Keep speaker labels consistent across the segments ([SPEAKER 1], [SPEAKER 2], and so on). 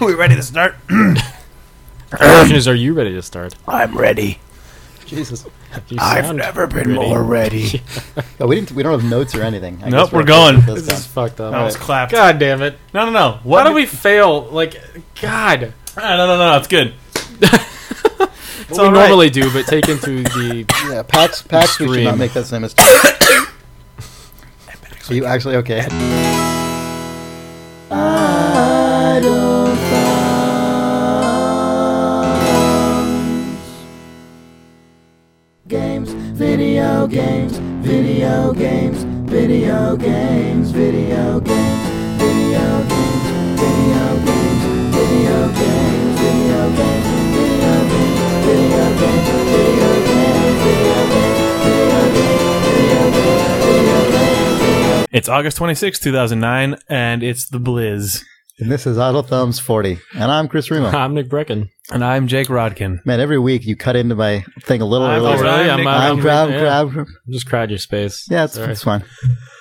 [SPEAKER 1] we ready to start?
[SPEAKER 2] question is, are you ready to start?
[SPEAKER 1] I'm ready.
[SPEAKER 2] Jesus,
[SPEAKER 1] I've never been more ready.
[SPEAKER 3] Oh, we didn't. We don't have notes or anything. I
[SPEAKER 1] Nope,
[SPEAKER 3] guess
[SPEAKER 1] we're going.
[SPEAKER 3] This
[SPEAKER 2] This is
[SPEAKER 3] time.
[SPEAKER 2] fucked up.
[SPEAKER 1] I was clapped.
[SPEAKER 2] God damn it!
[SPEAKER 1] No, no, no.
[SPEAKER 2] Why
[SPEAKER 1] What
[SPEAKER 2] do we fail? Like, God.
[SPEAKER 1] Ah, no, no, no. It's good.
[SPEAKER 2] It's what
[SPEAKER 1] all
[SPEAKER 2] we
[SPEAKER 1] right.
[SPEAKER 2] normally do, but take into the.
[SPEAKER 3] Yeah, Pax. Pax. We should
[SPEAKER 2] Extreme.
[SPEAKER 3] not make that same mistake. Are you actually okay? Games, video games, video games, video games, video games, video games, video games, video games, video games, video games, video games, video games, video games, video games, video games, video games.
[SPEAKER 1] It's August twenty sixth, 2009, and it's the Blizz.
[SPEAKER 3] And this is Idle Thumbs 40, and I'm Chris Remo.
[SPEAKER 2] I'm Nick Brecken.
[SPEAKER 1] And I'm Jake Rodkin.
[SPEAKER 3] Man, every week you cut into my thing a little
[SPEAKER 1] I'm
[SPEAKER 3] earlier.
[SPEAKER 1] alright.
[SPEAKER 2] I'm,
[SPEAKER 1] Nick
[SPEAKER 2] uh,
[SPEAKER 3] I'm
[SPEAKER 2] I'm-
[SPEAKER 3] grab,
[SPEAKER 2] yeah.
[SPEAKER 3] grab,
[SPEAKER 2] Just crowd your space.
[SPEAKER 3] Yeah, it's,
[SPEAKER 2] Sorry.
[SPEAKER 3] it's fine.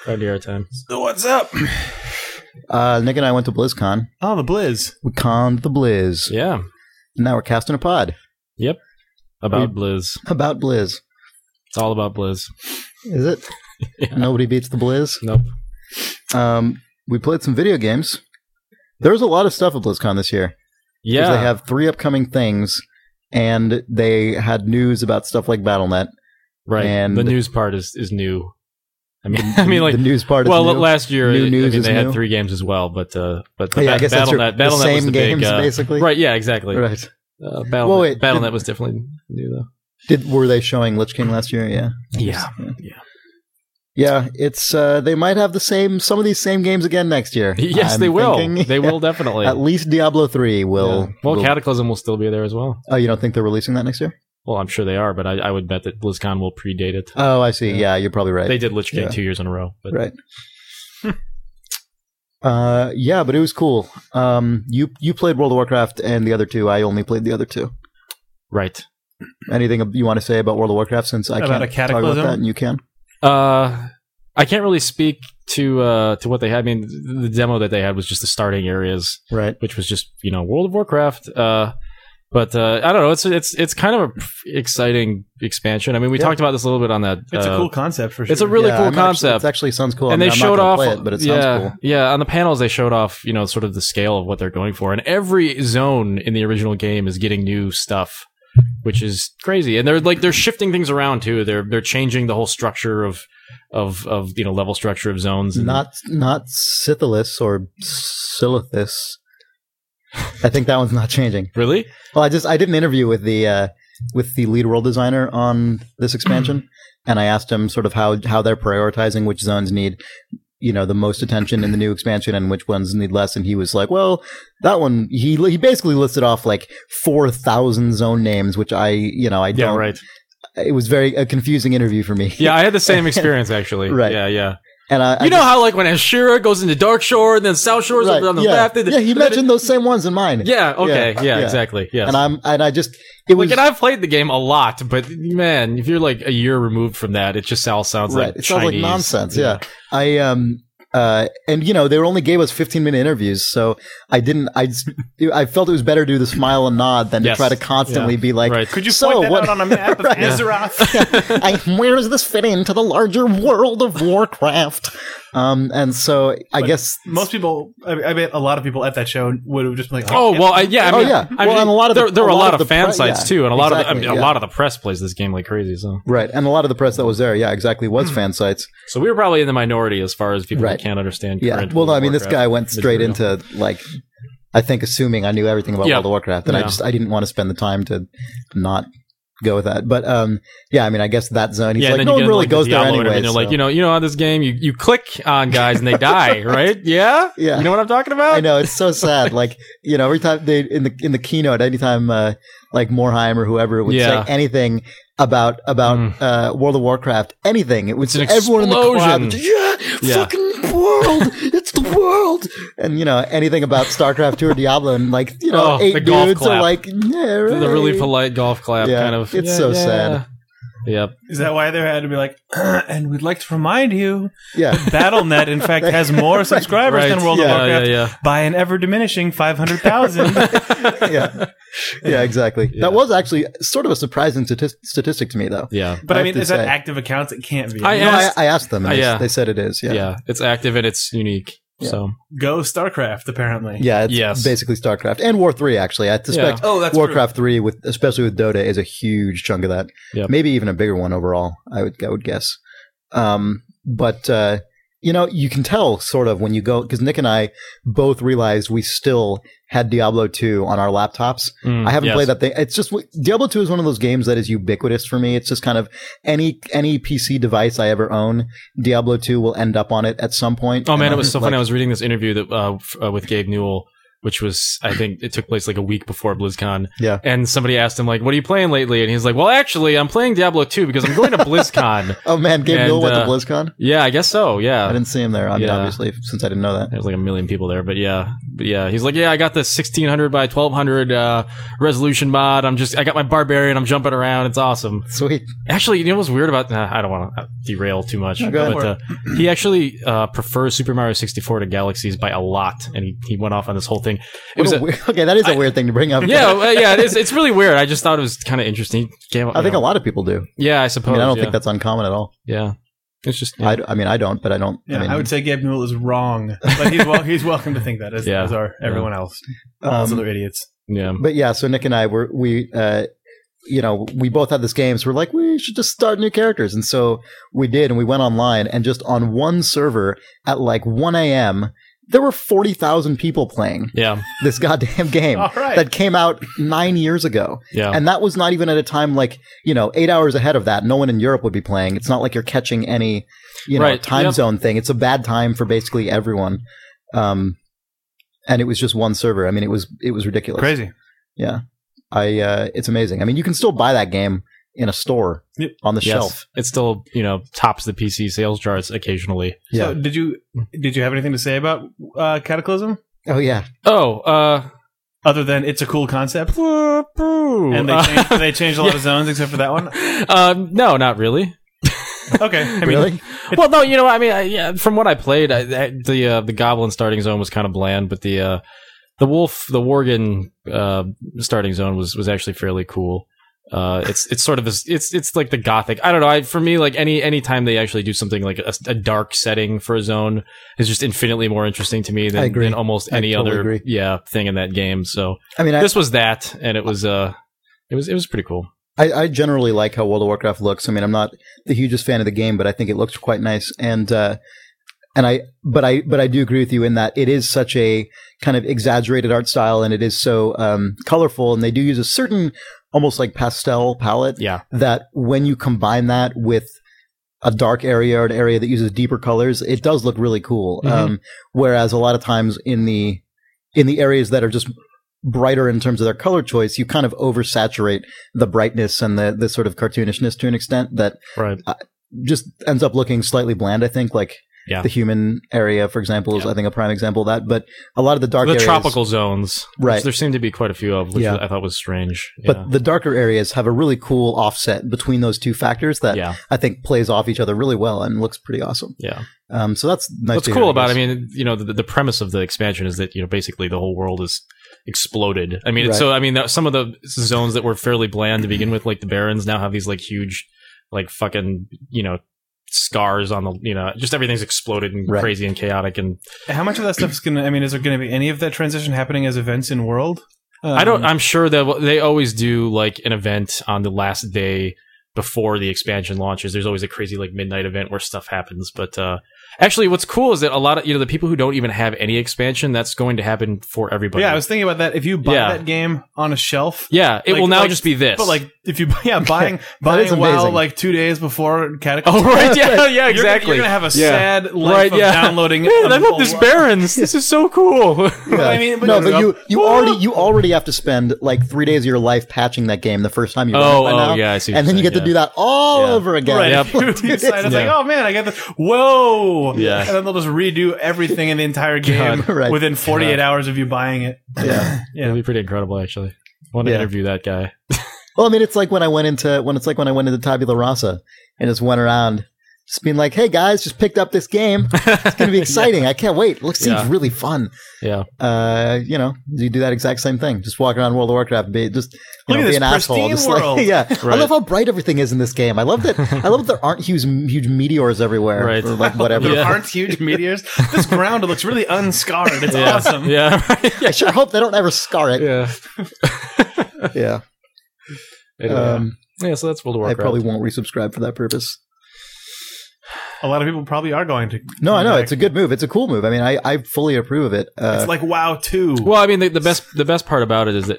[SPEAKER 2] crowd your time.
[SPEAKER 1] So what's up?
[SPEAKER 3] Uh, Nick and I went to BlizzCon.
[SPEAKER 1] Oh, the Blizz.
[SPEAKER 3] We conned the Blizz.
[SPEAKER 2] Yeah.
[SPEAKER 3] And now we're casting a pod
[SPEAKER 2] Yep. About
[SPEAKER 3] We-
[SPEAKER 2] Blizz.
[SPEAKER 3] about Blizz.
[SPEAKER 2] It's all about Blizz.
[SPEAKER 3] Is it? Nobody beats the Blizz.
[SPEAKER 2] Nope.
[SPEAKER 3] Um, we played some video games. There was a lot of stuff at BlizzCon this year. 'cause
[SPEAKER 2] Yeah.
[SPEAKER 3] They have three upcoming things, and they had news about stuff like BattleNet.
[SPEAKER 2] right.
[SPEAKER 3] and-
[SPEAKER 2] the news part is is new. I mean, I mean, like.
[SPEAKER 3] the news part.
[SPEAKER 2] well,
[SPEAKER 3] is new.
[SPEAKER 2] last year,
[SPEAKER 3] New
[SPEAKER 2] I
[SPEAKER 3] news
[SPEAKER 2] mean,
[SPEAKER 3] is
[SPEAKER 2] they
[SPEAKER 3] new. Oh,
[SPEAKER 2] had three games as well, but uh, but the
[SPEAKER 3] yeah,
[SPEAKER 2] ba-
[SPEAKER 3] I guess that's your,
[SPEAKER 2] Battle.net,
[SPEAKER 3] the
[SPEAKER 2] Battle.net was
[SPEAKER 3] same
[SPEAKER 2] the
[SPEAKER 3] games
[SPEAKER 2] big, uh,
[SPEAKER 3] basically.
[SPEAKER 2] right? Yeah, exactly.
[SPEAKER 3] Right.
[SPEAKER 2] Uh, Battle.net,
[SPEAKER 3] Well, wait,
[SPEAKER 2] Battle.net was definitely new though.
[SPEAKER 3] Did were they showing Lich King last year? Yeah.
[SPEAKER 2] Yeah.
[SPEAKER 3] Yeah, it's uh, they might have the same some of these same games again next year.
[SPEAKER 2] Yes,
[SPEAKER 3] I'm
[SPEAKER 2] they will.
[SPEAKER 3] thinking.
[SPEAKER 2] They will definitely.
[SPEAKER 3] At least Diablo three will.
[SPEAKER 2] Yeah. Well,
[SPEAKER 3] will-
[SPEAKER 2] Cataclysm will still be there as well.
[SPEAKER 3] oh, you don't think they're releasing that next year?
[SPEAKER 2] Well, I'm sure they are, but I, I would bet that BlizzCon will predate it.
[SPEAKER 3] Oh, I see.
[SPEAKER 2] Yeah.
[SPEAKER 3] Yeah, you're probably right.
[SPEAKER 2] They did Lich King
[SPEAKER 3] Yeah.
[SPEAKER 2] two years in a row, but
[SPEAKER 3] right. uh, yeah, but it was cool. Um, you you played World of Warcraft and the other two. I only played the other two.
[SPEAKER 2] right.
[SPEAKER 3] Anything you want to say about World of Warcraft since I
[SPEAKER 1] About a
[SPEAKER 3] can't talk about
[SPEAKER 1] cataclysm?
[SPEAKER 3] that and you can?
[SPEAKER 2] Uh, I can't really speak to uh, to what they had. I mean, th- the demo that they had was just the starting areas,
[SPEAKER 3] Right.
[SPEAKER 2] which was just you know World of Warcraft. Uh, but uh, I don't know. It's it's it's kind of an exciting expansion. I mean, we
[SPEAKER 3] Yeah.
[SPEAKER 2] talked about this a little bit on that.
[SPEAKER 1] It's a
[SPEAKER 2] uh,
[SPEAKER 1] cool concept for sure.
[SPEAKER 2] it's a really
[SPEAKER 3] Yeah,
[SPEAKER 2] cool
[SPEAKER 3] I'm actu-
[SPEAKER 2] concept.
[SPEAKER 3] It actually sounds cool.
[SPEAKER 2] and
[SPEAKER 3] I
[SPEAKER 2] they
[SPEAKER 3] mean, I'm not
[SPEAKER 2] showed
[SPEAKER 3] gonna
[SPEAKER 2] off
[SPEAKER 3] play it, but it
[SPEAKER 2] yeah,
[SPEAKER 3] sounds cool.
[SPEAKER 2] Yeah, on the panels they showed off, you know, sort of the scale of what they're going for. And every zone in the original game is getting new stuff, which is crazy. And they're like they're shifting things around too. They're they're changing the whole structure of of of you know level structure of zones. And,
[SPEAKER 3] not not Scythilus or Silithus. I think that one's not changing.
[SPEAKER 2] really.
[SPEAKER 3] Well, I just I did an interview with the uh, with the lead world designer on this expansion, and I asked him sort of how how they're prioritizing which zones need you know the most attention in the new expansion and which ones need less. And he was like, "Well, that one he he basically listed off like four thousand zone names, which I you know I
[SPEAKER 2] Yeah,
[SPEAKER 3] don't.
[SPEAKER 2] right.
[SPEAKER 3] It was very a confusing interview for me.
[SPEAKER 2] Yeah, I had the same experience actually.
[SPEAKER 3] Right.
[SPEAKER 2] Yeah, yeah.
[SPEAKER 3] and I I
[SPEAKER 2] you know how like when Ashira goes into Dark Shore and then South Shore is
[SPEAKER 3] Right,
[SPEAKER 2] on the
[SPEAKER 3] yeah.
[SPEAKER 2] left. and-
[SPEAKER 3] yeah, he mentioned those same ones in mine.
[SPEAKER 2] Yeah. Okay.
[SPEAKER 3] Yeah,
[SPEAKER 2] Yeah.
[SPEAKER 3] yeah.
[SPEAKER 2] Exactly. Yes.
[SPEAKER 3] and I'm and I just it was
[SPEAKER 2] Like, and I've played the game a lot, but man, if you're like a year removed from that, it just all sounds
[SPEAKER 3] right.
[SPEAKER 2] like
[SPEAKER 3] it sounds like
[SPEAKER 2] Chinese.
[SPEAKER 3] nonsense. Yeah. I um uh and you know they were only gave us 15 minute interviews, so I didn't. I just, I felt it was better to do the smile and nod than
[SPEAKER 2] Yes.
[SPEAKER 3] to try to constantly
[SPEAKER 2] Yeah.
[SPEAKER 3] be like.
[SPEAKER 2] Right.
[SPEAKER 1] Could you
[SPEAKER 3] So,
[SPEAKER 1] point that
[SPEAKER 3] what-
[SPEAKER 1] out on a map of
[SPEAKER 3] Right.
[SPEAKER 1] Azeroth?
[SPEAKER 3] I, where does this fit into the larger world of Warcraft? Um, and so I guess
[SPEAKER 1] Most people, I, I bet a lot of people at that show would have just been like,
[SPEAKER 2] Oh well, I, yeah. I
[SPEAKER 3] Oh,
[SPEAKER 2] mean,
[SPEAKER 3] yeah.
[SPEAKER 2] I
[SPEAKER 3] Well,
[SPEAKER 2] mean,
[SPEAKER 3] and a lot of
[SPEAKER 2] there,
[SPEAKER 3] the-
[SPEAKER 2] there were
[SPEAKER 3] a
[SPEAKER 2] a
[SPEAKER 3] lot
[SPEAKER 2] lot,
[SPEAKER 3] of
[SPEAKER 2] of
[SPEAKER 3] the
[SPEAKER 2] fan
[SPEAKER 3] pre-
[SPEAKER 2] sites
[SPEAKER 3] yeah,
[SPEAKER 2] too, and a lot
[SPEAKER 3] exactly,
[SPEAKER 2] of I mean,
[SPEAKER 3] yeah.
[SPEAKER 2] a lot of the press plays this game like crazy. So,
[SPEAKER 3] right, and a lot of the press that was there, yeah, exactly,
[SPEAKER 1] Hmm.
[SPEAKER 3] was fan sites.
[SPEAKER 2] so we were probably in the minority as far as people
[SPEAKER 3] Right.
[SPEAKER 2] who can't understand.
[SPEAKER 3] Yeah.
[SPEAKER 2] current
[SPEAKER 3] Well, no,
[SPEAKER 2] World
[SPEAKER 3] I mean, this
[SPEAKER 2] Warcraft.
[SPEAKER 3] guy went straight
[SPEAKER 2] material.
[SPEAKER 3] into like, I think assuming I knew everything about
[SPEAKER 2] Yeah.
[SPEAKER 3] World of Warcraft, and I
[SPEAKER 2] Yeah.
[SPEAKER 3] just I didn't want to spend the time to not go with that. But um, yeah, I mean, I guess that zone. He's
[SPEAKER 2] Yeah,
[SPEAKER 3] like,
[SPEAKER 2] and then
[SPEAKER 3] no
[SPEAKER 2] you
[SPEAKER 3] one
[SPEAKER 2] get
[SPEAKER 3] really
[SPEAKER 2] into, like,
[SPEAKER 3] goes
[SPEAKER 2] the
[SPEAKER 3] there
[SPEAKER 2] Diablo
[SPEAKER 3] anyway.
[SPEAKER 2] and they're like,
[SPEAKER 3] so-
[SPEAKER 2] you know, you know, on this game, you, you click on guys and they die, right? Yeah,
[SPEAKER 3] Yeah.
[SPEAKER 2] You know what I'm talking about?
[SPEAKER 3] I know it's so sad. Like you know, every time they in the in the keynote, anytime uh, like Morheim or whoever would
[SPEAKER 2] Yeah.
[SPEAKER 3] say anything about about
[SPEAKER 2] Mm.
[SPEAKER 3] uh, World of Warcraft, anything, it would
[SPEAKER 2] It's an
[SPEAKER 3] everyone in the crowd. would
[SPEAKER 2] explosion.
[SPEAKER 3] just, Yeah,
[SPEAKER 2] Yeah.
[SPEAKER 3] fucking world, it's the world, and you know anything about StarCraft two or Diablo, and like you know
[SPEAKER 2] Oh,
[SPEAKER 3] eight
[SPEAKER 2] the golf
[SPEAKER 3] dudes are
[SPEAKER 2] clap.
[SPEAKER 3] like yeah,
[SPEAKER 2] The really
[SPEAKER 3] right.
[SPEAKER 2] polite golf clap
[SPEAKER 3] Yeah.
[SPEAKER 2] kind of.
[SPEAKER 3] It's so sad.
[SPEAKER 2] Yep.
[SPEAKER 1] Is that why they had to be like? and we'd like to remind you,
[SPEAKER 3] Yeah.
[SPEAKER 1] BattleNet in fact has more subscribers
[SPEAKER 2] Right.
[SPEAKER 1] than World
[SPEAKER 3] Yeah.
[SPEAKER 1] of
[SPEAKER 2] Yeah, yeah,
[SPEAKER 1] Warcraft
[SPEAKER 2] yeah.
[SPEAKER 1] by an ever diminishing five hundred thousand.
[SPEAKER 3] yeah. Yeah, exactly. That was actually sort of a surprising stati- statistic to me, though.
[SPEAKER 2] Yeah.
[SPEAKER 1] But I,
[SPEAKER 3] I
[SPEAKER 1] mean,
[SPEAKER 3] have to
[SPEAKER 1] is that
[SPEAKER 3] say.
[SPEAKER 1] active accounts? It can't be.
[SPEAKER 2] I
[SPEAKER 3] No, I,
[SPEAKER 2] asked-
[SPEAKER 3] I asked them, and
[SPEAKER 2] Uh,
[SPEAKER 3] they,
[SPEAKER 2] yeah.
[SPEAKER 3] they said it is.
[SPEAKER 2] yeah.
[SPEAKER 3] Yeah. Yeah.
[SPEAKER 2] It's active and it's unique.
[SPEAKER 3] Yeah.
[SPEAKER 2] So
[SPEAKER 1] Go StarCraft, apparently.
[SPEAKER 3] it's
[SPEAKER 2] Yes.
[SPEAKER 3] basically StarCraft and War 3, actually. I suspect
[SPEAKER 1] Oh, that's
[SPEAKER 3] Warcraft 3, with especially with Dota, is a huge chunk of that.
[SPEAKER 2] Yep.
[SPEAKER 3] Maybe even a bigger one overall, I would, I would guess. Um, but, uh, you know, you can tell sort of when you go, because Nick and I both realized we still had Diablo 2 on our laptops.
[SPEAKER 2] mm,
[SPEAKER 3] I haven't played that thing. It's just Diablo 2 is one of those games that is ubiquitous for me. It's just kind of any any PC device I ever own, Diablo 2 will end up on it at some point.
[SPEAKER 2] Oh man,
[SPEAKER 3] And
[SPEAKER 2] it was so funny. I
[SPEAKER 3] Um, like-
[SPEAKER 2] was reading this interview that uh, f- uh, with Gabe Newell, which was I think it took place like a week before BlizzCon.
[SPEAKER 3] Yeah.
[SPEAKER 2] And somebody asked him like, "What are you playing lately?" And he's like, "Well, actually, I'm playing Diablo 2 because I'm going to BlizzCon."
[SPEAKER 3] Oh man, Gabe
[SPEAKER 2] And,
[SPEAKER 3] Newell went
[SPEAKER 2] uh,
[SPEAKER 3] to BlizzCon.
[SPEAKER 2] yeah, I guess so.
[SPEAKER 3] I
[SPEAKER 2] Yeah.
[SPEAKER 3] didn't see him there, I mean,
[SPEAKER 2] yeah.
[SPEAKER 3] obviously, since I didn't know that.
[SPEAKER 2] There's like a million people there, but yeah, but yeah, he's like, yeah, I got the 1600 by 1200 uh, resolution mod. I'm just, I got my barbarian. I'm jumping around. It's awesome.
[SPEAKER 3] Sweet.
[SPEAKER 2] Actually, you know what's weird about? Nah, I don't want to derail too much.
[SPEAKER 3] No, go
[SPEAKER 2] but uh, he actually uh, prefers Super Mario 64 to Galaxies by a lot, and he, he went off on this whole thing. It was
[SPEAKER 3] What a
[SPEAKER 2] a-
[SPEAKER 3] weird- okay, that is a weird thing to bring up.
[SPEAKER 2] yeah, well, yeah, it's it's really weird. I just thought it was kind of interesting. Game,
[SPEAKER 3] I think a lot of people do.
[SPEAKER 2] yeah, I
[SPEAKER 3] I
[SPEAKER 2] suppose.
[SPEAKER 3] mean, I don't
[SPEAKER 2] yeah.
[SPEAKER 3] think that's uncommon at all.
[SPEAKER 2] Yeah, it's just
[SPEAKER 3] I, d- I mean, I don't, but I don't.
[SPEAKER 1] Yeah,
[SPEAKER 3] I
[SPEAKER 1] I,
[SPEAKER 3] mean,
[SPEAKER 1] would say Gabe Newell is wrong, but he's wel- he's welcome to think that as,
[SPEAKER 2] Yeah.
[SPEAKER 1] as are everyone else.
[SPEAKER 3] um,
[SPEAKER 1] Those other idiots.
[SPEAKER 2] yeah.
[SPEAKER 3] But yeah, so Nick and I were we uh you know, we both had this game, so we're like, we should just start new characters. And so we did, and we went online, and just on one server at like 1 a.m., there were 40,000 people playing
[SPEAKER 2] Yeah,
[SPEAKER 3] this goddamn game
[SPEAKER 1] All right.
[SPEAKER 3] that came out nine years ago.
[SPEAKER 2] yeah,
[SPEAKER 3] And that was not even at a time like, you know, eight hours ahead of that. No one in Europe would be playing. It's not like you're catching any, you know,
[SPEAKER 2] Right,
[SPEAKER 3] time
[SPEAKER 2] yep.
[SPEAKER 3] zone thing. It's a bad time for basically everyone. Um, and it was just one server. I mean, it was it was ridiculous.
[SPEAKER 1] Crazy.
[SPEAKER 3] Yeah. I uh it's amazing. I mean, you can still buy that game in a store
[SPEAKER 1] Yep.
[SPEAKER 3] on the
[SPEAKER 2] Yes.
[SPEAKER 3] shelf.
[SPEAKER 2] It still you know tops the PC sales charts occasionally.
[SPEAKER 3] Yeah.
[SPEAKER 1] So did you did you have anything to say about uh, Cataclysm
[SPEAKER 3] oh yeah.
[SPEAKER 2] Oh, uh,
[SPEAKER 1] other than it's a cool concept
[SPEAKER 2] boo, boo.
[SPEAKER 1] and they
[SPEAKER 2] Uh,
[SPEAKER 1] changed, they changed a lot of zones except for that one?
[SPEAKER 2] um, no, not really.
[SPEAKER 1] Okay, I mean,
[SPEAKER 3] really?
[SPEAKER 2] well, no, you know, I mean, I, yeah, from what I played, I, I, the uh, the goblin starting zone was kind of bland, but the uh, the wolf, the worgen uh, starting zone was was actually fairly cool. Uh, it's it's sort of this, it's it's like the gothic. I don't know. I, for me, like any any time they actually do something like a, a dark setting for a zone is just infinitely more interesting to me
[SPEAKER 3] I
[SPEAKER 2] than,
[SPEAKER 3] agree.
[SPEAKER 2] than almost
[SPEAKER 3] I
[SPEAKER 2] any
[SPEAKER 3] totally
[SPEAKER 2] other
[SPEAKER 3] agree.
[SPEAKER 2] yeah thing in that game. So
[SPEAKER 3] I mean, I,
[SPEAKER 2] this was that, and it was uh, it was it was pretty cool.
[SPEAKER 3] I I generally like how World of Warcraft looks. I mean, I'm not the hugest fan of the game, but I think it looks quite nice and uh and I but I but I do agree with you in that it is such a kind of exaggerated art style and it is so um colorful and they do use a certain almost like pastel palette
[SPEAKER 2] Yeah,
[SPEAKER 3] that when you combine that with a dark area or an area that uses deeper colors, it does look really cool.
[SPEAKER 2] Mhm.
[SPEAKER 3] Um, whereas a lot of times in the in the areas that are just brighter in terms of their color choice, you kind of oversaturate the brightness and the the sort of cartoonishness to an extent that
[SPEAKER 2] right.
[SPEAKER 3] just ends up looking slightly bland. I think like
[SPEAKER 2] Yeah.
[SPEAKER 3] the human area, for example, is I think a prime example of that. But a lot of the dark
[SPEAKER 2] the
[SPEAKER 3] areas,
[SPEAKER 2] tropical zones, which
[SPEAKER 3] Right.
[SPEAKER 2] There seemed to be quite a few of, which
[SPEAKER 3] Yeah.
[SPEAKER 2] I thought was strange.
[SPEAKER 3] but
[SPEAKER 2] Yeah.
[SPEAKER 3] the darker areas have a really cool offset between those two factors that
[SPEAKER 2] yeah,
[SPEAKER 3] I think plays off each other really well and looks pretty awesome.
[SPEAKER 2] yeah.
[SPEAKER 3] Um, so that's nice.
[SPEAKER 2] What's
[SPEAKER 3] to hear,
[SPEAKER 2] cool about? it,
[SPEAKER 3] guess.
[SPEAKER 2] I mean, you know, the, the premise of the expansion is that you know basically the whole world is exploded. I mean, it's-
[SPEAKER 3] Right.
[SPEAKER 2] so I mean, that- some of the zones that were fairly bland to begin with, like the Barrens, now have these like huge, like fucking you know scars on the you know just everything's exploded and
[SPEAKER 3] Right.
[SPEAKER 2] crazy and chaotic and
[SPEAKER 1] how much of that stuff is gonna? I mean, is there gonna be any of that transition happening as events in world?
[SPEAKER 2] I don't.
[SPEAKER 1] Um,
[SPEAKER 2] I'm sure that they always do like an event on the last day before the expansion launches. There's always a crazy like midnight event where stuff happens. But uh, actually, what's cool is that a lot of you know the people who don't even have any expansion, that's going to happen for everybody.
[SPEAKER 1] yeah, I was thinking about that. If you buy
[SPEAKER 2] Yeah.
[SPEAKER 1] that game on a shelf,
[SPEAKER 2] Yeah, it
[SPEAKER 1] Like-
[SPEAKER 2] will now
[SPEAKER 1] like-
[SPEAKER 2] just be this.
[SPEAKER 1] But like, if you yeah, buying
[SPEAKER 3] is
[SPEAKER 1] buying WoW
[SPEAKER 3] amazing.
[SPEAKER 1] like two days before
[SPEAKER 2] oh
[SPEAKER 1] Cataclysm,
[SPEAKER 2] right, yeah,
[SPEAKER 1] you're
[SPEAKER 2] yeah,
[SPEAKER 1] gonna-
[SPEAKER 2] exactly.
[SPEAKER 1] You're gonna, have a
[SPEAKER 2] Yeah.
[SPEAKER 1] sad life
[SPEAKER 2] Right,
[SPEAKER 1] of
[SPEAKER 2] yeah.
[SPEAKER 1] downloading.
[SPEAKER 2] Man,
[SPEAKER 1] a
[SPEAKER 2] I love
[SPEAKER 1] full
[SPEAKER 2] this
[SPEAKER 1] world.
[SPEAKER 2] Barons. This is so cool.
[SPEAKER 1] Well, I mean, but
[SPEAKER 3] no,
[SPEAKER 1] you
[SPEAKER 3] but
[SPEAKER 1] know-
[SPEAKER 3] you you already you already have to spend like three days of your life patching that game the first time you run
[SPEAKER 2] Oh,
[SPEAKER 3] it right
[SPEAKER 2] oh,
[SPEAKER 3] now,
[SPEAKER 2] yeah, I see what
[SPEAKER 3] and
[SPEAKER 2] you're
[SPEAKER 3] then
[SPEAKER 2] saying,
[SPEAKER 3] you get to
[SPEAKER 2] yeah.
[SPEAKER 3] do that all
[SPEAKER 2] Yeah.
[SPEAKER 3] over again.
[SPEAKER 1] Right,
[SPEAKER 2] Yep.
[SPEAKER 1] if you decide, it's like,
[SPEAKER 2] Yeah.
[SPEAKER 1] oh man, I got this. Whoa,
[SPEAKER 2] Yeah.
[SPEAKER 1] and then they'll just redo everything in the entire game
[SPEAKER 3] God, right.
[SPEAKER 1] within 48 hours of you buying it.
[SPEAKER 3] Yeah.
[SPEAKER 1] Yeah,
[SPEAKER 2] It'll be pretty incredible, actually. Want to
[SPEAKER 3] Yeah.
[SPEAKER 2] interview that guy?
[SPEAKER 3] Well, I mean, it's like when I went into when it's like when I went into Tabula Rasa and just went around, just being like, "Hey guys, just picked up this game. It's going to be exciting. I can't wait. Looks seems
[SPEAKER 2] Yeah.
[SPEAKER 3] really fun."
[SPEAKER 2] Yeah.
[SPEAKER 3] Uh, you know, you do that exact same thing. Just walk around World of Warcraft, be just you
[SPEAKER 1] Look
[SPEAKER 3] know,
[SPEAKER 1] at
[SPEAKER 3] be
[SPEAKER 1] this
[SPEAKER 3] an asshole.
[SPEAKER 1] pristine
[SPEAKER 3] Just
[SPEAKER 1] world.
[SPEAKER 3] like, yeah, I
[SPEAKER 2] Right.
[SPEAKER 3] love how bright everything is in this game. I love that. I love that there aren't huge huge meteors everywhere.
[SPEAKER 2] Right.
[SPEAKER 3] Or like whatever.
[SPEAKER 1] There
[SPEAKER 2] Yeah.
[SPEAKER 1] aren't huge meteors. This ground looks really unscarred. It's awesome.
[SPEAKER 2] yeah,
[SPEAKER 3] I sure hope they don't ever scar it.
[SPEAKER 2] yeah.
[SPEAKER 3] Yeah. Um,
[SPEAKER 2] yeah, so that's World of
[SPEAKER 3] I
[SPEAKER 2] Warcraft.
[SPEAKER 3] probably won't resubscribe for that purpose.
[SPEAKER 1] A lot of people probably are going to.
[SPEAKER 3] No, I know
[SPEAKER 1] Okay.
[SPEAKER 3] it's a good move. It's a cool move. I mean, I, I fully approve of it. Uh,
[SPEAKER 1] It's like WoW 2.
[SPEAKER 2] well, I mean, the, the best the best part about it is that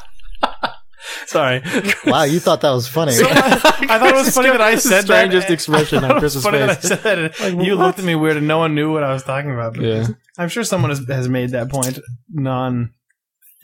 [SPEAKER 1] Sorry.
[SPEAKER 3] wow, you thought that was funny.
[SPEAKER 1] I thought it was funny that I said that.
[SPEAKER 2] strangest expression
[SPEAKER 1] I thought
[SPEAKER 2] on
[SPEAKER 1] it was
[SPEAKER 2] Chris's
[SPEAKER 1] funny that I
[SPEAKER 2] face.
[SPEAKER 1] said that. and you looked at me weird, and no one knew what I was talking about. But
[SPEAKER 2] Yeah,
[SPEAKER 1] I'm sure someone has, has made that point non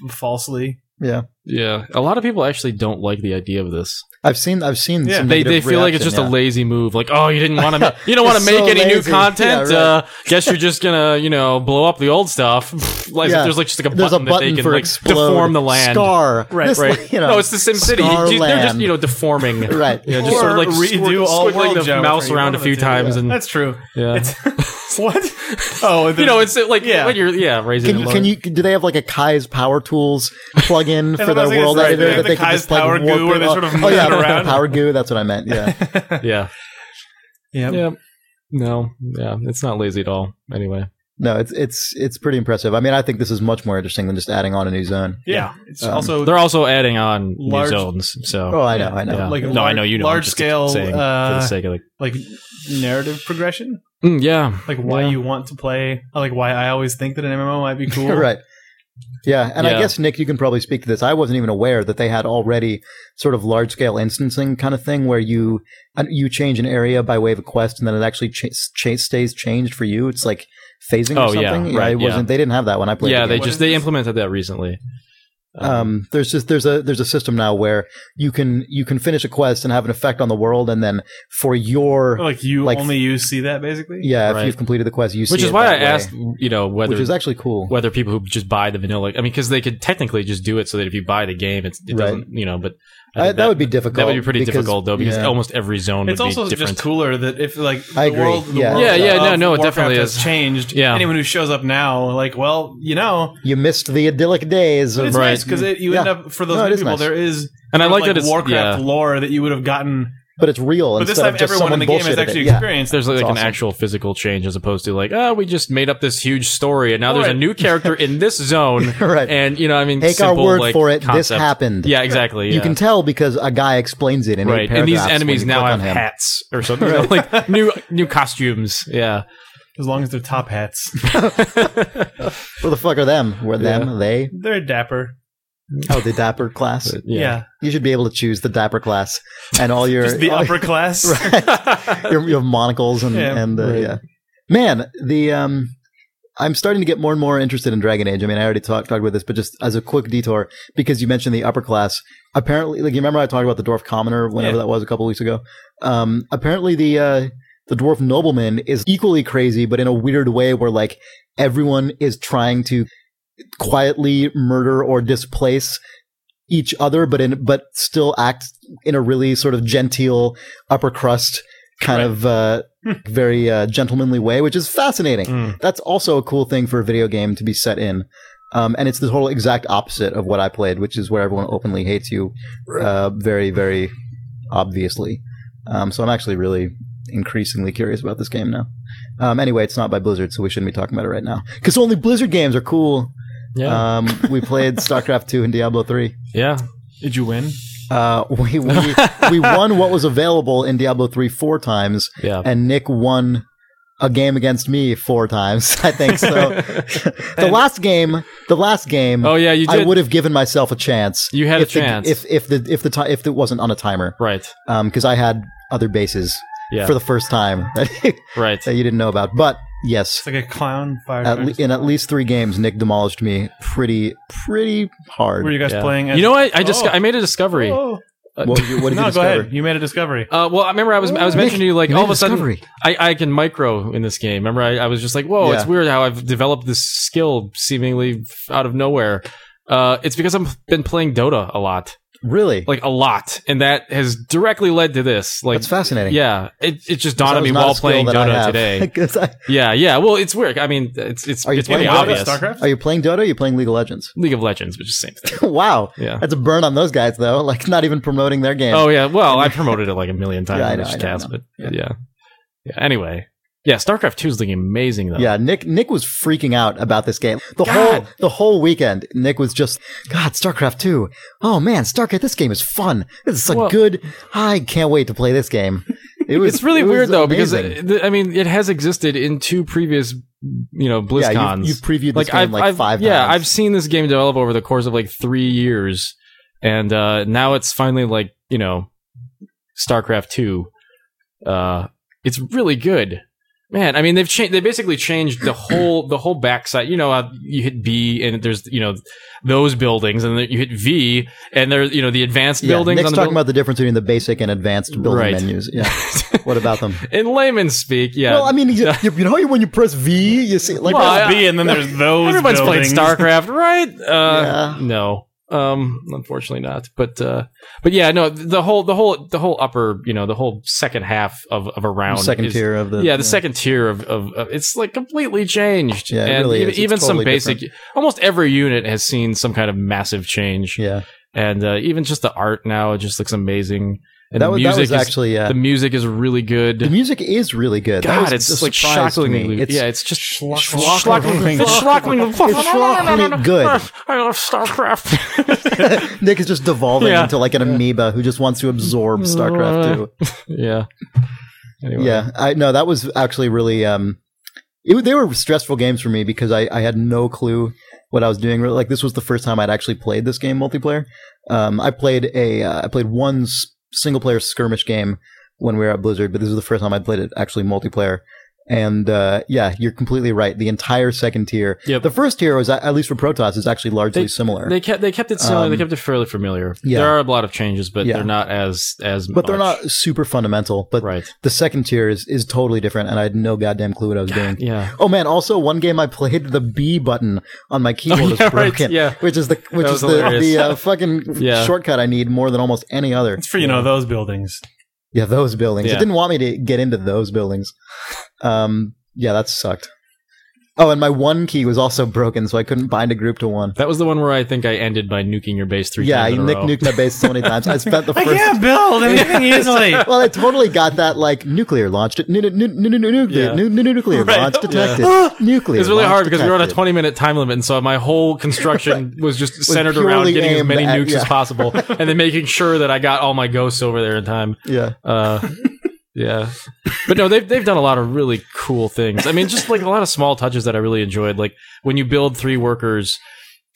[SPEAKER 1] falsely.
[SPEAKER 3] yeah,
[SPEAKER 2] yeah. A lot of people actually don't like the idea of this.
[SPEAKER 3] I've seen. I've seen.
[SPEAKER 1] Yeah.
[SPEAKER 3] some
[SPEAKER 2] They they
[SPEAKER 3] negative
[SPEAKER 2] feel like it's
[SPEAKER 3] reaction,
[SPEAKER 2] just a lazy move. Like, oh, you didn't want to, you don't want to
[SPEAKER 3] It's
[SPEAKER 2] make
[SPEAKER 3] so
[SPEAKER 2] any new
[SPEAKER 3] lazy.
[SPEAKER 2] content.
[SPEAKER 3] Yeah, right.
[SPEAKER 2] uh, guess you're just gonna, you know, blow up the old stuff. like,
[SPEAKER 3] Yeah.
[SPEAKER 2] there's like just like a
[SPEAKER 3] There's
[SPEAKER 2] button,
[SPEAKER 3] a button
[SPEAKER 2] that they
[SPEAKER 3] for
[SPEAKER 2] can like
[SPEAKER 3] explode,
[SPEAKER 2] deform the land.
[SPEAKER 3] Scar.
[SPEAKER 1] Right,
[SPEAKER 3] This,
[SPEAKER 2] right.
[SPEAKER 3] You know,
[SPEAKER 2] no, it's the Sim City.
[SPEAKER 3] scar
[SPEAKER 2] You- They're just
[SPEAKER 3] land.
[SPEAKER 2] you know deforming.
[SPEAKER 3] Right.
[SPEAKER 2] Yeah, just
[SPEAKER 1] Or
[SPEAKER 2] sort of like
[SPEAKER 1] redo
[SPEAKER 2] squiggling-
[SPEAKER 1] all world
[SPEAKER 2] squiggling the
[SPEAKER 1] geometry,
[SPEAKER 2] mouse
[SPEAKER 1] one
[SPEAKER 2] around a
[SPEAKER 1] of the
[SPEAKER 2] few
[SPEAKER 1] two,
[SPEAKER 2] times,
[SPEAKER 1] yeah.
[SPEAKER 2] and
[SPEAKER 1] That's true.
[SPEAKER 2] yeah.
[SPEAKER 1] It's what? Oh, the,
[SPEAKER 2] you know, it's like
[SPEAKER 1] Yeah.
[SPEAKER 2] when you're yeah raising.
[SPEAKER 3] Can
[SPEAKER 2] it
[SPEAKER 3] you,
[SPEAKER 2] lower.
[SPEAKER 3] can you do they have like a Kai's Power Tools plug-in
[SPEAKER 1] That's
[SPEAKER 3] for
[SPEAKER 1] what I
[SPEAKER 3] their
[SPEAKER 1] was thinking,
[SPEAKER 3] world
[SPEAKER 1] right, they
[SPEAKER 3] editor
[SPEAKER 1] have
[SPEAKER 3] that
[SPEAKER 1] the
[SPEAKER 3] they can
[SPEAKER 1] Kai's
[SPEAKER 3] just like
[SPEAKER 1] Power
[SPEAKER 3] warp
[SPEAKER 1] Goo where
[SPEAKER 3] it
[SPEAKER 1] they
[SPEAKER 3] all-
[SPEAKER 1] sort of
[SPEAKER 3] oh
[SPEAKER 1] move
[SPEAKER 3] yeah,
[SPEAKER 1] it around.
[SPEAKER 3] Power Goo. That's what I meant. Yeah,
[SPEAKER 2] Yeah.
[SPEAKER 1] Yep.
[SPEAKER 2] Yeah. No. Yeah. It's not lazy at all. Anyway.
[SPEAKER 3] no, it's it's it's pretty impressive. I mean, I think this is much more interesting than just adding on a new zone.
[SPEAKER 1] Yeah. It's
[SPEAKER 3] Um,
[SPEAKER 1] also
[SPEAKER 2] They're also adding on
[SPEAKER 1] Large-
[SPEAKER 2] new zones. So.
[SPEAKER 3] Oh, I know, I know.
[SPEAKER 2] Yeah.
[SPEAKER 1] Like
[SPEAKER 2] no,
[SPEAKER 1] large-
[SPEAKER 2] I know you know. I'm
[SPEAKER 1] large
[SPEAKER 2] just
[SPEAKER 1] scale,
[SPEAKER 2] saying for
[SPEAKER 1] uh,
[SPEAKER 2] the sake of like.
[SPEAKER 1] like narrative progression,
[SPEAKER 2] Mm, yeah.
[SPEAKER 1] like why
[SPEAKER 2] Yeah.
[SPEAKER 1] you want to play, like why I always think that an MMO might be cool.
[SPEAKER 3] right. Yeah, and
[SPEAKER 2] Yeah.
[SPEAKER 3] I guess Nick, you can probably speak to this. I wasn't even aware that they had already sort of large scale instancing kind of thing where you uh, you change an area by way of a quest, and then it actually cha- cha- stays changed for you. It's like phasing or
[SPEAKER 2] Oh,
[SPEAKER 3] something.
[SPEAKER 2] yeah,
[SPEAKER 3] I
[SPEAKER 2] right, yeah.
[SPEAKER 3] wasn't. They didn't have that when I played.
[SPEAKER 2] Yeah.
[SPEAKER 3] the
[SPEAKER 2] They uh-huh.
[SPEAKER 3] game.
[SPEAKER 1] What is
[SPEAKER 2] just they
[SPEAKER 1] this?
[SPEAKER 2] implemented that recently.
[SPEAKER 3] um, there's just there's a there's a system now where you can you can finish a quest and have an effect on the world, and then for your
[SPEAKER 1] Like you
[SPEAKER 3] Like-
[SPEAKER 1] only you see that basically.
[SPEAKER 3] yeah,
[SPEAKER 2] Oh, Right.
[SPEAKER 3] if you've completed the quest, you see
[SPEAKER 2] which is
[SPEAKER 3] it
[SPEAKER 2] why I
[SPEAKER 3] that way,
[SPEAKER 2] asked, you know, whether
[SPEAKER 3] which is actually cool.
[SPEAKER 2] whether people who just buy the vanilla. I mean, because they could technically just do it so that if you buy the game, it's, it
[SPEAKER 3] Right.
[SPEAKER 2] doesn't, you know. But I
[SPEAKER 3] I-
[SPEAKER 2] think
[SPEAKER 3] Uh, that, would be difficult.
[SPEAKER 2] that would be pretty
[SPEAKER 3] because-
[SPEAKER 2] difficult though, because oh
[SPEAKER 3] yeah.
[SPEAKER 2] almost every zone
[SPEAKER 1] It's
[SPEAKER 2] would
[SPEAKER 1] also
[SPEAKER 2] be different.
[SPEAKER 1] just cooler that if like the
[SPEAKER 3] I agree.
[SPEAKER 1] world, the
[SPEAKER 3] Yeah.
[SPEAKER 1] world
[SPEAKER 2] Yeah, yeah, no,
[SPEAKER 1] of
[SPEAKER 2] no, it
[SPEAKER 1] Warcraft
[SPEAKER 2] definitely
[SPEAKER 1] has
[SPEAKER 2] is.
[SPEAKER 1] changed.
[SPEAKER 2] Yeah.
[SPEAKER 1] anyone who shows up now, like, well, you know,
[SPEAKER 3] you missed the idyllic days
[SPEAKER 1] but
[SPEAKER 3] of
[SPEAKER 1] it's
[SPEAKER 2] Right.
[SPEAKER 1] nice because you end
[SPEAKER 3] Yeah.
[SPEAKER 1] up for those
[SPEAKER 3] No, it
[SPEAKER 1] new
[SPEAKER 3] is
[SPEAKER 1] people.
[SPEAKER 3] nice.
[SPEAKER 1] There is,
[SPEAKER 2] and I
[SPEAKER 1] sort of,
[SPEAKER 2] like, that it's
[SPEAKER 1] Warcraft
[SPEAKER 2] yeah,
[SPEAKER 1] lore that you would have gotten,
[SPEAKER 3] but it's real
[SPEAKER 1] but this
[SPEAKER 3] instead
[SPEAKER 1] time
[SPEAKER 3] of just
[SPEAKER 1] everyone
[SPEAKER 3] someone
[SPEAKER 1] in the game has
[SPEAKER 3] bullshitted
[SPEAKER 1] actually
[SPEAKER 3] it. Yeah.
[SPEAKER 1] experienced.
[SPEAKER 2] There's like,
[SPEAKER 3] It's
[SPEAKER 2] like an
[SPEAKER 3] awesome.
[SPEAKER 2] actual physical change as opposed to like, oh, we just made up this huge story and now there's
[SPEAKER 1] Right.
[SPEAKER 2] a new character in this zone.
[SPEAKER 3] Right.
[SPEAKER 2] And you know, I mean,
[SPEAKER 3] Take
[SPEAKER 2] simple,
[SPEAKER 3] our word
[SPEAKER 2] like,
[SPEAKER 3] for it. This
[SPEAKER 2] concept.
[SPEAKER 3] happened.
[SPEAKER 2] Yeah, exactly.
[SPEAKER 3] You
[SPEAKER 2] yeah.
[SPEAKER 3] can tell because a guy explains it in eight
[SPEAKER 2] right. And these
[SPEAKER 3] paragraphs when
[SPEAKER 2] enemies
[SPEAKER 3] you
[SPEAKER 2] now
[SPEAKER 3] click
[SPEAKER 2] have
[SPEAKER 3] on him.
[SPEAKER 2] hats or something, you know, like new new costumes. Yeah.
[SPEAKER 1] As long as they're top hats,
[SPEAKER 3] Where the fuck are them? Were them they?
[SPEAKER 1] they're dapper.
[SPEAKER 3] Oh, the dapper class.
[SPEAKER 1] Yeah,
[SPEAKER 3] You should be able to choose the dapper class, and all your
[SPEAKER 1] just the
[SPEAKER 3] all
[SPEAKER 1] upper class.
[SPEAKER 3] your, you have monocles and
[SPEAKER 1] Yeah,
[SPEAKER 3] and uh,
[SPEAKER 2] right.
[SPEAKER 3] yeah. Man, the um, I'm starting to get more and more interested in Dragon Age. I mean, I already talked talked about this, but just as a quick detour, because you mentioned the upper class. Apparently, like you remember, I talked about the dwarf commoner whenever
[SPEAKER 1] Yeah.
[SPEAKER 3] that was a couple weeks ago. Um, apparently the uh, the dwarf nobleman is equally crazy, but in a weird way, where like everyone is trying to quietly murder or displace each other, but in but still act in a really sort of genteel upper crust kind
[SPEAKER 1] Right.
[SPEAKER 3] of uh, very uh, gentlemanly way, which is fascinating.
[SPEAKER 1] Mm.
[SPEAKER 3] That's also a cool thing for a video game to be set in. Um, and it's the total exact opposite of what I played, which is where everyone openly hates you, uh, very, very obviously. Um, so I'm actually really increasingly curious about this game now. Um, anyway, it's not by Blizzard, so we shouldn't be talking about it right now. Because only Blizzard games are cool.
[SPEAKER 2] Yeah.
[SPEAKER 3] Um, we played StarCraft 2 and Diablo 3.
[SPEAKER 2] yeah.
[SPEAKER 1] Did you win?
[SPEAKER 3] Uh, we, we, we won what was available in Diablo 3 four times,
[SPEAKER 2] Yeah.
[SPEAKER 3] and Nick won a game against me four times, I think. So the last game, the last game,
[SPEAKER 2] Oh yeah, you
[SPEAKER 3] I
[SPEAKER 2] did.
[SPEAKER 3] would have given myself a chance.
[SPEAKER 2] You had a
[SPEAKER 3] if the-
[SPEAKER 2] chance.
[SPEAKER 3] if if the if the ti- if it wasn't on a timer,
[SPEAKER 2] right.
[SPEAKER 3] because I had other bases
[SPEAKER 2] Yeah.
[SPEAKER 3] for the first time that,
[SPEAKER 2] right.
[SPEAKER 3] that you didn't know about. But yes,
[SPEAKER 1] It's like a clown fire.
[SPEAKER 3] at le- in at least three games, Nick demolished me pretty pretty hard.
[SPEAKER 1] Were you guys
[SPEAKER 2] Yeah.
[SPEAKER 1] playing? As-
[SPEAKER 2] You know what? I just
[SPEAKER 1] Oh.
[SPEAKER 2] I made a discovery. Uh,
[SPEAKER 1] Oh.
[SPEAKER 3] what did you, what did
[SPEAKER 1] no, go
[SPEAKER 3] you discover?
[SPEAKER 1] ahead. You made a discovery.
[SPEAKER 2] well, I remember I was I was
[SPEAKER 3] Nick,
[SPEAKER 2] mentioning to you like
[SPEAKER 3] you
[SPEAKER 2] all
[SPEAKER 3] made
[SPEAKER 2] of
[SPEAKER 3] a
[SPEAKER 2] a sudden
[SPEAKER 3] discovery.
[SPEAKER 2] I, I can micro in this game. Remember I, I was just like, whoa, it's
[SPEAKER 3] Yeah.
[SPEAKER 2] weird how I've developed this skill seemingly out of nowhere. Uh, it's because I've been playing Dota a lot.
[SPEAKER 3] Really?
[SPEAKER 2] like a lot, and that has directly led to this. Like,
[SPEAKER 3] That's fascinating.
[SPEAKER 2] yeah, it, it just dawned
[SPEAKER 3] That
[SPEAKER 2] on
[SPEAKER 3] was
[SPEAKER 2] me
[SPEAKER 3] not a
[SPEAKER 2] while
[SPEAKER 3] skill
[SPEAKER 2] playing
[SPEAKER 3] that I
[SPEAKER 2] Dota
[SPEAKER 3] have.
[SPEAKER 2] today.
[SPEAKER 3] 'Cause I-
[SPEAKER 2] yeah, yeah. Well, it's weird. I mean, it's it's
[SPEAKER 3] Are you
[SPEAKER 2] it's pretty
[SPEAKER 3] playing Dota,
[SPEAKER 2] obvious.
[SPEAKER 1] StarCraft?
[SPEAKER 3] are you playing Dota? Or are you playing League of Legends?
[SPEAKER 2] League of Legends, which is the same thing.
[SPEAKER 3] wow.
[SPEAKER 2] Yeah.
[SPEAKER 3] That's a burn on those guys, though. Like, not even promoting their game.
[SPEAKER 2] Oh yeah. Well, I promoted it like a million times
[SPEAKER 3] Yeah, I
[SPEAKER 2] on
[SPEAKER 3] know,
[SPEAKER 2] this
[SPEAKER 3] I know, I
[SPEAKER 2] cast,
[SPEAKER 3] know.
[SPEAKER 2] but
[SPEAKER 3] Yeah.
[SPEAKER 2] yeah. yeah. Anyway, yeah. StarCraft Two is looking amazing though.
[SPEAKER 3] Yeah, Nick Nick was freaking out about this game. The
[SPEAKER 2] God.
[SPEAKER 3] whole the whole weekend, Nick was just God, StarCraft 2. Oh man, StarCraft this game is fun. This is a
[SPEAKER 2] Well-
[SPEAKER 3] good I can't wait to play this game. It was
[SPEAKER 2] It's really
[SPEAKER 3] it was
[SPEAKER 2] weird though because
[SPEAKER 3] amazing.
[SPEAKER 2] uh, th- I mean it has existed in two previous you know BlizzCons.
[SPEAKER 3] yeah, you've, you've previewed this
[SPEAKER 2] like
[SPEAKER 3] game
[SPEAKER 2] I've,
[SPEAKER 3] like
[SPEAKER 2] I've-
[SPEAKER 3] five
[SPEAKER 2] yeah,
[SPEAKER 3] times.
[SPEAKER 2] I've seen this game develop over the course of like three years, and uh, now it's finally like you know, StarCraft two. Uh, it's really good, man. I mean, they've changed. They basically changed the whole the whole backside. You know, how you hit B and there's you know those buildings, and then you hit V and there's you know the advanced
[SPEAKER 3] Yeah,
[SPEAKER 2] buildings
[SPEAKER 3] Nick's
[SPEAKER 2] on the
[SPEAKER 3] talking
[SPEAKER 2] buil-
[SPEAKER 3] about the difference between the basic and advanced building
[SPEAKER 2] Right.
[SPEAKER 3] menus. Yeah. what about them?
[SPEAKER 2] in layman's speak. Yeah,
[SPEAKER 3] Well, I mean, you, you know, when you press V, you see like
[SPEAKER 2] Well,
[SPEAKER 3] there's-
[SPEAKER 2] I-
[SPEAKER 1] B, and then there's those.
[SPEAKER 2] Everyone's played
[SPEAKER 1] buildings.
[SPEAKER 2] StarCraft, right? Uh,
[SPEAKER 3] Yeah.
[SPEAKER 2] No, um, unfortunately not. But uh, but yeah, no. The whole the whole the whole upper, you know, the whole second half of of a round,
[SPEAKER 3] second
[SPEAKER 2] is-
[SPEAKER 3] tier of the
[SPEAKER 2] yeah, the second tier of, of, of it's like completely changed.
[SPEAKER 3] Yeah, it
[SPEAKER 2] and
[SPEAKER 3] really
[SPEAKER 2] even,
[SPEAKER 3] is. It's
[SPEAKER 2] even some
[SPEAKER 3] totally
[SPEAKER 2] basic, almost every unit has seen some kind of massive change.
[SPEAKER 3] Yeah,
[SPEAKER 2] And uh, even just the art now, it just looks amazing. And
[SPEAKER 3] that
[SPEAKER 2] the
[SPEAKER 3] was,
[SPEAKER 2] music
[SPEAKER 3] that was
[SPEAKER 2] is,
[SPEAKER 3] actually yeah.
[SPEAKER 2] the music is really good.
[SPEAKER 3] The music is really good. That
[SPEAKER 2] God,
[SPEAKER 3] was
[SPEAKER 2] it's
[SPEAKER 3] a
[SPEAKER 2] like
[SPEAKER 3] surprise to me.
[SPEAKER 2] shockingly.
[SPEAKER 3] It's-
[SPEAKER 2] yeah, it's just
[SPEAKER 1] Schlock-
[SPEAKER 2] Schlockling. It's Schlockling.
[SPEAKER 3] It's Schlockling good.
[SPEAKER 2] I love StarCraft.
[SPEAKER 3] Nick is just devolving
[SPEAKER 2] Yeah. Uh,
[SPEAKER 3] into like an amoeba who just wants to absorb StarCraft 2.
[SPEAKER 2] yeah. Anyway.
[SPEAKER 3] Yeah, I no, that was actually really um, it, wa- they were stressful games for me because I, I had no clue what I was doing. Really, Like this was the first time I'd actually played this game multiplayer. Um, I played a uh, I played one s- single player skirmish game when we were at Blizzard, but this was the first time I'd played it actually multiplayer. And uh, yeah, you're completely right. The entire second tier,
[SPEAKER 2] Yep.
[SPEAKER 3] the first tier was a- at least for Protoss is actually largely similar.
[SPEAKER 2] They kept they kept it similar. they
[SPEAKER 3] Um,
[SPEAKER 2] kept it fairly familiar.
[SPEAKER 3] yeah.
[SPEAKER 2] There are a lot of changes, but
[SPEAKER 3] Yeah.
[SPEAKER 2] they're not as as.
[SPEAKER 3] but they're
[SPEAKER 2] much.
[SPEAKER 3] not super fundamental. But
[SPEAKER 2] right.
[SPEAKER 3] the second tier is, is totally different, and I had no goddamn clue what I was doing.
[SPEAKER 2] Yeah.
[SPEAKER 3] Oh man! Also, one game I played, the B button on my keyboard
[SPEAKER 2] Oh,
[SPEAKER 3] is
[SPEAKER 2] yeah, right,
[SPEAKER 3] broken,
[SPEAKER 2] yeah.
[SPEAKER 3] which is the
[SPEAKER 2] That
[SPEAKER 3] which is
[SPEAKER 2] was
[SPEAKER 3] the,
[SPEAKER 2] hilarious.
[SPEAKER 3] the uh, fucking
[SPEAKER 2] Yeah.
[SPEAKER 3] shortcut I need more than almost any other.
[SPEAKER 1] It's for you know those buildings.
[SPEAKER 3] Yeah, those buildings. It
[SPEAKER 2] Yeah.
[SPEAKER 3] didn't want me to get into those buildings. Um, yeah, that sucked. Oh, and my one key was also broken, so I couldn't bind a group to one.
[SPEAKER 2] That was the one where I think I ended by nuking your base three
[SPEAKER 3] yeah,
[SPEAKER 2] times.
[SPEAKER 3] I
[SPEAKER 2] in a
[SPEAKER 3] Nick
[SPEAKER 2] row.
[SPEAKER 3] nuked my base so many times. I spent the
[SPEAKER 1] I
[SPEAKER 3] first.
[SPEAKER 1] can't build anything easily.
[SPEAKER 3] Well, I totally got that like nuclear launched.
[SPEAKER 2] Yeah.
[SPEAKER 3] Nuclear
[SPEAKER 1] Right.
[SPEAKER 3] launch
[SPEAKER 1] Yeah.
[SPEAKER 3] detected. Nuclear.
[SPEAKER 2] It was really
[SPEAKER 3] launch
[SPEAKER 2] hard because we were on a
[SPEAKER 3] detected.
[SPEAKER 2] 20 minute time limit, and so my whole construction was just centered around
[SPEAKER 3] purely
[SPEAKER 2] getting as
[SPEAKER 3] aimed
[SPEAKER 2] many
[SPEAKER 3] at-
[SPEAKER 2] nukes
[SPEAKER 3] yeah.
[SPEAKER 2] as possible, and then making sure that I got all my ghosts over there in time.
[SPEAKER 3] Yeah.
[SPEAKER 2] Uh, yeah, but no, they've they've done a lot of really cool things. I mean, just like a lot of small touches that I really enjoyed. Like when you build three workers,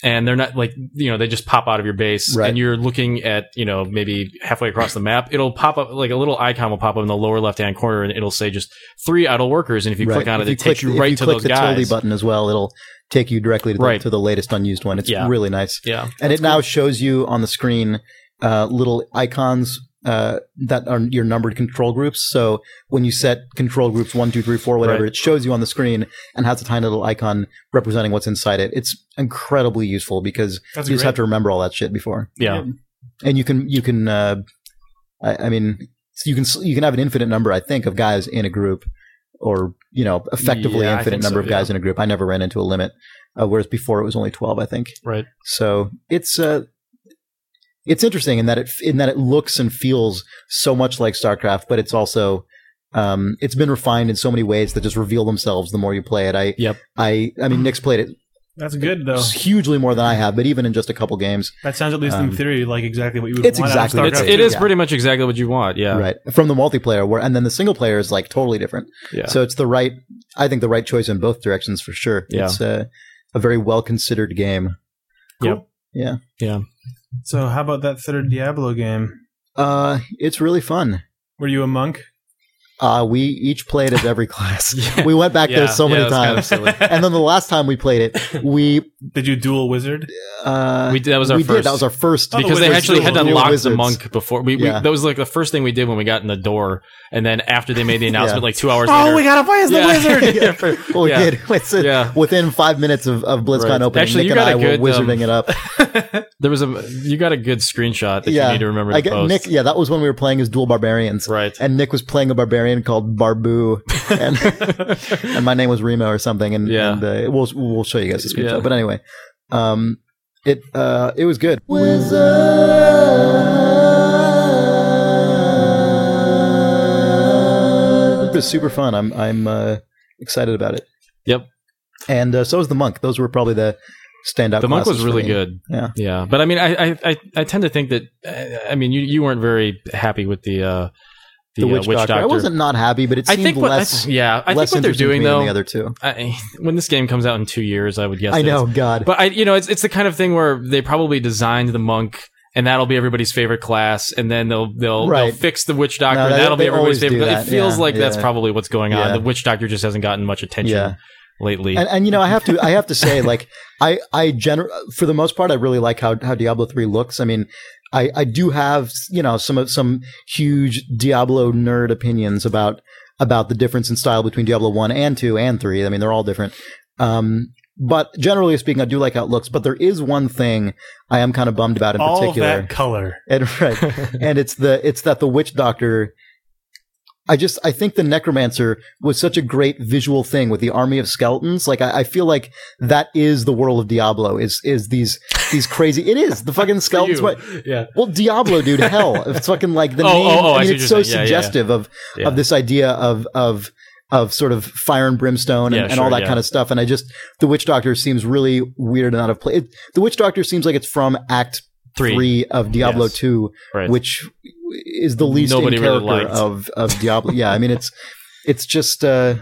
[SPEAKER 2] and they're not like you know they just pop out of your base,
[SPEAKER 3] Right.
[SPEAKER 2] and you're looking at you know maybe halfway across the map, it'll pop up like a little icon will pop up in the lower left hand corner, and it'll say just three idle workers, and if you click on it,
[SPEAKER 3] If
[SPEAKER 2] it takes
[SPEAKER 3] click-
[SPEAKER 2] you
[SPEAKER 3] if
[SPEAKER 2] right to
[SPEAKER 3] click
[SPEAKER 2] those
[SPEAKER 3] the
[SPEAKER 2] guys.
[SPEAKER 3] tilde button as well. It'll take you directly to the,
[SPEAKER 2] Right.
[SPEAKER 3] to the latest unused one. It's
[SPEAKER 2] Yeah.
[SPEAKER 3] really nice,
[SPEAKER 2] yeah.
[SPEAKER 3] and it now shows you on the screen uh, little icons uh, that are your numbered control groups. So when you set control groups one, two, three, four, whatever,
[SPEAKER 2] Right.
[SPEAKER 3] it shows you on the screen and has a tiny little icon representing what's inside it. It's incredibly useful because
[SPEAKER 1] That's
[SPEAKER 3] you just
[SPEAKER 1] great.
[SPEAKER 3] have to remember all that shit before,
[SPEAKER 2] Yeah.
[SPEAKER 3] and you can you can uh, I, I mean you can s- you can have an infinite number I think of guys in a group or you know effectively
[SPEAKER 2] Yeah, I
[SPEAKER 3] infinite
[SPEAKER 2] think
[SPEAKER 3] number
[SPEAKER 2] so,
[SPEAKER 3] of guys in a group. I never ran into a limit, uh, whereas before it was only twelve I think.
[SPEAKER 2] Right.
[SPEAKER 3] So it's uh, it's interesting in that it in that it looks and feels so much like StarCraft, but it's also um, it's been refined in so many ways that just reveal themselves the more you play it. I
[SPEAKER 2] Yep.
[SPEAKER 3] I I mean Nick's played it
[SPEAKER 1] That's good though.
[SPEAKER 3] hugely more than I have, but even in just a couple games,
[SPEAKER 1] That sounds at least in
[SPEAKER 3] Um,
[SPEAKER 1] theory like exactly what you would
[SPEAKER 3] it's
[SPEAKER 1] want
[SPEAKER 3] exactly-
[SPEAKER 1] out of
[SPEAKER 2] It's,
[SPEAKER 1] StarCraft.
[SPEAKER 2] it is
[SPEAKER 3] Yeah.
[SPEAKER 2] pretty much exactly what you want. Yeah.
[SPEAKER 3] right? From the multiplayer, where and then the single player is like totally different.
[SPEAKER 2] Yeah.
[SPEAKER 3] So it's the right, I think, the right choice in both directions for sure.
[SPEAKER 2] Yeah.
[SPEAKER 3] It's a, a very well considered game.
[SPEAKER 2] Cool.
[SPEAKER 3] Yeah.
[SPEAKER 1] So how about that third Diablo game?
[SPEAKER 3] Uh, it's really fun.
[SPEAKER 1] Were you a monk?
[SPEAKER 3] Uh, we each played it every class.
[SPEAKER 2] Yeah.
[SPEAKER 3] We went back there so many
[SPEAKER 2] yeah, that's kind of
[SPEAKER 3] times.
[SPEAKER 2] silly.
[SPEAKER 3] and then the last time we played it, we
[SPEAKER 1] Did you dual wizard?
[SPEAKER 3] uh,
[SPEAKER 2] we did, that was our
[SPEAKER 3] we
[SPEAKER 2] first.
[SPEAKER 3] did. That was our first.
[SPEAKER 1] Oh,
[SPEAKER 2] because
[SPEAKER 1] wait,
[SPEAKER 2] they
[SPEAKER 1] there's
[SPEAKER 2] actually
[SPEAKER 1] still
[SPEAKER 2] had to
[SPEAKER 1] a new
[SPEAKER 2] unlock the
[SPEAKER 3] wizards.
[SPEAKER 2] monk before we, we
[SPEAKER 3] Yeah.
[SPEAKER 2] that was like the first thing we did when we got in the door and then after they made the announcement like two hours later
[SPEAKER 1] Oh, we gotta play as the
[SPEAKER 2] Yeah.
[SPEAKER 1] wizard.
[SPEAKER 2] Yeah, for-
[SPEAKER 3] Well, we
[SPEAKER 2] yeah.
[SPEAKER 3] did. It's, uh,
[SPEAKER 2] Yeah.
[SPEAKER 3] Within five minutes of, of BlizzCon
[SPEAKER 2] Right.
[SPEAKER 3] opening,
[SPEAKER 2] Actually, you
[SPEAKER 3] Nick and
[SPEAKER 2] got a
[SPEAKER 3] I were
[SPEAKER 2] good, um,
[SPEAKER 3] wizarding it up.
[SPEAKER 2] there was a you got a good screenshot that you need to remember to
[SPEAKER 3] I get-
[SPEAKER 2] post
[SPEAKER 3] Nick, yeah, that was when we were playing as dual barbarians.
[SPEAKER 2] right
[SPEAKER 3] And Nick was playing a barbarian called Barbu, and, and my name was Remo or something. And,
[SPEAKER 2] Yeah.
[SPEAKER 3] and uh, we'll we'll show you guys the screenshot.
[SPEAKER 2] Yeah.
[SPEAKER 3] But anyway, um, it uh, it was good. It was super fun. I'm I'm uh, excited about it.
[SPEAKER 2] Yep.
[SPEAKER 3] And uh, so was the monk. Those were probably the standout.
[SPEAKER 2] the monk was
[SPEAKER 3] classes for
[SPEAKER 2] really
[SPEAKER 3] me.
[SPEAKER 2] good
[SPEAKER 3] Yeah.
[SPEAKER 2] yeah but i mean i i i, I tend to think that uh, i mean you you weren't very happy with the uh the,
[SPEAKER 3] The,
[SPEAKER 2] uh,
[SPEAKER 3] witch, doctor. I wasn't not happy, but it
[SPEAKER 2] I
[SPEAKER 3] seemed
[SPEAKER 2] think what
[SPEAKER 3] less.
[SPEAKER 2] I, yeah i
[SPEAKER 3] less
[SPEAKER 2] think what they're
[SPEAKER 3] interesting to
[SPEAKER 2] doing
[SPEAKER 3] me than
[SPEAKER 2] though
[SPEAKER 3] the other two.
[SPEAKER 2] I, when this game comes out in two years i would guess
[SPEAKER 3] I
[SPEAKER 2] it is.
[SPEAKER 3] know, God.
[SPEAKER 2] But I, you know, it's it's the kind of thing where they probably designed the monk, and that'll be everybody's favorite class, and then they'll they'll,
[SPEAKER 3] Right.
[SPEAKER 2] they'll fix the witch doctor,
[SPEAKER 3] No,
[SPEAKER 2] and
[SPEAKER 3] they-
[SPEAKER 2] that'll
[SPEAKER 3] they
[SPEAKER 2] be everybody's
[SPEAKER 3] always do
[SPEAKER 2] favorite. class.
[SPEAKER 3] that.
[SPEAKER 2] It feels
[SPEAKER 3] Yeah,
[SPEAKER 2] like that's
[SPEAKER 3] yeah.
[SPEAKER 2] probably what's going on.
[SPEAKER 3] Yeah.
[SPEAKER 2] The witch doctor just hasn't gotten much attention
[SPEAKER 3] Yeah.
[SPEAKER 2] lately.
[SPEAKER 3] and, and you know, I have to I have to say, like I I gener- for the most part, I really like how how Diablo three looks. I mean, I I do have you know some some huge Diablo nerd opinions about about the difference in style between Diablo one and two and three. I mean, they're all different. Um, but generally speaking, I do like how it looks. But there is one thing I am kind of bummed about in
[SPEAKER 1] All
[SPEAKER 3] particular.
[SPEAKER 1] that color.
[SPEAKER 3] And right. and it's the it's that the witch doctor I just I think the necromancer was such a great visual thing with the army of skeletons. Like I, I feel like that is the world of Diablo is is these these crazy it is the fucking skeletons
[SPEAKER 2] you.
[SPEAKER 3] what
[SPEAKER 2] yeah,
[SPEAKER 3] well Diablo dude hell it's fucking like the
[SPEAKER 2] Oh,
[SPEAKER 3] name
[SPEAKER 2] oh, oh, I
[SPEAKER 3] I mean
[SPEAKER 2] see
[SPEAKER 3] it's
[SPEAKER 2] what
[SPEAKER 3] so
[SPEAKER 2] you're saying. Yeah, yeah, yeah.
[SPEAKER 3] suggestive of
[SPEAKER 2] Yeah.
[SPEAKER 3] of this idea of of of sort of fire and brimstone and,
[SPEAKER 2] Yeah,
[SPEAKER 3] and all
[SPEAKER 2] sure,
[SPEAKER 3] that
[SPEAKER 2] yeah.
[SPEAKER 3] kind of stuff and I just the witch doctor seems really weird and out of place. The witch doctor seems like it's from act
[SPEAKER 2] three,
[SPEAKER 3] three of Diablo
[SPEAKER 2] Yes.
[SPEAKER 3] two
[SPEAKER 2] right.
[SPEAKER 3] which is the least
[SPEAKER 2] Nobody
[SPEAKER 3] in
[SPEAKER 2] really
[SPEAKER 3] character
[SPEAKER 2] liked.
[SPEAKER 3] of of Diablo. yeah, I mean it's it's just uh,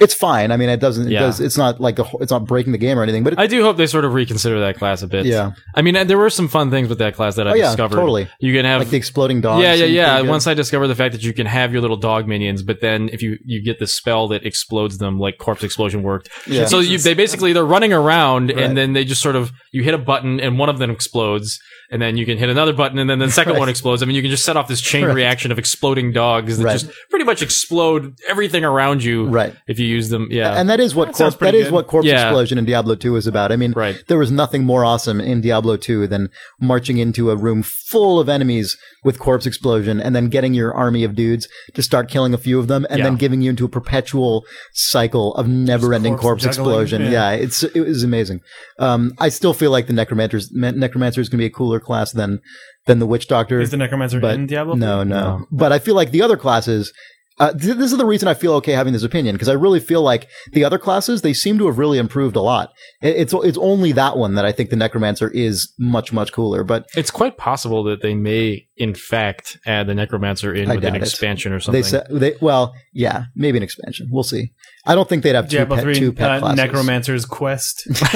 [SPEAKER 3] it's fine. I mean it doesn't it
[SPEAKER 2] Yeah.
[SPEAKER 3] does it's not like the whole- it's not breaking the game or anything, but it,
[SPEAKER 2] I do hope they sort of reconsider that class a bit.
[SPEAKER 3] yeah,
[SPEAKER 2] I mean, there were some fun things with that class that I
[SPEAKER 3] oh yeah,
[SPEAKER 2] discovered.
[SPEAKER 3] totally.
[SPEAKER 2] You can have
[SPEAKER 3] Like the exploding dog.
[SPEAKER 2] Yeah, yeah,
[SPEAKER 3] seemed
[SPEAKER 2] yeah.
[SPEAKER 3] pretty good.
[SPEAKER 2] Once I discovered the fact that you can have your little dog minions, but then if you you get the spell that explodes them, like corpse explosion worked.
[SPEAKER 3] Yeah.
[SPEAKER 2] So you, they basically they're running around,
[SPEAKER 3] Right.
[SPEAKER 2] and then they just sort of you hit a button, and one of them explodes, and then you can hit another button, and then the second
[SPEAKER 3] Right.
[SPEAKER 2] one explodes. I mean, you can just set off this chain
[SPEAKER 3] Right.
[SPEAKER 2] reaction of exploding dogs that
[SPEAKER 3] Right.
[SPEAKER 2] just pretty much explode everything around you
[SPEAKER 3] right.
[SPEAKER 2] if you use them. Yeah,
[SPEAKER 3] And that is what
[SPEAKER 1] sounds
[SPEAKER 3] corpse, that
[SPEAKER 1] pretty
[SPEAKER 3] is
[SPEAKER 1] good.
[SPEAKER 3] what corpse
[SPEAKER 2] Yeah.
[SPEAKER 3] explosion in Diablo 2 is about. I mean,
[SPEAKER 2] right.
[SPEAKER 3] there was nothing more awesome in Diablo 2 than marching into a room full of enemies with corpse explosion and then getting your army of dudes to start killing a few of them and
[SPEAKER 2] Yeah.
[SPEAKER 3] then giving you into a perpetual cycle of never-ending
[SPEAKER 1] corpse
[SPEAKER 3] corpse,
[SPEAKER 1] juggling,
[SPEAKER 3] explosion.
[SPEAKER 1] yeah.
[SPEAKER 3] Yeah. it's it was amazing. Um, I still feel like the necromancer's me- necromancer is going to be a cooler class than than the witch doctor.
[SPEAKER 1] Is the necromancer
[SPEAKER 3] But
[SPEAKER 1] in Diablo?
[SPEAKER 3] No, no,
[SPEAKER 2] No.
[SPEAKER 3] But I feel like the other classes. Uh, th- this is the reason I feel okay having this opinion because I really feel like the other classes they seem to have really improved a lot. It- it's it's only that one that I think the necromancer is much much cooler. But
[SPEAKER 2] It's quite possible that they may, in fact, add the necromancer in
[SPEAKER 3] I
[SPEAKER 2] with an
[SPEAKER 3] doubt it.
[SPEAKER 2] expansion or something.
[SPEAKER 3] they said they well yeah maybe an expansion we'll see. I don't think they'd have two
[SPEAKER 1] Diablo
[SPEAKER 3] pet,
[SPEAKER 1] three
[SPEAKER 3] two pet
[SPEAKER 1] uh,
[SPEAKER 3] classes.
[SPEAKER 1] necromancer's quest.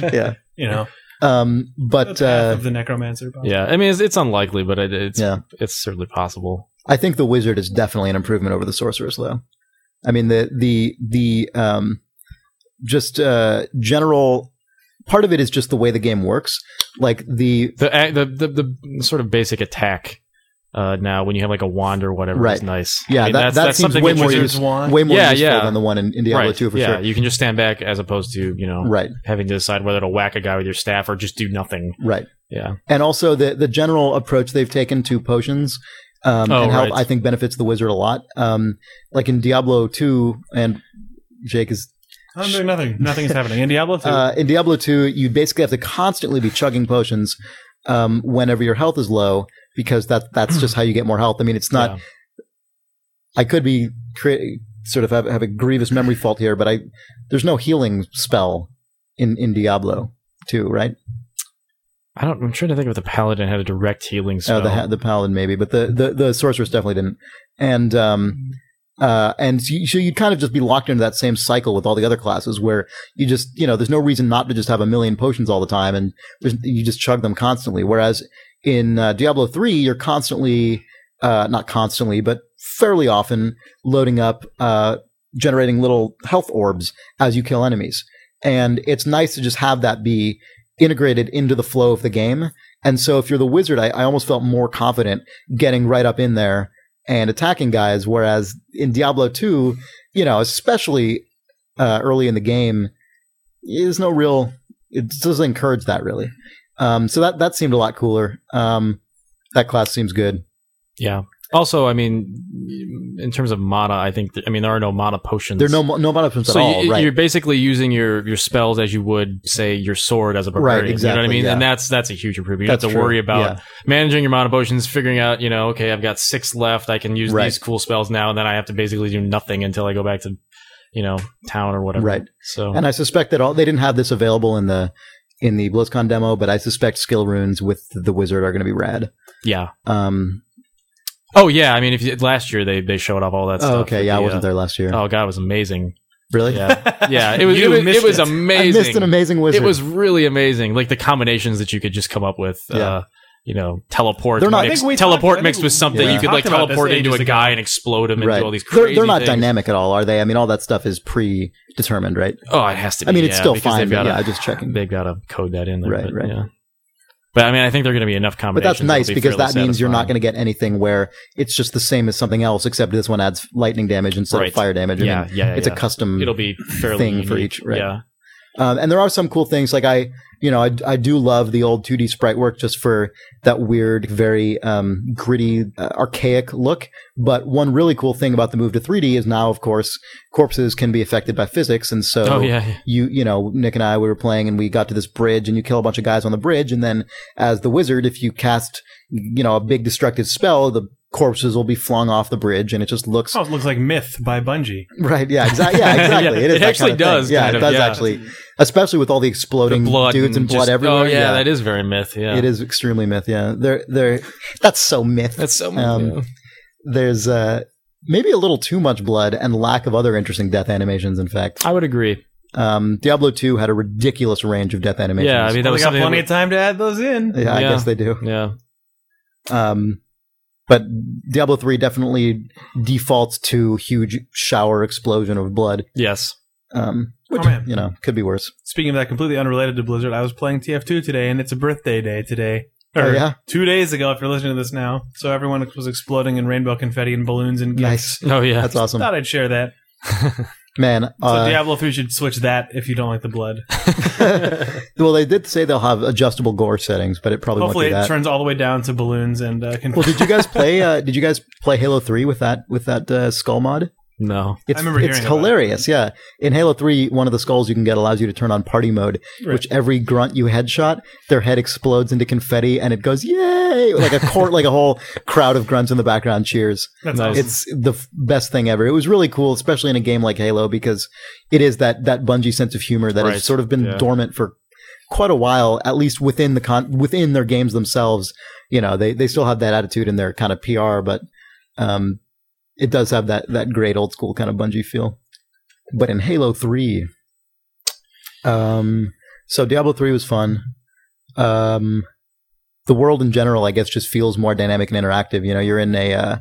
[SPEAKER 3] yeah.
[SPEAKER 1] You know,
[SPEAKER 3] Um.
[SPEAKER 1] the
[SPEAKER 3] But
[SPEAKER 1] path
[SPEAKER 3] uh,
[SPEAKER 1] of the necromancer. Bob.
[SPEAKER 2] yeah, I mean, it's, it's unlikely, but it, it's
[SPEAKER 3] yeah,
[SPEAKER 2] it's certainly possible.
[SPEAKER 3] I think the wizard is definitely an improvement over the sorceress, though. I mean the the the um, just uh, general part of it is just the way the game works. Like the
[SPEAKER 2] The ac- the the, the sort of basic attack uh, now when you have like a wand or whatever
[SPEAKER 3] Right.
[SPEAKER 2] is nice.
[SPEAKER 3] Yeah,
[SPEAKER 2] I mean,
[SPEAKER 3] that-
[SPEAKER 2] that's,
[SPEAKER 3] that
[SPEAKER 2] that's
[SPEAKER 3] seems
[SPEAKER 2] something
[SPEAKER 3] way
[SPEAKER 2] that
[SPEAKER 3] more
[SPEAKER 2] you
[SPEAKER 1] Wizards
[SPEAKER 3] use-
[SPEAKER 1] wand.
[SPEAKER 3] way more
[SPEAKER 2] Yeah,
[SPEAKER 3] useful
[SPEAKER 2] yeah.
[SPEAKER 3] than the one in, in Diablo
[SPEAKER 2] right.
[SPEAKER 3] two for
[SPEAKER 2] yeah,
[SPEAKER 3] sure.
[SPEAKER 2] you can just stand back as opposed to you know
[SPEAKER 3] Right,
[SPEAKER 2] having to decide whether to whack a guy with your staff or just do nothing.
[SPEAKER 3] right,
[SPEAKER 2] Yeah,
[SPEAKER 3] and also the the general approach they've taken to potions. Um,
[SPEAKER 2] Oh,
[SPEAKER 3] and how
[SPEAKER 2] right.
[SPEAKER 3] I think benefits the wizard a lot. Um, like in Diablo 2, and Jake is
[SPEAKER 1] I'm doing nothing. Nothing is happening in Diablo two.
[SPEAKER 3] Uh, in Diablo 2, you basically have to constantly be chugging potions um, whenever your health is low because that that's just how you get more health. I mean, it's not.
[SPEAKER 2] Yeah.
[SPEAKER 3] I could be cre- sort of have, have a grievous memory fault here, but I there's no healing spell in in Diablo 2, right?
[SPEAKER 2] I don't. I'm trying to think if the paladin had a direct healing
[SPEAKER 3] Uh,
[SPEAKER 2] spell.
[SPEAKER 3] the ha- the paladin maybe, but the the, the sorceress definitely didn't. And um, uh, and so you, so you'd kind of just be locked into that same cycle with all the other classes where you just you know there's no reason not to just have a million potions all the time and there's, you just chug them constantly. Whereas in uh, Diablo three, you're constantly uh, not constantly, but fairly often loading up, uh, generating little health orbs as you kill enemies. And it's nice to just have that be integrated into the flow of the game. And so if you're the wizard, I, I almost felt more confident getting right up in there and attacking guys. Whereas in Diablo 2, you know, especially uh, early in the game, there's no real, it doesn't encourage that really. Um, so that, that seemed a lot cooler. Um, that class seems good.
[SPEAKER 2] Yeah. Also, I mean, in terms of mana, I think I mean there are no mana potions.
[SPEAKER 3] There are no, mo- no modifications
[SPEAKER 2] so
[SPEAKER 3] at all,
[SPEAKER 2] you,
[SPEAKER 3] right?
[SPEAKER 2] you're basically using your your spells as you would say your sword as a barbarian. You know what I
[SPEAKER 3] exactly,
[SPEAKER 2] mean?
[SPEAKER 3] yeah.
[SPEAKER 2] And that's that's a huge improvement. You don't
[SPEAKER 3] That's
[SPEAKER 2] have to
[SPEAKER 3] true,
[SPEAKER 2] worry about
[SPEAKER 3] yeah.
[SPEAKER 2] managing your mana potions, figuring out you know okay I've got six left, I can use
[SPEAKER 3] Right.
[SPEAKER 2] these cool spells now, and then I have to basically do nothing until I go back to you know town or whatever.
[SPEAKER 3] Right.
[SPEAKER 2] So
[SPEAKER 3] And I suspect that all they didn't have this available in the in the BlizzCon demo, but I suspect skill runes with the wizard are going to be rad.
[SPEAKER 2] yeah.
[SPEAKER 3] Um,
[SPEAKER 2] Oh yeah. I mean, if you, last year they they showed off all that stuff.
[SPEAKER 3] oh, okay,
[SPEAKER 2] with
[SPEAKER 3] yeah, I
[SPEAKER 2] the,
[SPEAKER 3] wasn't
[SPEAKER 2] uh,
[SPEAKER 3] there last year.
[SPEAKER 2] Oh god, it was amazing.
[SPEAKER 3] really?
[SPEAKER 2] Yeah, yeah. It was it
[SPEAKER 1] You
[SPEAKER 2] was, it
[SPEAKER 1] missed
[SPEAKER 2] was
[SPEAKER 1] it.
[SPEAKER 3] I
[SPEAKER 2] amazing.
[SPEAKER 3] missed an amazing wizard.
[SPEAKER 2] It was really amazing. Like the combinations that you could just come up with. Uh,
[SPEAKER 3] Yeah.
[SPEAKER 2] you know, teleport.
[SPEAKER 3] They're not- I
[SPEAKER 2] mixed,
[SPEAKER 1] think we talked-
[SPEAKER 2] teleport
[SPEAKER 1] I think
[SPEAKER 2] mixed with something.
[SPEAKER 3] we
[SPEAKER 2] You could like
[SPEAKER 1] talked about this
[SPEAKER 2] teleport into a
[SPEAKER 1] ages ago.
[SPEAKER 2] guy and explode him and
[SPEAKER 3] right.
[SPEAKER 2] do all these
[SPEAKER 3] they're,
[SPEAKER 2] crazy.
[SPEAKER 3] they're not
[SPEAKER 2] things.
[SPEAKER 3] dynamic at all, are they? I mean, all that stuff is predetermined, right?
[SPEAKER 2] Oh, it has to. be.
[SPEAKER 3] I mean, it's
[SPEAKER 2] yeah,
[SPEAKER 3] still
[SPEAKER 2] because
[SPEAKER 3] fine.
[SPEAKER 2] They've got
[SPEAKER 3] But yeah,
[SPEAKER 2] to.
[SPEAKER 3] I'm just checking.
[SPEAKER 2] They've got to code that in there.
[SPEAKER 3] Right,
[SPEAKER 2] but,
[SPEAKER 3] right.
[SPEAKER 2] Yeah. But I mean, I think they're going to be enough
[SPEAKER 3] But
[SPEAKER 2] combinations.
[SPEAKER 3] that's nice because that means you're not going to get anything where it's just the same as something else, except this one adds lightning damage instead
[SPEAKER 2] Right.
[SPEAKER 3] of fire damage. I
[SPEAKER 2] Yeah,
[SPEAKER 3] mean,
[SPEAKER 2] yeah, yeah.
[SPEAKER 3] it's a custom.
[SPEAKER 2] It'll be fairly
[SPEAKER 3] thing for
[SPEAKER 2] unique.
[SPEAKER 3] each, right.
[SPEAKER 2] Yeah.
[SPEAKER 3] Um, and there are some cool things like I, you know, I, I do love the old 2D sprite work just for that weird, very um, gritty, uh, archaic look. But one really cool thing about the move to 3D is now, of course, corpses can be affected by physics, and so
[SPEAKER 2] Oh yeah.
[SPEAKER 3] you you know Nick and I we were playing and we got to this bridge and you kill a bunch of guys on the bridge and then as the wizard if you cast you know a big destructive spell the corpses will be flung off the bridge and it just looks
[SPEAKER 1] Oh, it looks like Myth by Bungie.
[SPEAKER 3] right yeah exactly yeah exactly
[SPEAKER 2] Yeah,
[SPEAKER 3] is
[SPEAKER 2] it
[SPEAKER 3] that
[SPEAKER 2] actually
[SPEAKER 3] kind of thing.
[SPEAKER 2] does
[SPEAKER 3] yeah
[SPEAKER 2] kind
[SPEAKER 3] it
[SPEAKER 2] of,
[SPEAKER 3] does
[SPEAKER 2] yeah.
[SPEAKER 3] actually especially with all the exploding
[SPEAKER 2] blood
[SPEAKER 3] dudes and, blood
[SPEAKER 2] just-
[SPEAKER 3] everywhere
[SPEAKER 2] Oh yeah, that is very myth. Yeah.
[SPEAKER 3] it is extremely myth yeah they're they're that's so myth
[SPEAKER 2] That's so myth.
[SPEAKER 3] Um,
[SPEAKER 2] yeah.
[SPEAKER 3] there's uh maybe a little too much blood and lack of other interesting death animations in fact
[SPEAKER 2] I would agree.
[SPEAKER 3] um Diablo 2 had a ridiculous range of death animations
[SPEAKER 2] Yeah, I mean that
[SPEAKER 1] Well,
[SPEAKER 2] was
[SPEAKER 1] they got
[SPEAKER 2] something.
[SPEAKER 1] plenty of time to add those in.
[SPEAKER 3] yeah, I
[SPEAKER 2] Yeah.
[SPEAKER 3] guess they do.
[SPEAKER 2] that- yeah.
[SPEAKER 3] Um, but Diablo 3 definitely defaults to huge shower explosion of blood,
[SPEAKER 2] Yes.
[SPEAKER 3] um, which,
[SPEAKER 1] Oh, man.
[SPEAKER 3] you know, could be worse.
[SPEAKER 1] Speaking of that, completely unrelated to Blizzard, I was playing TF2 today, and it's a birthday day today. Or
[SPEAKER 3] Oh, yeah?
[SPEAKER 1] two days ago, if you're listening to this now. So everyone was exploding in rainbow confetti and balloons and gifts.
[SPEAKER 3] Nice.
[SPEAKER 2] Oh yeah.
[SPEAKER 3] That's awesome.
[SPEAKER 1] Thought I'd share that.
[SPEAKER 3] Man,
[SPEAKER 1] So
[SPEAKER 3] uh,
[SPEAKER 1] Diablo 3 should switch that if you don't like the blood.
[SPEAKER 3] well, they did say they'll have adjustable gore settings, but it probably
[SPEAKER 1] Hopefully,
[SPEAKER 3] won't be
[SPEAKER 1] it
[SPEAKER 3] that.
[SPEAKER 1] turns all the way down to balloons and uh, confetti.
[SPEAKER 3] well, did you guys play? Uh, did you guys play Halo Three with that with that uh, skull mod?
[SPEAKER 2] no.
[SPEAKER 3] It's,
[SPEAKER 1] remember
[SPEAKER 3] it's
[SPEAKER 1] hearing about it.
[SPEAKER 3] hilarious. Yeah, in Halo Three, one of the skulls you can get allows you to turn on party mode,
[SPEAKER 1] Right.
[SPEAKER 3] which every grunt you headshot, their head explodes into confetti, and it goes yay! Like a court, like a whole crowd of grunts in the background cheers.
[SPEAKER 1] That's
[SPEAKER 2] Nice.
[SPEAKER 1] awesome.
[SPEAKER 3] it's the f- best thing ever. It was really cool, especially in a game like Halo, because it is that that Bungie sense of humor that
[SPEAKER 2] Right,
[SPEAKER 3] has sort of been
[SPEAKER 2] yeah.
[SPEAKER 3] dormant for quite a while, at least within the con- within their games themselves. You know, they they still have that attitude in their kind of PR, but um, it does have that that great old school kind of Bungie feel. But in Halo Three, um, so Diablo Three was fun. Um, the world in general, I guess, just feels more dynamic and interactive. You know, you're in a uh,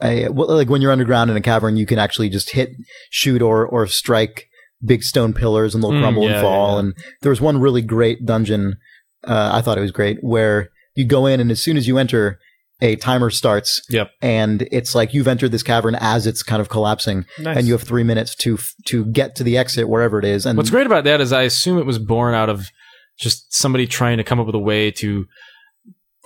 [SPEAKER 3] I, well, like when you're underground in a cavern, you can actually just hit, shoot, or or strike big stone pillars, and they'll
[SPEAKER 2] Mm,
[SPEAKER 3] crumble
[SPEAKER 2] yeah,
[SPEAKER 3] and fall.
[SPEAKER 2] yeah, yeah.
[SPEAKER 3] And there was one really great dungeon. Uh, I thought it was great where you go in, and as soon as you enter, a timer starts.
[SPEAKER 2] Yep.
[SPEAKER 3] And it's like you've entered this cavern as it's kind of collapsing,
[SPEAKER 1] nice.
[SPEAKER 3] and you have three minutes to to get to the exit wherever it is. And
[SPEAKER 2] What's great about that is I assume it was born out of just somebody trying to come up with a way to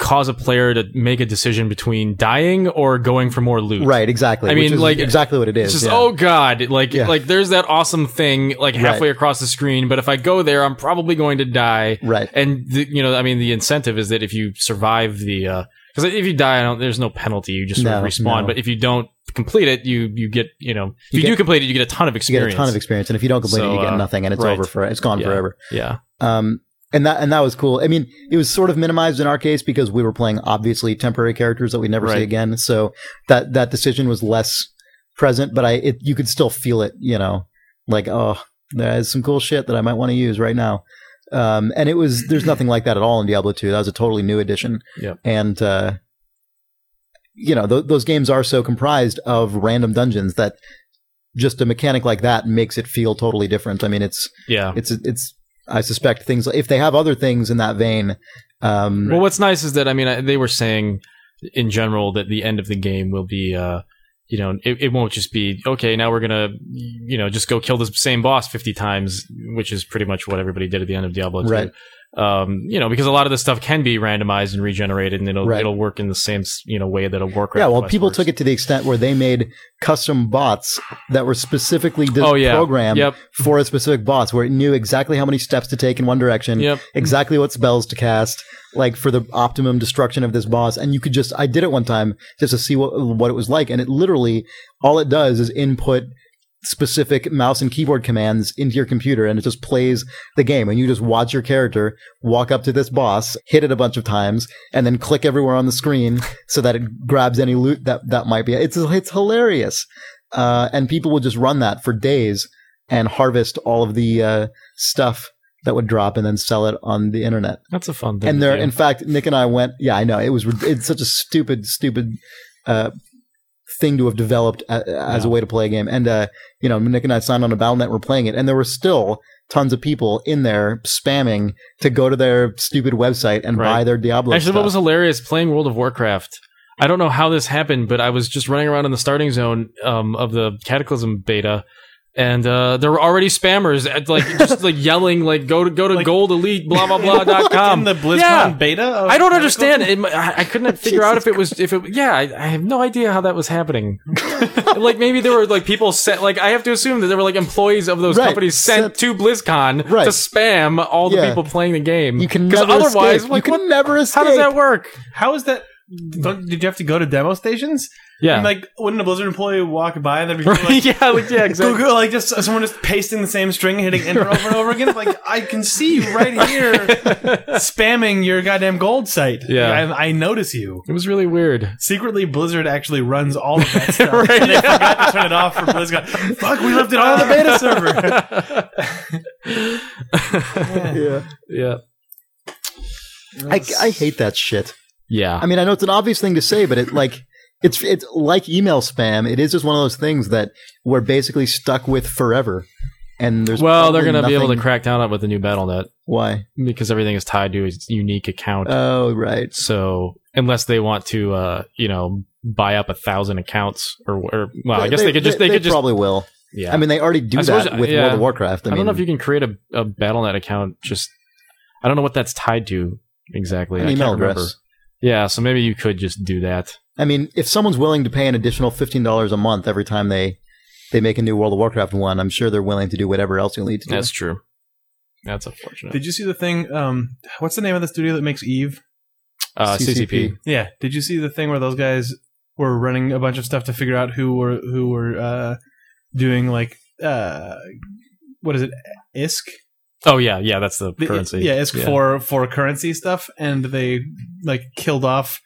[SPEAKER 2] cause a player to make a decision between dying or going for more loot.
[SPEAKER 3] Right, exactly.
[SPEAKER 2] I
[SPEAKER 3] which
[SPEAKER 2] mean,
[SPEAKER 3] is
[SPEAKER 2] like,
[SPEAKER 3] exactly what it is.
[SPEAKER 2] It's just
[SPEAKER 3] yeah.
[SPEAKER 2] oh god, like
[SPEAKER 3] Yeah.
[SPEAKER 2] like there's that awesome thing like
[SPEAKER 3] Right.
[SPEAKER 2] halfway across the screen, but if I go there, I'm probably going to die.
[SPEAKER 3] right.
[SPEAKER 2] and the, you know, I mean, the incentive is that if you survive the, because if you die, I don't, there's no penalty. You just sort of
[SPEAKER 3] No,
[SPEAKER 2] respawn.
[SPEAKER 3] no.
[SPEAKER 2] But if you don't complete it, you you get, you know, if you,
[SPEAKER 3] You get-
[SPEAKER 2] do complete it, you get a ton of
[SPEAKER 3] You get
[SPEAKER 2] experience.
[SPEAKER 3] a ton of experience, and if you don't complete
[SPEAKER 2] So,
[SPEAKER 3] it, you get
[SPEAKER 2] uh,
[SPEAKER 3] nothing, and it's
[SPEAKER 2] right.
[SPEAKER 3] over for it's gone
[SPEAKER 2] Yeah.
[SPEAKER 3] forever.
[SPEAKER 2] yeah,
[SPEAKER 3] Um, and that and that was cool. I mean, it was sort of minimized in our case because we were playing obviously temporary characters that we never
[SPEAKER 2] Right.
[SPEAKER 3] see again. So that that decision was less present, but I it, you could still feel it. You know, like oh, there's some cool shit that I might want to use right now. Um, and it was there's nothing like that at all in Diablo 2. That was a totally new addition.
[SPEAKER 2] Yep.
[SPEAKER 3] And uh, you know, th- those games are so comprised of random dungeons that just a mechanic like that makes it feel totally different. I mean, it's
[SPEAKER 2] Yeah.
[SPEAKER 3] it's it's I suspect things if they have other things in that vein. Um,
[SPEAKER 2] Well, what's nice is that I mean I, they were saying in general that the end of the game will be, uh, you know, it, it won't just be okay. Now we're gonna, you know, just go kill this same boss fifty times, which is pretty much what everybody did at the end of Diablo. 2.
[SPEAKER 3] Right.
[SPEAKER 2] Um, you know, because a lot of this stuff can be randomized and regenerated, and it'll
[SPEAKER 3] Right.
[SPEAKER 2] it'll work in the same you know way that a Warcraft.
[SPEAKER 3] yeah, well,
[SPEAKER 2] quest
[SPEAKER 3] people
[SPEAKER 2] works.
[SPEAKER 3] took it to the extent where they made custom bots that were specifically dis-
[SPEAKER 2] Oh, yeah.
[SPEAKER 3] programmed
[SPEAKER 2] Yep.
[SPEAKER 3] for a specific boss, where it knew exactly how many steps to take in one direction,
[SPEAKER 2] Yep.
[SPEAKER 3] exactly what spells to cast, like for the optimum destruction of this boss. And you could just, I did it one time just to see what, what it was like. And it literally, all it does is input specific mouse and keyboard commands into your computer and it just plays the game and you just watch your character walk up to this boss, hit it a bunch of times and then click everywhere on the screen so that it grabs any loot that that might be. It's it's hilarious. Uh, and people would just run that for days and harvest all of the uh, stuff that would drop and then sell it on the internet.
[SPEAKER 2] That's a fun thing.
[SPEAKER 3] And
[SPEAKER 2] to
[SPEAKER 3] there,
[SPEAKER 2] do.
[SPEAKER 3] in fact, Nick and I went. Yeah, I know it was. It's such a stupid, stupid uh, thing to have developed a, as a way to play a game. And uh, you know, Nick and I signed on a BattleNet. We're playing it, and there were still tons of people in there spamming to go to their stupid website and
[SPEAKER 2] Right.
[SPEAKER 3] buy their Diablo.
[SPEAKER 2] Actually,
[SPEAKER 3] stuff.
[SPEAKER 2] what was hilarious playing World of Warcraft. I don't know how this happened, but I was just running around in the starting zone um, of the Cataclysm beta, and uh, there were already spammers at, like just like yelling like go to go to
[SPEAKER 1] Like-
[SPEAKER 2] Gold Elite blah blah blah dot com.
[SPEAKER 3] Um,
[SPEAKER 1] in the BlizzCon
[SPEAKER 2] yeah.
[SPEAKER 1] beta. Of
[SPEAKER 2] I don't
[SPEAKER 1] Cataclysm?
[SPEAKER 2] understand. It, I, I couldn't figure out if it was if it. Yeah, I, I have no idea how that was happening. like maybe there were like people sent. Like I have to assume that there were like employees of those
[SPEAKER 3] Right.
[SPEAKER 2] companies sent to BlizzCon
[SPEAKER 3] Right.
[SPEAKER 2] to spam all the
[SPEAKER 3] Yeah.
[SPEAKER 2] people playing the game.
[SPEAKER 3] You can
[SPEAKER 2] because
[SPEAKER 3] never
[SPEAKER 2] otherwise,
[SPEAKER 3] escape.
[SPEAKER 2] like,
[SPEAKER 3] you
[SPEAKER 2] what,
[SPEAKER 3] can never escape.
[SPEAKER 2] how does that work?
[SPEAKER 1] How is that? Don't, did you have to go to demo stations?
[SPEAKER 2] Yeah.
[SPEAKER 1] And like, wouldn't a Blizzard employee walk by and they'd be
[SPEAKER 2] Right,
[SPEAKER 1] like,
[SPEAKER 2] yeah, like, yeah,
[SPEAKER 1] Go,
[SPEAKER 2] exactly.
[SPEAKER 1] go, like just someone just pasting the same string, and hitting enter over and over again. Like I can see you right here, spamming your goddamn gold site.
[SPEAKER 2] Yeah.
[SPEAKER 1] I, I notice you.
[SPEAKER 2] It was really weird.
[SPEAKER 1] Secretly, Blizzard actually runs all of that stuff. and they forgot to turn it off for BlizzCon. Fuck, we left it on the beta server.
[SPEAKER 3] Yeah.
[SPEAKER 2] Yeah.
[SPEAKER 3] I, I hate that shit.
[SPEAKER 2] Yeah.
[SPEAKER 3] I mean, I know it's an obvious thing to say, but it like it's it's like email spam. It is just one of those things that we're basically stuck with forever. And there's
[SPEAKER 2] Well, they're
[SPEAKER 3] probably
[SPEAKER 2] going to be able to
[SPEAKER 3] nothing-
[SPEAKER 2] crack down on it with the new BattleNet
[SPEAKER 3] Why?
[SPEAKER 2] because everything is tied to a unique account.
[SPEAKER 3] Oh, right.
[SPEAKER 2] so unless they want to, uh, you know, buy up a thousand accounts or, or well, I guess they, could just they, could just
[SPEAKER 3] probably will.
[SPEAKER 2] yeah.
[SPEAKER 3] I mean, they already do
[SPEAKER 2] I suppose-
[SPEAKER 3] that with
[SPEAKER 2] yeah.
[SPEAKER 3] World of Warcraft.
[SPEAKER 2] I,
[SPEAKER 3] I, mean,
[SPEAKER 2] don't know if you can create a, a BattleNet account. Just I don't know what that's tied to exactly.
[SPEAKER 3] An
[SPEAKER 2] I
[SPEAKER 3] email
[SPEAKER 2] can't remember.
[SPEAKER 3] address.
[SPEAKER 2] Yeah, so maybe you could just do that.
[SPEAKER 3] I mean, if someone's willing to pay an additional fifteen dollars a month every time they they make a new World of Warcraft one, I'm sure they're willing to do whatever else you need to do.
[SPEAKER 2] That's true. That's unfortunate.
[SPEAKER 1] Did you see the thing? Um, what's the name of the studio that makes Eve?
[SPEAKER 2] uh, CCP.
[SPEAKER 1] Yeah. Did you see the thing where those guys were running a bunch of stuff to figure out who were who were uh, doing like uh, what is it? ISK.
[SPEAKER 2] Oh yeah, yeah, that's the,
[SPEAKER 1] The-
[SPEAKER 2] currency.
[SPEAKER 1] Yeah, ISK for for currency stuff, and they like killed off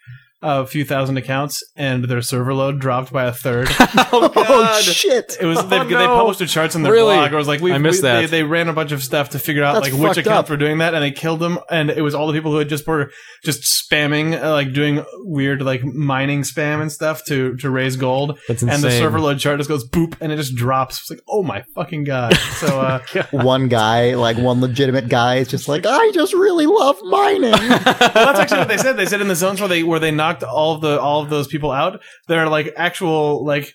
[SPEAKER 1] a few thousand accounts, and their server load dropped by a third.
[SPEAKER 2] oh,
[SPEAKER 3] Oh shit!
[SPEAKER 1] It was
[SPEAKER 2] Oh,
[SPEAKER 1] they, they
[SPEAKER 2] no.
[SPEAKER 1] published the charts on their
[SPEAKER 2] Really?
[SPEAKER 1] blog. Or it was like we
[SPEAKER 2] I missed
[SPEAKER 1] we-
[SPEAKER 2] that.
[SPEAKER 1] They, they ran a bunch of stuff to figure out
[SPEAKER 3] That's
[SPEAKER 1] like which
[SPEAKER 3] fucked
[SPEAKER 1] accounts
[SPEAKER 3] up.
[SPEAKER 1] were doing that, and they killed them. And it was all the people who had just were just spamming, uh, like doing weird like mining spam and stuff to to raise gold.
[SPEAKER 2] That's insane.
[SPEAKER 1] And the server load chart just goes boop, and it just drops. It's like oh my fucking god. So uh,
[SPEAKER 3] one guy, like one legitimate guy, is just like, I just really love mining.
[SPEAKER 1] Well, that's actually what they said. They said in the zones where they where they knocked all of the all of those people out, there are like actual like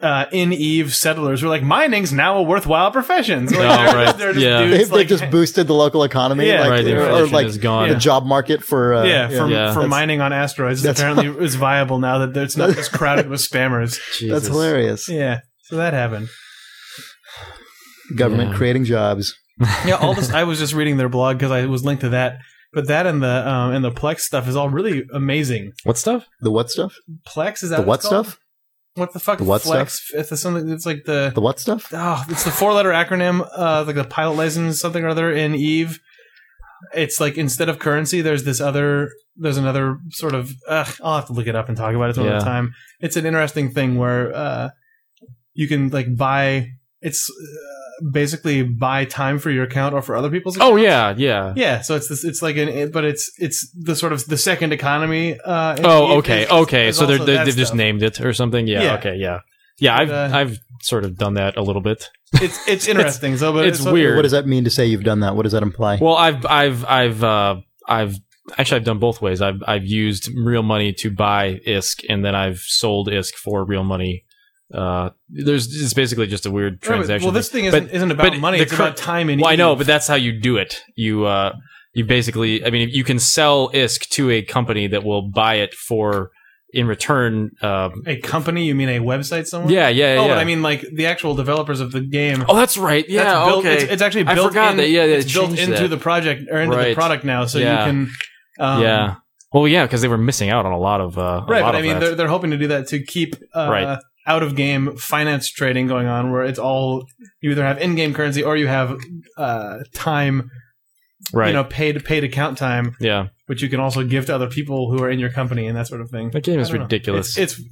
[SPEAKER 1] uh, in Eve settlers who are like mining's now a worthwhile profession. So, like,
[SPEAKER 2] Oh,
[SPEAKER 1] they're
[SPEAKER 2] right.
[SPEAKER 1] just- they're just
[SPEAKER 2] Yeah.
[SPEAKER 1] dudes,
[SPEAKER 3] They've
[SPEAKER 1] like-
[SPEAKER 3] like, just boosted the local economy,
[SPEAKER 1] Yeah,
[SPEAKER 3] like,
[SPEAKER 2] right, the
[SPEAKER 1] or-
[SPEAKER 3] or,
[SPEAKER 2] inflation
[SPEAKER 3] like
[SPEAKER 2] is gone.
[SPEAKER 3] the job market for uh,
[SPEAKER 1] yeah, for, for
[SPEAKER 2] Yeah.
[SPEAKER 3] That's-
[SPEAKER 1] mining on asteroids is
[SPEAKER 3] that's-
[SPEAKER 1] apparently is viable now that it's not just crowded with spammers.
[SPEAKER 3] That's hilarious.
[SPEAKER 1] Yeah, so that happened.
[SPEAKER 3] Government
[SPEAKER 2] Yeah.
[SPEAKER 3] creating jobs.
[SPEAKER 1] Yeah, all this I was just reading their blog because I was linked to that. But that and the um, and the Plex stuff is all really amazing.
[SPEAKER 2] What stuff?
[SPEAKER 3] The what stuff?
[SPEAKER 1] Plex is that
[SPEAKER 3] The
[SPEAKER 1] what
[SPEAKER 3] what
[SPEAKER 1] it's called?
[SPEAKER 3] stuff?
[SPEAKER 1] What the fuck?
[SPEAKER 3] The what
[SPEAKER 1] Flex? It's something. It's like the
[SPEAKER 3] The what stuff?
[SPEAKER 1] oh, it's the four letter acronym, uh, like the pilot license, something or other in Eve. It's like instead of currency, there's this other, there's another sort of. Ugh, I'll have to look it up and talk about it some
[SPEAKER 2] Yeah.
[SPEAKER 1] other time. It's an interesting thing where uh, you can like buy. It's uh, basically buy time for your account or for other people's.
[SPEAKER 2] Oh yeah, yeah.
[SPEAKER 1] Yeah, so it's this, it's like an, it, but it's it's the sort of the second economy. Uh,
[SPEAKER 2] Oh,
[SPEAKER 1] it-
[SPEAKER 2] okay,
[SPEAKER 1] it's-
[SPEAKER 2] okay.
[SPEAKER 1] it's
[SPEAKER 2] So they're,
[SPEAKER 1] also
[SPEAKER 2] they
[SPEAKER 1] that
[SPEAKER 2] they've just
[SPEAKER 1] stuff.
[SPEAKER 2] named it or something. Yeah,
[SPEAKER 1] Yeah.
[SPEAKER 2] okay, yeah, yeah. I've
[SPEAKER 1] But, uh,
[SPEAKER 2] I've sort of done that a little bit.
[SPEAKER 1] It's it's interesting, so but
[SPEAKER 2] it's
[SPEAKER 1] so-
[SPEAKER 2] weird.
[SPEAKER 3] What does that mean to say you've done that? What does that imply?
[SPEAKER 2] Well, I've I've I've uh, I've actually I've done both ways. I've I've used real money to buy ISK, and then I've sold ISK for real money. Uh, there's it's basically just a weird transaction.
[SPEAKER 1] Oh, Well,
[SPEAKER 2] thing.
[SPEAKER 1] this thing isn't,
[SPEAKER 2] But-
[SPEAKER 1] isn't about
[SPEAKER 2] but
[SPEAKER 1] money;
[SPEAKER 2] the
[SPEAKER 1] it's
[SPEAKER 2] cur-
[SPEAKER 1] about time and.
[SPEAKER 2] Well, I know,
[SPEAKER 1] ease.
[SPEAKER 2] but that's how you do it. You uh, you basically, I mean, you can sell ISK to a company that will buy it for in return. Um,
[SPEAKER 1] a company, you mean a website somewhere?
[SPEAKER 2] yeah, yeah,
[SPEAKER 1] Oh,
[SPEAKER 2] yeah.
[SPEAKER 1] but I mean, like the actual developers of the game.
[SPEAKER 2] oh, that's right. Yeah,
[SPEAKER 1] that's built,
[SPEAKER 2] okay.
[SPEAKER 1] It's, it's actually
[SPEAKER 2] I
[SPEAKER 1] built.
[SPEAKER 2] forgot
[SPEAKER 1] in,
[SPEAKER 2] that. Yeah, they
[SPEAKER 1] it's built
[SPEAKER 2] changed
[SPEAKER 1] into
[SPEAKER 2] that.
[SPEAKER 1] the project or into the
[SPEAKER 2] Right.
[SPEAKER 1] product now, so
[SPEAKER 2] Yeah.
[SPEAKER 1] you can. Um,
[SPEAKER 2] yeah. Well, yeah, because they were missing out on a lot of uh, a
[SPEAKER 1] right.
[SPEAKER 2] lot
[SPEAKER 1] But I
[SPEAKER 2] of
[SPEAKER 1] mean,
[SPEAKER 2] that.
[SPEAKER 1] they're they're hoping to do that to keep uh,
[SPEAKER 2] Right.
[SPEAKER 1] out of game finance trading going on, where it's all you either have in game currency or you have uh, time,
[SPEAKER 2] right.
[SPEAKER 1] you know, paid paid account time,
[SPEAKER 2] yeah,
[SPEAKER 1] which you can also give to other people who are in your company and that sort of thing.
[SPEAKER 2] that game
[SPEAKER 1] I
[SPEAKER 2] is
[SPEAKER 1] don't know.
[SPEAKER 2] ridiculous.
[SPEAKER 1] It's, it's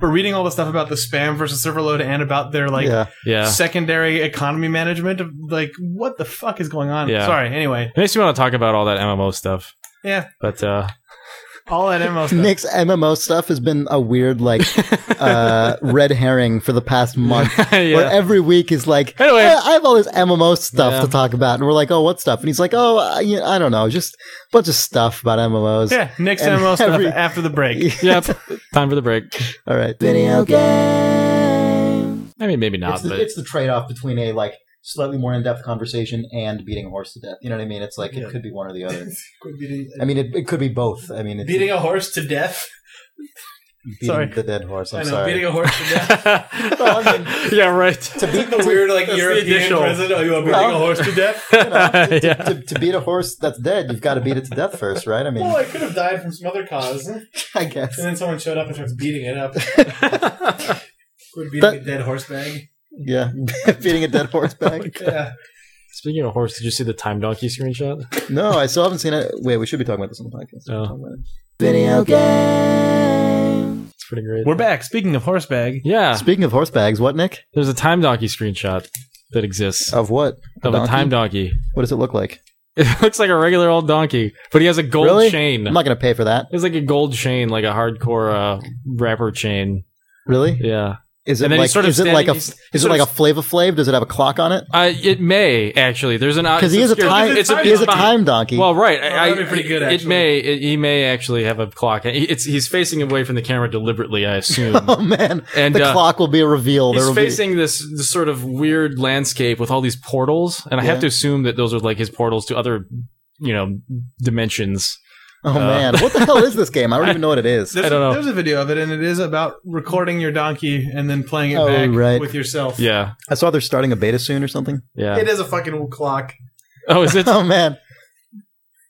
[SPEAKER 1] we're reading all the stuff about the spam versus server load and about their like
[SPEAKER 3] yeah.
[SPEAKER 2] yeah.
[SPEAKER 1] secondary economy management. of, Like, what the fuck is going on?
[SPEAKER 2] Yeah.
[SPEAKER 1] Sorry. Anyway,
[SPEAKER 2] It makes me want to talk about all that MMO stuff.
[SPEAKER 1] Yeah.
[SPEAKER 2] but uh,
[SPEAKER 1] all that MMO stuff.
[SPEAKER 3] Nick's MMO stuff has been a weird, like, uh, red herring for the past month. Where
[SPEAKER 2] yeah,
[SPEAKER 3] every week is like,
[SPEAKER 2] Anyway.
[SPEAKER 3] "Eh, I have all this MMO stuff
[SPEAKER 2] Yeah.
[SPEAKER 3] to talk about, and we're like, oh, what stuff? And he's like, oh, I, you I don't know, just a bunch of stuff about MMOs.
[SPEAKER 1] yeah, Nick's
[SPEAKER 3] And
[SPEAKER 1] MMO stuff
[SPEAKER 3] every-
[SPEAKER 1] after the break.
[SPEAKER 2] yep. Time for the break.
[SPEAKER 3] All right,
[SPEAKER 4] Video game.
[SPEAKER 2] I mean, maybe not,
[SPEAKER 3] it's the,
[SPEAKER 2] but
[SPEAKER 3] it's the trade-off between a like slightly more in-depth conversation and beating a horse to death. You know what I mean? It's like
[SPEAKER 1] Yeah.
[SPEAKER 3] it could be one or the other. I mean, it, it could be both. I mean, it's
[SPEAKER 1] Beating a horse to death.
[SPEAKER 3] beating
[SPEAKER 1] sorry.
[SPEAKER 3] the dead horse. I'm
[SPEAKER 1] I know,
[SPEAKER 3] sorry.
[SPEAKER 1] beating a horse to death.
[SPEAKER 3] Well, I mean-
[SPEAKER 2] yeah, right.
[SPEAKER 3] to beat
[SPEAKER 1] It's like the weird like
[SPEAKER 2] That's the
[SPEAKER 1] European
[SPEAKER 2] additional.
[SPEAKER 1] president. Oh, you want beating a
[SPEAKER 3] Well-
[SPEAKER 1] horse to death?
[SPEAKER 2] yeah.
[SPEAKER 3] to, to beat a horse that's dead, you've got to beat it to death first, right? I mean,
[SPEAKER 1] Well, Oh, I could have died from some other cause, and
[SPEAKER 3] I guess.
[SPEAKER 1] then someone showed up and starts beating it up. Would beating
[SPEAKER 3] That-
[SPEAKER 1] a dead horse bag.
[SPEAKER 3] Yeah, beating a dead horse back.
[SPEAKER 1] Yeah.
[SPEAKER 2] Speaking of horse, did you see the time donkey screenshot?
[SPEAKER 3] No, I still haven't seen it. Wait, we should be talking about this on the podcast.
[SPEAKER 2] Oh.
[SPEAKER 4] Video game.
[SPEAKER 2] It's pretty great.
[SPEAKER 1] We're back. Speaking of horse bag,
[SPEAKER 2] yeah,
[SPEAKER 3] Speaking of horse bags, what Nick?
[SPEAKER 2] there's a time donkey screenshot that exists
[SPEAKER 3] Of what?
[SPEAKER 2] of a time donkey.
[SPEAKER 3] What does it look like?
[SPEAKER 2] It looks like a regular old donkey, but he has a gold
[SPEAKER 3] Really?
[SPEAKER 2] chain.
[SPEAKER 3] I'm not going to pay for that.
[SPEAKER 2] It's like a gold chain, like a hardcore uh, rapper chain.
[SPEAKER 3] Really?
[SPEAKER 2] Yeah,
[SPEAKER 3] Is
[SPEAKER 2] And
[SPEAKER 3] it
[SPEAKER 2] then
[SPEAKER 3] like
[SPEAKER 2] he's sort of
[SPEAKER 3] is it like
[SPEAKER 2] standing-
[SPEAKER 3] a
[SPEAKER 2] he's- he's
[SPEAKER 3] is it
[SPEAKER 2] sort
[SPEAKER 3] like a
[SPEAKER 2] of-
[SPEAKER 3] Flava Flav? Does it have a clock on it?
[SPEAKER 2] uh, it may actually. There's an
[SPEAKER 3] Because he is a
[SPEAKER 2] obscure-
[SPEAKER 3] time
[SPEAKER 2] It's a,
[SPEAKER 3] he is a
[SPEAKER 2] it's behind-
[SPEAKER 3] time donkey.
[SPEAKER 2] Well, right. I-
[SPEAKER 1] that'd be
[SPEAKER 2] I-
[SPEAKER 1] pretty good,
[SPEAKER 2] It,
[SPEAKER 1] actually.
[SPEAKER 2] it may. It, he may actually have a clock. He- It's he's facing away from the camera deliberately, I assume.
[SPEAKER 3] oh man,
[SPEAKER 2] and
[SPEAKER 3] the
[SPEAKER 2] uh,
[SPEAKER 3] clock will be a reveal. There
[SPEAKER 2] He's
[SPEAKER 3] will
[SPEAKER 2] facing this, this sort of weird landscape with all these portals, and I have
[SPEAKER 3] Yeah.
[SPEAKER 2] to assume that those are like his portals to other, you know, dimensions.
[SPEAKER 3] be. Oh man, what the hell is this game? I don't even know what it is.
[SPEAKER 1] There's,
[SPEAKER 2] I don't
[SPEAKER 1] a,
[SPEAKER 2] know.
[SPEAKER 1] there's a video of it, and it is about recording your donkey and then playing it
[SPEAKER 3] Oh,
[SPEAKER 1] back
[SPEAKER 3] right.
[SPEAKER 1] with yourself.
[SPEAKER 2] Yeah,
[SPEAKER 3] I saw they're starting a beta soon or something.
[SPEAKER 2] yeah.
[SPEAKER 1] It is a fucking clock.
[SPEAKER 2] Oh, is it?
[SPEAKER 3] Oh man,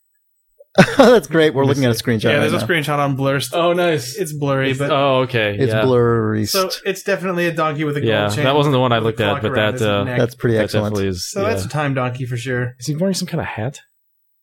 [SPEAKER 3] that's great. We're
[SPEAKER 2] Let me
[SPEAKER 3] looking at a screenshot.
[SPEAKER 1] Yeah,
[SPEAKER 3] right
[SPEAKER 1] there's
[SPEAKER 3] now.
[SPEAKER 1] a screenshot on Blur. Stuff.
[SPEAKER 2] oh, nice.
[SPEAKER 1] It's blurry, but
[SPEAKER 2] oh, okay.
[SPEAKER 3] It's
[SPEAKER 2] yeah,
[SPEAKER 3] blurry.
[SPEAKER 1] so it's definitely a donkey with a gold
[SPEAKER 2] yeah.
[SPEAKER 1] chain.
[SPEAKER 2] That wasn't the one I
[SPEAKER 1] with a
[SPEAKER 2] looked at,
[SPEAKER 1] clock
[SPEAKER 2] but
[SPEAKER 1] around
[SPEAKER 2] that
[SPEAKER 1] his
[SPEAKER 2] uh,
[SPEAKER 1] neck.
[SPEAKER 3] That's pretty
[SPEAKER 2] that
[SPEAKER 3] excellent.
[SPEAKER 2] definitely is.
[SPEAKER 1] so
[SPEAKER 2] yeah.
[SPEAKER 1] that's a time donkey for sure.
[SPEAKER 2] is he wearing some kind of hat?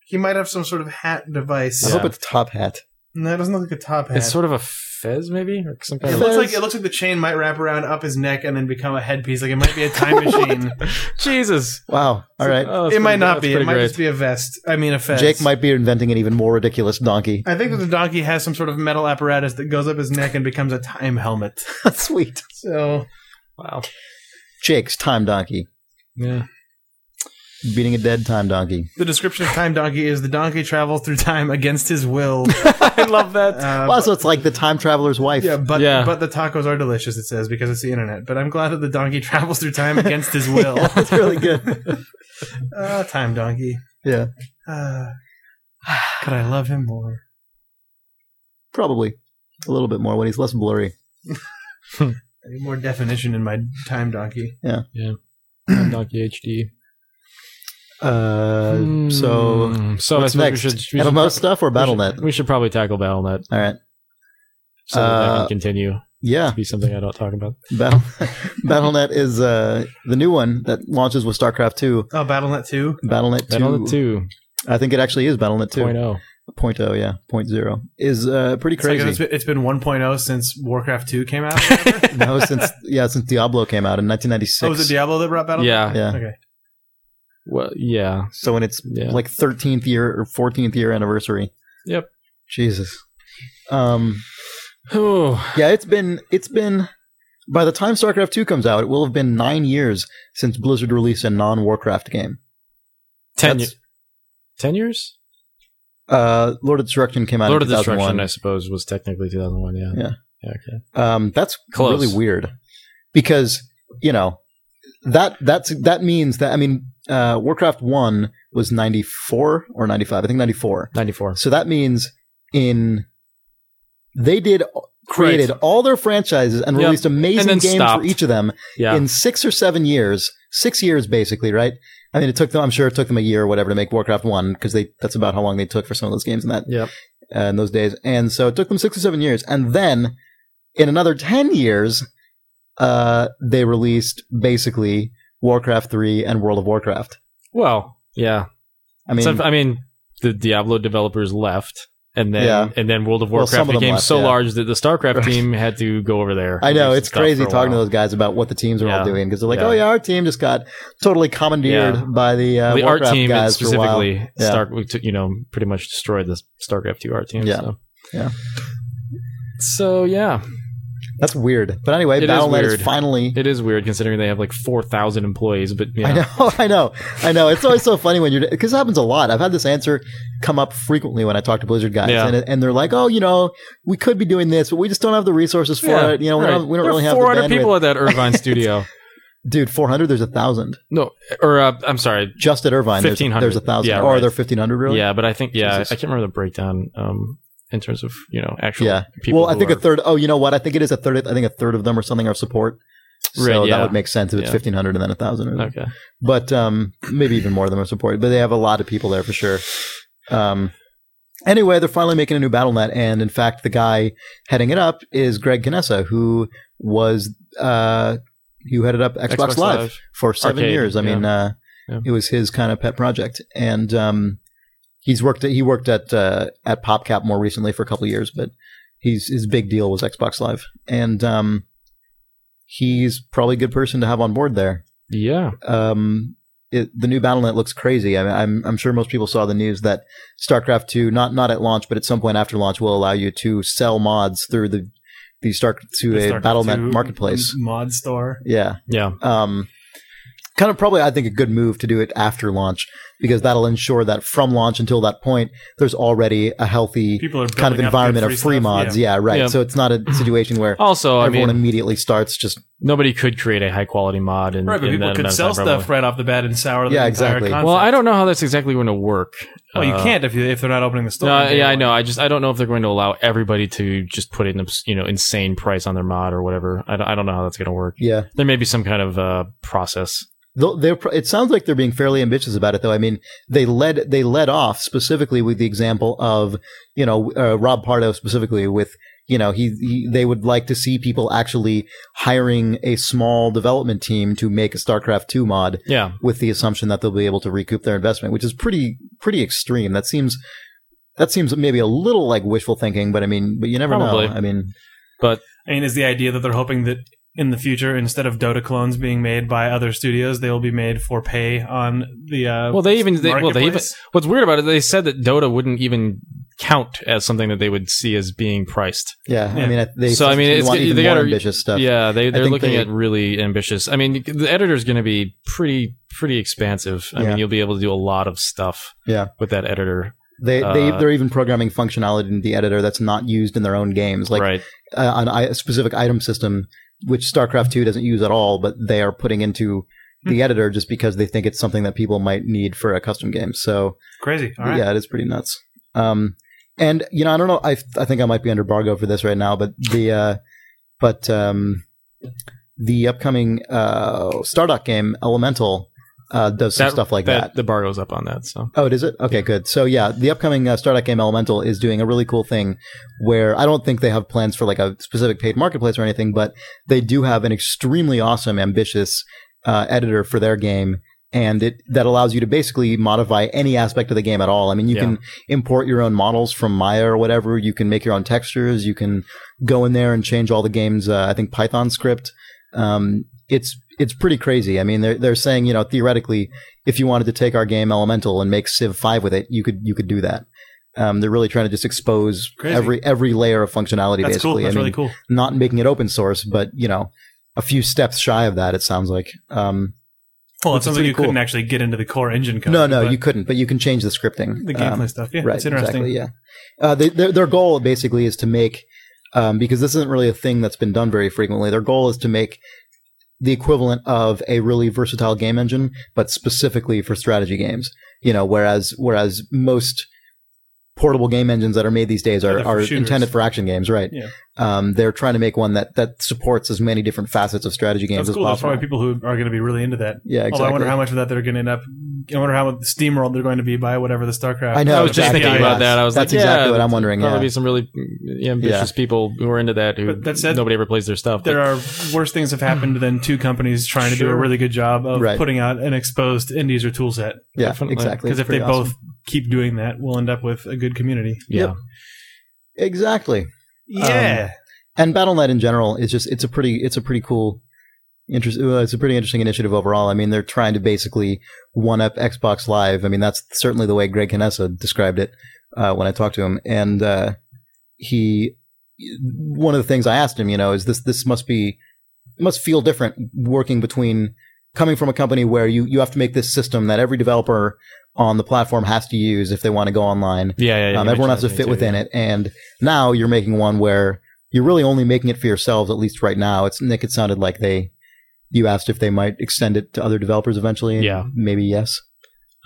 [SPEAKER 1] He might have some sort of hat device.
[SPEAKER 3] I
[SPEAKER 2] Yeah.
[SPEAKER 3] hope it's top hat.
[SPEAKER 1] No, it doesn't look like a top hat.
[SPEAKER 2] It's sort of a fez, maybe, or some
[SPEAKER 1] it
[SPEAKER 2] kind of.
[SPEAKER 1] looks like
[SPEAKER 3] Fez.
[SPEAKER 1] it looks like the chain might wrap around up his neck and then become a headpiece. Like it might be a time machine.
[SPEAKER 2] Jesus.
[SPEAKER 3] Wow. All right.
[SPEAKER 2] Oh, that's
[SPEAKER 1] it might
[SPEAKER 2] pretty-
[SPEAKER 1] not
[SPEAKER 2] that's
[SPEAKER 1] be. It
[SPEAKER 2] pretty
[SPEAKER 1] might
[SPEAKER 2] great.
[SPEAKER 1] just be a vest. I mean, a fez.
[SPEAKER 3] Jake might be inventing an even more ridiculous donkey.
[SPEAKER 1] I think that the donkey has some sort of metal apparatus that goes up his neck and becomes a time helmet.
[SPEAKER 3] Sweet.
[SPEAKER 1] So
[SPEAKER 2] Wow.
[SPEAKER 3] Jake's time donkey.
[SPEAKER 2] Yeah.
[SPEAKER 3] Beating a dead time donkey.
[SPEAKER 1] the description of time donkey is the donkey travels through time against his will.
[SPEAKER 2] I love that.
[SPEAKER 1] Uh,
[SPEAKER 3] Well, so it's like the time traveler's wife.
[SPEAKER 1] Yeah, but
[SPEAKER 2] Yeah.
[SPEAKER 1] but the tacos are delicious. It says because it's the internet. But I'm glad that the donkey travels through time against his will.
[SPEAKER 3] That's really good.
[SPEAKER 1] Ah, time donkey.
[SPEAKER 3] yeah.
[SPEAKER 1] Uh, could I love him more?
[SPEAKER 3] Probably. A little bit more when he's less blurry.
[SPEAKER 1] I need more definition in my time donkey.
[SPEAKER 2] Donkey HD.
[SPEAKER 3] Uh, So,
[SPEAKER 2] Hmm. so
[SPEAKER 3] what's
[SPEAKER 2] I suppose
[SPEAKER 3] next?
[SPEAKER 2] We should, we should
[SPEAKER 3] MMO stuff or
[SPEAKER 2] prob- we
[SPEAKER 3] BattleNet?
[SPEAKER 2] should- We should probably tackle BattleNet
[SPEAKER 3] All right.
[SPEAKER 2] so that I
[SPEAKER 3] Uh,
[SPEAKER 2] can continue.
[SPEAKER 3] Yeah.
[SPEAKER 2] Be something I don't talk about.
[SPEAKER 3] Battle- BattleNet is uh, the new one that launches with StarCraft 2.
[SPEAKER 1] Oh, BattleNet Two.
[SPEAKER 3] BattleNet 2.
[SPEAKER 2] BattleNet
[SPEAKER 3] I think it actually is BattleNet 2.
[SPEAKER 2] 2.0.
[SPEAKER 3] Point oh yeah, point zero is uh, pretty
[SPEAKER 1] It's like
[SPEAKER 3] crazy.
[SPEAKER 1] it's been, it's been 1.0 since Warcraft 2 came out.
[SPEAKER 3] no, since yeah, since Diablo came out in 1996.
[SPEAKER 1] oh, was it Diablo that brought Battle?
[SPEAKER 2] Yeah.
[SPEAKER 3] Yeah.
[SPEAKER 1] Okay.
[SPEAKER 2] Well, yeah.
[SPEAKER 3] So in its
[SPEAKER 2] Yeah.
[SPEAKER 3] like 13th year or 14th year anniversary.
[SPEAKER 2] Yep.
[SPEAKER 3] Jesus. Um.
[SPEAKER 2] Oh,
[SPEAKER 3] Yeah, it's been it's been by the time StarCraft two comes out, it will have been nine years since Blizzard released a non Warcraft game.
[SPEAKER 2] 10,
[SPEAKER 3] That's-
[SPEAKER 2] ye- 10 years?
[SPEAKER 3] Uh, Lord of Destruction came out
[SPEAKER 2] Lord
[SPEAKER 3] in
[SPEAKER 2] of
[SPEAKER 3] 2001.
[SPEAKER 2] Destruction, I suppose, was technically 2001. Yeah.
[SPEAKER 3] Yeah.
[SPEAKER 2] okay.
[SPEAKER 3] Um, that's
[SPEAKER 2] Close.
[SPEAKER 3] really weird because you know that that's that means that I mean uh, Warcraft one was ninety four or ninety five, I think ninety four.
[SPEAKER 2] 94.
[SPEAKER 3] So that means in they did created all their franchises and
[SPEAKER 2] Yep.
[SPEAKER 3] released amazing
[SPEAKER 2] And then
[SPEAKER 3] games
[SPEAKER 2] stopped.
[SPEAKER 3] for each of them
[SPEAKER 2] Yeah.
[SPEAKER 3] in six or seven years, six years basically, right? I mean, it took them. I'm sure it took them a year or whatever to make Warcraft one because they that's about how long they took for some of those games in that
[SPEAKER 2] Yep.
[SPEAKER 3] uh, in those days. And so it took them six or seven years, and then in another ten years, uh, they released basically Warcraft three and World of Warcraft.
[SPEAKER 2] well, yeah.
[SPEAKER 3] I mean,
[SPEAKER 2] So, I mean, the Diablo developers left, and then
[SPEAKER 3] Yeah.
[SPEAKER 2] and then World of
[SPEAKER 3] Well,
[SPEAKER 2] Warcraft
[SPEAKER 3] some of them
[SPEAKER 2] became
[SPEAKER 3] left,
[SPEAKER 2] so
[SPEAKER 3] yeah.
[SPEAKER 2] large that the StarCraft
[SPEAKER 3] Right.
[SPEAKER 2] team had to go over there.
[SPEAKER 3] I
[SPEAKER 2] and
[SPEAKER 3] know
[SPEAKER 2] do some
[SPEAKER 3] it's
[SPEAKER 2] stuff
[SPEAKER 3] crazy
[SPEAKER 2] for a
[SPEAKER 3] talking to
[SPEAKER 2] while.
[SPEAKER 3] those guys about what the teams are
[SPEAKER 2] Yeah.
[SPEAKER 3] all doing because they're like,
[SPEAKER 2] Yeah.
[SPEAKER 3] "Oh yeah, our team just got totally commandeered
[SPEAKER 2] Yeah.
[SPEAKER 3] by the uh,
[SPEAKER 2] the
[SPEAKER 3] Warcraft
[SPEAKER 2] art team and
[SPEAKER 3] guys for a while."
[SPEAKER 2] specifically
[SPEAKER 3] Yeah.
[SPEAKER 2] Star we took you know pretty much destroyed the StarCraft 2 art team
[SPEAKER 3] Yeah.
[SPEAKER 2] so.
[SPEAKER 3] Yeah.
[SPEAKER 2] So yeah,
[SPEAKER 3] That's weird. But anyway,
[SPEAKER 2] It is
[SPEAKER 3] Battle.net is,
[SPEAKER 2] weird.
[SPEAKER 3] finally.
[SPEAKER 2] it is weird considering they have like 4,000 employees but you know,
[SPEAKER 3] I know, I know, I know. It's always so funny when you're because it happens a lot. I've had this answer come up frequently when I talk to Blizzard guys,
[SPEAKER 2] Yeah.
[SPEAKER 3] and, it- and they're like, "Oh, you know, we could be doing this, but we just don't have the resources for
[SPEAKER 2] Yeah,
[SPEAKER 3] it. You know, we
[SPEAKER 2] right.
[SPEAKER 3] don't, we don't
[SPEAKER 2] There are
[SPEAKER 3] really have the
[SPEAKER 2] 400
[SPEAKER 3] bandwidth."
[SPEAKER 2] people at that Irvine studio.
[SPEAKER 3] Dude, four hundred. There's a thousand
[SPEAKER 2] No, or uh, I'm sorry.
[SPEAKER 3] just at Irvine. There's,
[SPEAKER 2] 1,500.
[SPEAKER 3] there's a thousand,
[SPEAKER 2] Yeah,
[SPEAKER 3] or
[SPEAKER 2] right.
[SPEAKER 3] are there fifteen hundred really?
[SPEAKER 2] Yeah, but I think yeah,
[SPEAKER 3] Jesus.
[SPEAKER 2] I can't remember the breakdown um in terms of, you know, actual
[SPEAKER 3] Yeah.
[SPEAKER 2] people.
[SPEAKER 3] well, I
[SPEAKER 2] who
[SPEAKER 3] think
[SPEAKER 2] are-
[SPEAKER 3] a third. Oh, you know what? I think it is a third. I think a third of them or something are support. So
[SPEAKER 2] Right, yeah.
[SPEAKER 3] that would make sense if it's
[SPEAKER 2] Yeah.
[SPEAKER 3] fifteen hundred and then a thousand.
[SPEAKER 2] Okay.
[SPEAKER 3] But um, maybe even more of them are support. But they have a lot of people there for sure. Um, anyway, they're finally making a new BattleNet, and in fact, the guy heading it up is Greg Canessa, who was uh, who headed up Xbox,
[SPEAKER 2] Xbox
[SPEAKER 3] Live,
[SPEAKER 2] Live.
[SPEAKER 3] for seven
[SPEAKER 2] Arcade,
[SPEAKER 3] years. I
[SPEAKER 2] yeah.
[SPEAKER 3] mean, uh,
[SPEAKER 2] Yeah.
[SPEAKER 3] it was his kind of pet project, and um, he's worked. At, he worked at uh, at PopCap more recently for a couple of years, but he's his big deal was Xbox Live, and um, he's probably a good person to have on board there
[SPEAKER 2] Yeah.
[SPEAKER 3] um, it, the new BattleNet looks crazy. I mean, I'm, I'm sure most people saw the news that StarCraft two, not not at launch, but at some point after launch, will allow you to sell mods through the the Star to a
[SPEAKER 1] Starcraft
[SPEAKER 3] BattleNet
[SPEAKER 1] 2
[SPEAKER 3] marketplace.
[SPEAKER 1] mod store.
[SPEAKER 3] Yeah,
[SPEAKER 2] Yeah.
[SPEAKER 3] um, kind of probably I think a good move to do it after launch because that'll ensure that from launch until that point, there's already a healthy
[SPEAKER 1] People are
[SPEAKER 3] kind of
[SPEAKER 1] building up
[SPEAKER 3] environment
[SPEAKER 1] good
[SPEAKER 3] of free
[SPEAKER 1] stuff.
[SPEAKER 3] mods. Yeah, right.
[SPEAKER 2] Yeah.
[SPEAKER 3] So it's not a situation where
[SPEAKER 2] Also, I
[SPEAKER 3] everyone
[SPEAKER 2] mean,
[SPEAKER 3] immediately starts just
[SPEAKER 2] nobody could create a high quality mod and
[SPEAKER 1] Right, but people could sell stuff right off the bat and sour the
[SPEAKER 3] Yeah,
[SPEAKER 1] entire
[SPEAKER 3] exactly.
[SPEAKER 1] concept.
[SPEAKER 2] Well, I don't know how that's exactly going to work.
[SPEAKER 1] Well, you
[SPEAKER 2] Uh,
[SPEAKER 1] can't if you, if they're not opening the store.
[SPEAKER 2] No,
[SPEAKER 1] on day
[SPEAKER 2] yeah, I
[SPEAKER 1] one.
[SPEAKER 2] know. I just I don't know if they're going to allow everybody to just put in an obs- you know insane price on their mod or whatever. I don't, I don't know how that's going to work.
[SPEAKER 3] yeah.
[SPEAKER 2] There may be some kind of uh, process.
[SPEAKER 3] Though They're, pr- it sounds like they're being fairly ambitious about it, though. I mean, they led they led off specifically with the example of you know uh, Rob Pardo specifically with you know he, he they would like to see people actually hiring a small development team to make a StarCraft two mod
[SPEAKER 2] Yeah,
[SPEAKER 3] with the assumption that they'll be able to recoup their investment, which is pretty pretty extreme. That seems that seems maybe a little like wishful thinking, but I mean, but you never
[SPEAKER 2] Probably.
[SPEAKER 3] know. I mean,
[SPEAKER 1] I mean, is the idea that they're hoping that in the future, instead of Dota clones being made by other studios, they will be made for pay on the uh,
[SPEAKER 2] Well, they even- they- well, they even-
[SPEAKER 1] marketplace?
[SPEAKER 2] What's weird about it, they said that Dota wouldn't even count as something that they would see as being priced.
[SPEAKER 3] yeah, I
[SPEAKER 1] Yeah.
[SPEAKER 3] mean, I- they
[SPEAKER 2] So, I mean,
[SPEAKER 3] they
[SPEAKER 2] it's-
[SPEAKER 3] want even
[SPEAKER 2] they
[SPEAKER 3] more
[SPEAKER 2] gotta-
[SPEAKER 3] ambitious stuff.
[SPEAKER 2] Yeah, they they're
[SPEAKER 3] think
[SPEAKER 2] looking
[SPEAKER 3] they-
[SPEAKER 2] at really ambitious. I mean, the editor's going to be pretty pretty expansive. I
[SPEAKER 3] Yeah.
[SPEAKER 2] mean, you'll be able to do a lot of stuff.
[SPEAKER 3] Yeah.
[SPEAKER 2] with that editor,
[SPEAKER 3] They, they
[SPEAKER 2] Uh,
[SPEAKER 3] they're even programming functionality in the editor that's not used in their own games, like
[SPEAKER 2] right?
[SPEAKER 3] uh, an, i- a specific item system, which StarCraft Two doesn't use at all, but they are putting into
[SPEAKER 1] Hmm.
[SPEAKER 3] the editor just because they think it's something that people might need for a custom game. So
[SPEAKER 1] crazy. All right.
[SPEAKER 3] yeah, it is pretty nuts. Um, and you know, I don't know. I I think I might be under embargo for this right now, but the uh, but um, the upcoming uh, Stardock game Elemental uh, does some stuff like that.
[SPEAKER 2] The bar goes up on that. So
[SPEAKER 3] Oh, it is it? Okay, good. So yeah, the upcoming uh, Stardock game Elemental is doing a really cool thing where I don't think they have plans for like a specific paid marketplace or anything, but they do have an extremely awesome, ambitious uh, editor for their game and it that allows you to basically modify any aspect of the game at all. I mean, you
[SPEAKER 2] Yeah.
[SPEAKER 3] can import your own models from Maya or whatever. You can make your own textures. You can go in there and change all the game's uh, I think Python script. Um, it's it's pretty crazy. I mean, they're they're saying you know theoretically, if you wanted to take our game Elemental and make Civ Five with it, you could you could do that. Um, they're really trying to just expose
[SPEAKER 1] Crazy.
[SPEAKER 3] every every layer of functionality.
[SPEAKER 1] That's
[SPEAKER 3] basically,
[SPEAKER 1] cool. That's
[SPEAKER 3] I mean,
[SPEAKER 1] really cool.
[SPEAKER 3] not making it open source, but you know, a few steps shy of that. It sounds like. Um,
[SPEAKER 1] Well, it
[SPEAKER 3] which is
[SPEAKER 1] sounds like
[SPEAKER 3] pretty
[SPEAKER 1] you couldn't
[SPEAKER 3] cool.
[SPEAKER 1] actually get into the core engine code.
[SPEAKER 3] no, no,
[SPEAKER 1] but
[SPEAKER 3] you couldn't, but you can change the scripting.
[SPEAKER 1] the
[SPEAKER 3] Um,
[SPEAKER 1] gameplay stuff. Yeah,
[SPEAKER 3] right?
[SPEAKER 1] it's interesting.
[SPEAKER 3] Exactly. Yeah. Uh, they, their their goal basically is to make um, because this isn't really a thing that's been done very frequently. Their goal is to make the equivalent of a really versatile game engine, but specifically for strategy games. You know, whereas whereas most portable game engines that are made these days are,
[SPEAKER 1] They're for
[SPEAKER 3] are
[SPEAKER 1] shooters.
[SPEAKER 3] intended for action games, right?
[SPEAKER 1] Yeah.
[SPEAKER 3] Um, they're trying to make one that that supports as many different facets of strategy games
[SPEAKER 1] That's
[SPEAKER 3] as
[SPEAKER 1] cool. That's
[SPEAKER 3] possible.
[SPEAKER 1] probably people who are going to be really into that.
[SPEAKER 3] yeah, exactly.
[SPEAKER 1] Although I wonder how much of that they're going to end up. I wonder how steamrolled they're going to be by whatever the StarCraft.
[SPEAKER 3] I know.
[SPEAKER 2] I was just
[SPEAKER 3] exactly,
[SPEAKER 2] thinking about
[SPEAKER 3] yes.
[SPEAKER 2] that. I was
[SPEAKER 3] That's
[SPEAKER 2] like,
[SPEAKER 3] exactly
[SPEAKER 2] yeah,
[SPEAKER 3] what I'm wondering,
[SPEAKER 2] Probably
[SPEAKER 3] yeah.
[SPEAKER 2] be some really mm, ambitious people who are into that who
[SPEAKER 1] But that said,
[SPEAKER 2] nobody ever plays their stuff.
[SPEAKER 1] There
[SPEAKER 2] but-
[SPEAKER 1] are worse things have happened than two companies trying to do a
[SPEAKER 2] Sure.
[SPEAKER 1] really good job of
[SPEAKER 3] Right.
[SPEAKER 1] putting out an exposed end user toolset.
[SPEAKER 3] yeah,
[SPEAKER 2] Definitely.
[SPEAKER 3] exactly.
[SPEAKER 1] Because
[SPEAKER 3] It's
[SPEAKER 1] if they
[SPEAKER 3] pretty awesome.
[SPEAKER 1] both keep doing that, we'll end up with a good community.
[SPEAKER 2] yeah.
[SPEAKER 3] Yep. exactly.
[SPEAKER 1] Yeah.
[SPEAKER 3] and BattleNet in general is just it's a pretty it's a pretty cool interest uh, it's a pretty interesting initiative overall. I mean, they're trying to basically one up Xbox Live. I mean, that's certainly the way Greg Canessa described it uh, when I talked to him, and uh, he one of the things I asked him, you know, is this this must be it must feel different working between coming from a company where you you have to make this system that every developer on the platform has to use if they want to go online
[SPEAKER 2] Yeah, yeah, yeah.
[SPEAKER 3] um, everyone has to fit within it. And now you're making one where you're really only making it for yourselves, at least right now. It's Nick. It sounded like they, you asked if they might extend it to other developers eventually. and
[SPEAKER 2] Yeah.
[SPEAKER 3] maybe yes.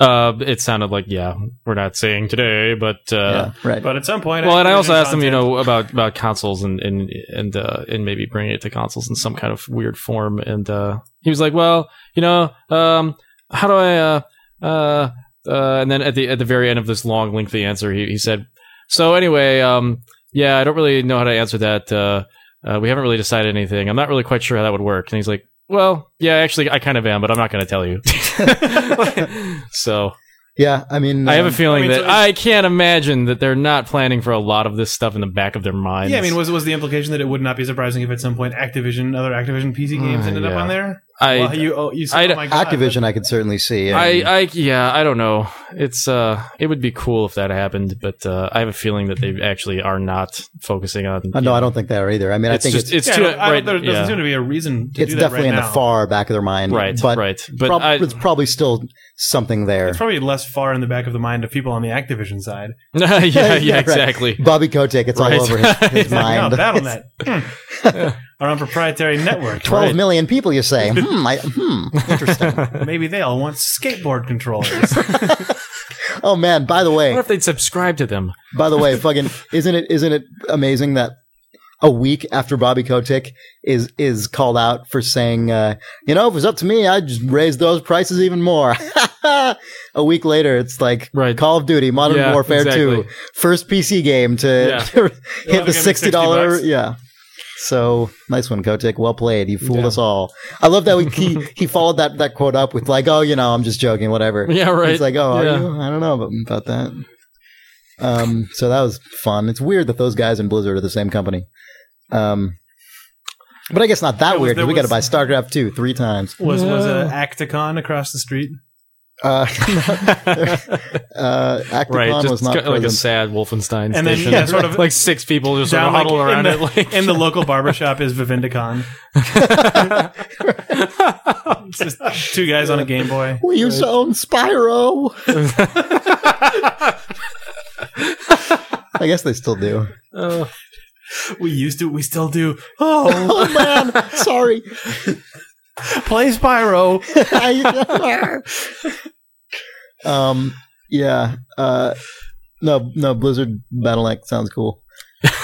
[SPEAKER 2] Uh, it sounded like yeah, we're not saying today, but uh,
[SPEAKER 3] yeah, right.
[SPEAKER 1] Um, But at some point,
[SPEAKER 2] well, and I also
[SPEAKER 1] Activision
[SPEAKER 2] asked them, you
[SPEAKER 1] content-
[SPEAKER 2] know, about about consoles and and and uh, and maybe bringing it to consoles in some kind of weird form, and uh, he was like, well, you know, um, how do I, uh, uh, uh, and then at the at the very end of this long, lengthy answer, he he said, so anyway, um, yeah, I don't really know how to answer that. Uh, uh, we haven't really decided anything. I'm not really quite sure how that would work. And he's like, well, yeah, actually, I kind of am, but I'm not going to tell you. so.
[SPEAKER 3] yeah. I mean,
[SPEAKER 2] I have
[SPEAKER 3] um,
[SPEAKER 2] a feeling
[SPEAKER 1] I mean,
[SPEAKER 2] that
[SPEAKER 1] so it's-
[SPEAKER 2] I can't imagine that they're not planning for a lot of this stuff in the back of their minds.
[SPEAKER 1] Yeah, I mean, was was the implication that it would not be surprising if at some point Activision, other Activision PC games
[SPEAKER 2] Uh,
[SPEAKER 1] ended up
[SPEAKER 2] yeah.
[SPEAKER 1] on there?
[SPEAKER 2] I,
[SPEAKER 1] well, you, oh, you said,
[SPEAKER 2] I'd-
[SPEAKER 1] oh my God,
[SPEAKER 3] Activision, I could certainly see.
[SPEAKER 2] I,
[SPEAKER 3] mean,
[SPEAKER 2] I, yeah, I don't know. It's uh, it would be cool if that happened, but uh, I have a feeling that they actually are not focusing on.
[SPEAKER 3] uh, no, I don't think they are either. I mean,
[SPEAKER 2] It's,
[SPEAKER 3] I think
[SPEAKER 2] just
[SPEAKER 3] it's,
[SPEAKER 2] it's
[SPEAKER 1] Yeah,
[SPEAKER 2] too
[SPEAKER 1] I don't- I
[SPEAKER 2] right.
[SPEAKER 1] don't- there doesn't
[SPEAKER 2] yeah.
[SPEAKER 1] seem to be a reason to
[SPEAKER 3] it's
[SPEAKER 1] do that
[SPEAKER 3] definitely
[SPEAKER 1] right
[SPEAKER 3] in the
[SPEAKER 1] now.
[SPEAKER 3] far back of their mind.
[SPEAKER 2] right,
[SPEAKER 3] But,
[SPEAKER 2] right. But
[SPEAKER 3] prob-
[SPEAKER 2] I,
[SPEAKER 3] it's probably still something there.
[SPEAKER 1] It's probably less far in the back of the mind of people on the Activision side.
[SPEAKER 2] yeah, yeah,
[SPEAKER 3] Yeah, right.
[SPEAKER 2] exactly.
[SPEAKER 3] Bobby Kotick, it's
[SPEAKER 2] Right.
[SPEAKER 3] all over his, his
[SPEAKER 2] It's like,
[SPEAKER 1] Like,
[SPEAKER 3] mind.
[SPEAKER 1] no, BattleNet, our own proprietary network.
[SPEAKER 3] Twelve million people, you say? hmm, I, hmm, interesting.
[SPEAKER 1] Maybe they all want skateboard controllers.
[SPEAKER 3] oh man! By the
[SPEAKER 2] I
[SPEAKER 3] way,
[SPEAKER 2] wonder if they'd subscribe to them.
[SPEAKER 3] By the way, fucking isn't it isn't it amazing that a week after Bobby Kotick is is called out for saying, uh, you know, if it was up to me, I'd just raise those prices even more. a week later, it's like
[SPEAKER 2] Right.
[SPEAKER 3] Call of Duty, Modern
[SPEAKER 2] Yeah,
[SPEAKER 3] Warfare
[SPEAKER 2] exactly.
[SPEAKER 3] Two, first PC game to
[SPEAKER 2] Yeah.
[SPEAKER 3] to
[SPEAKER 1] gonna
[SPEAKER 3] hit
[SPEAKER 1] be
[SPEAKER 3] the sixty dollar.
[SPEAKER 1] $60.
[SPEAKER 3] Yeah. So nice one, Kotick. Well played. You fooled
[SPEAKER 2] Yeah.
[SPEAKER 3] us all. I love that we, he he followed that that quote up with like, oh, you know, I'm just joking, whatever.
[SPEAKER 2] Yeah, right.
[SPEAKER 3] He's like, oh,
[SPEAKER 2] Yeah.
[SPEAKER 3] are you? I don't know about, about that. Um, so that was fun. It's weird that those guys in Blizzard are the same company. Um, but I guess not that
[SPEAKER 1] There was-
[SPEAKER 3] weird. 'cause
[SPEAKER 1] there
[SPEAKER 3] we got to buy
[SPEAKER 1] was-
[SPEAKER 3] StarCraft two three times.
[SPEAKER 1] Was was a
[SPEAKER 2] No.
[SPEAKER 1] Acticon across the street?
[SPEAKER 3] Uh, uh, Acticon
[SPEAKER 2] right, just
[SPEAKER 3] was not
[SPEAKER 2] got, like a
[SPEAKER 3] present.
[SPEAKER 2] sad Wolfenstein
[SPEAKER 1] And then,
[SPEAKER 2] station.
[SPEAKER 1] yeah, sort of-
[SPEAKER 2] like six people just sort of
[SPEAKER 1] Down, like,
[SPEAKER 2] huddle
[SPEAKER 1] in
[SPEAKER 2] around
[SPEAKER 1] the-
[SPEAKER 2] it, like
[SPEAKER 1] In the local barbershop is Vivindicon. It's just two guys on a Game Boy.
[SPEAKER 3] we used to own Spyro. I guess they still do.
[SPEAKER 2] Oh.
[SPEAKER 1] We used to, we still do. Oh,
[SPEAKER 3] Oh man, sorry.
[SPEAKER 1] play Spyro.
[SPEAKER 3] um, yeah. Uh, no, no. Blizzard Battle.net sounds cool.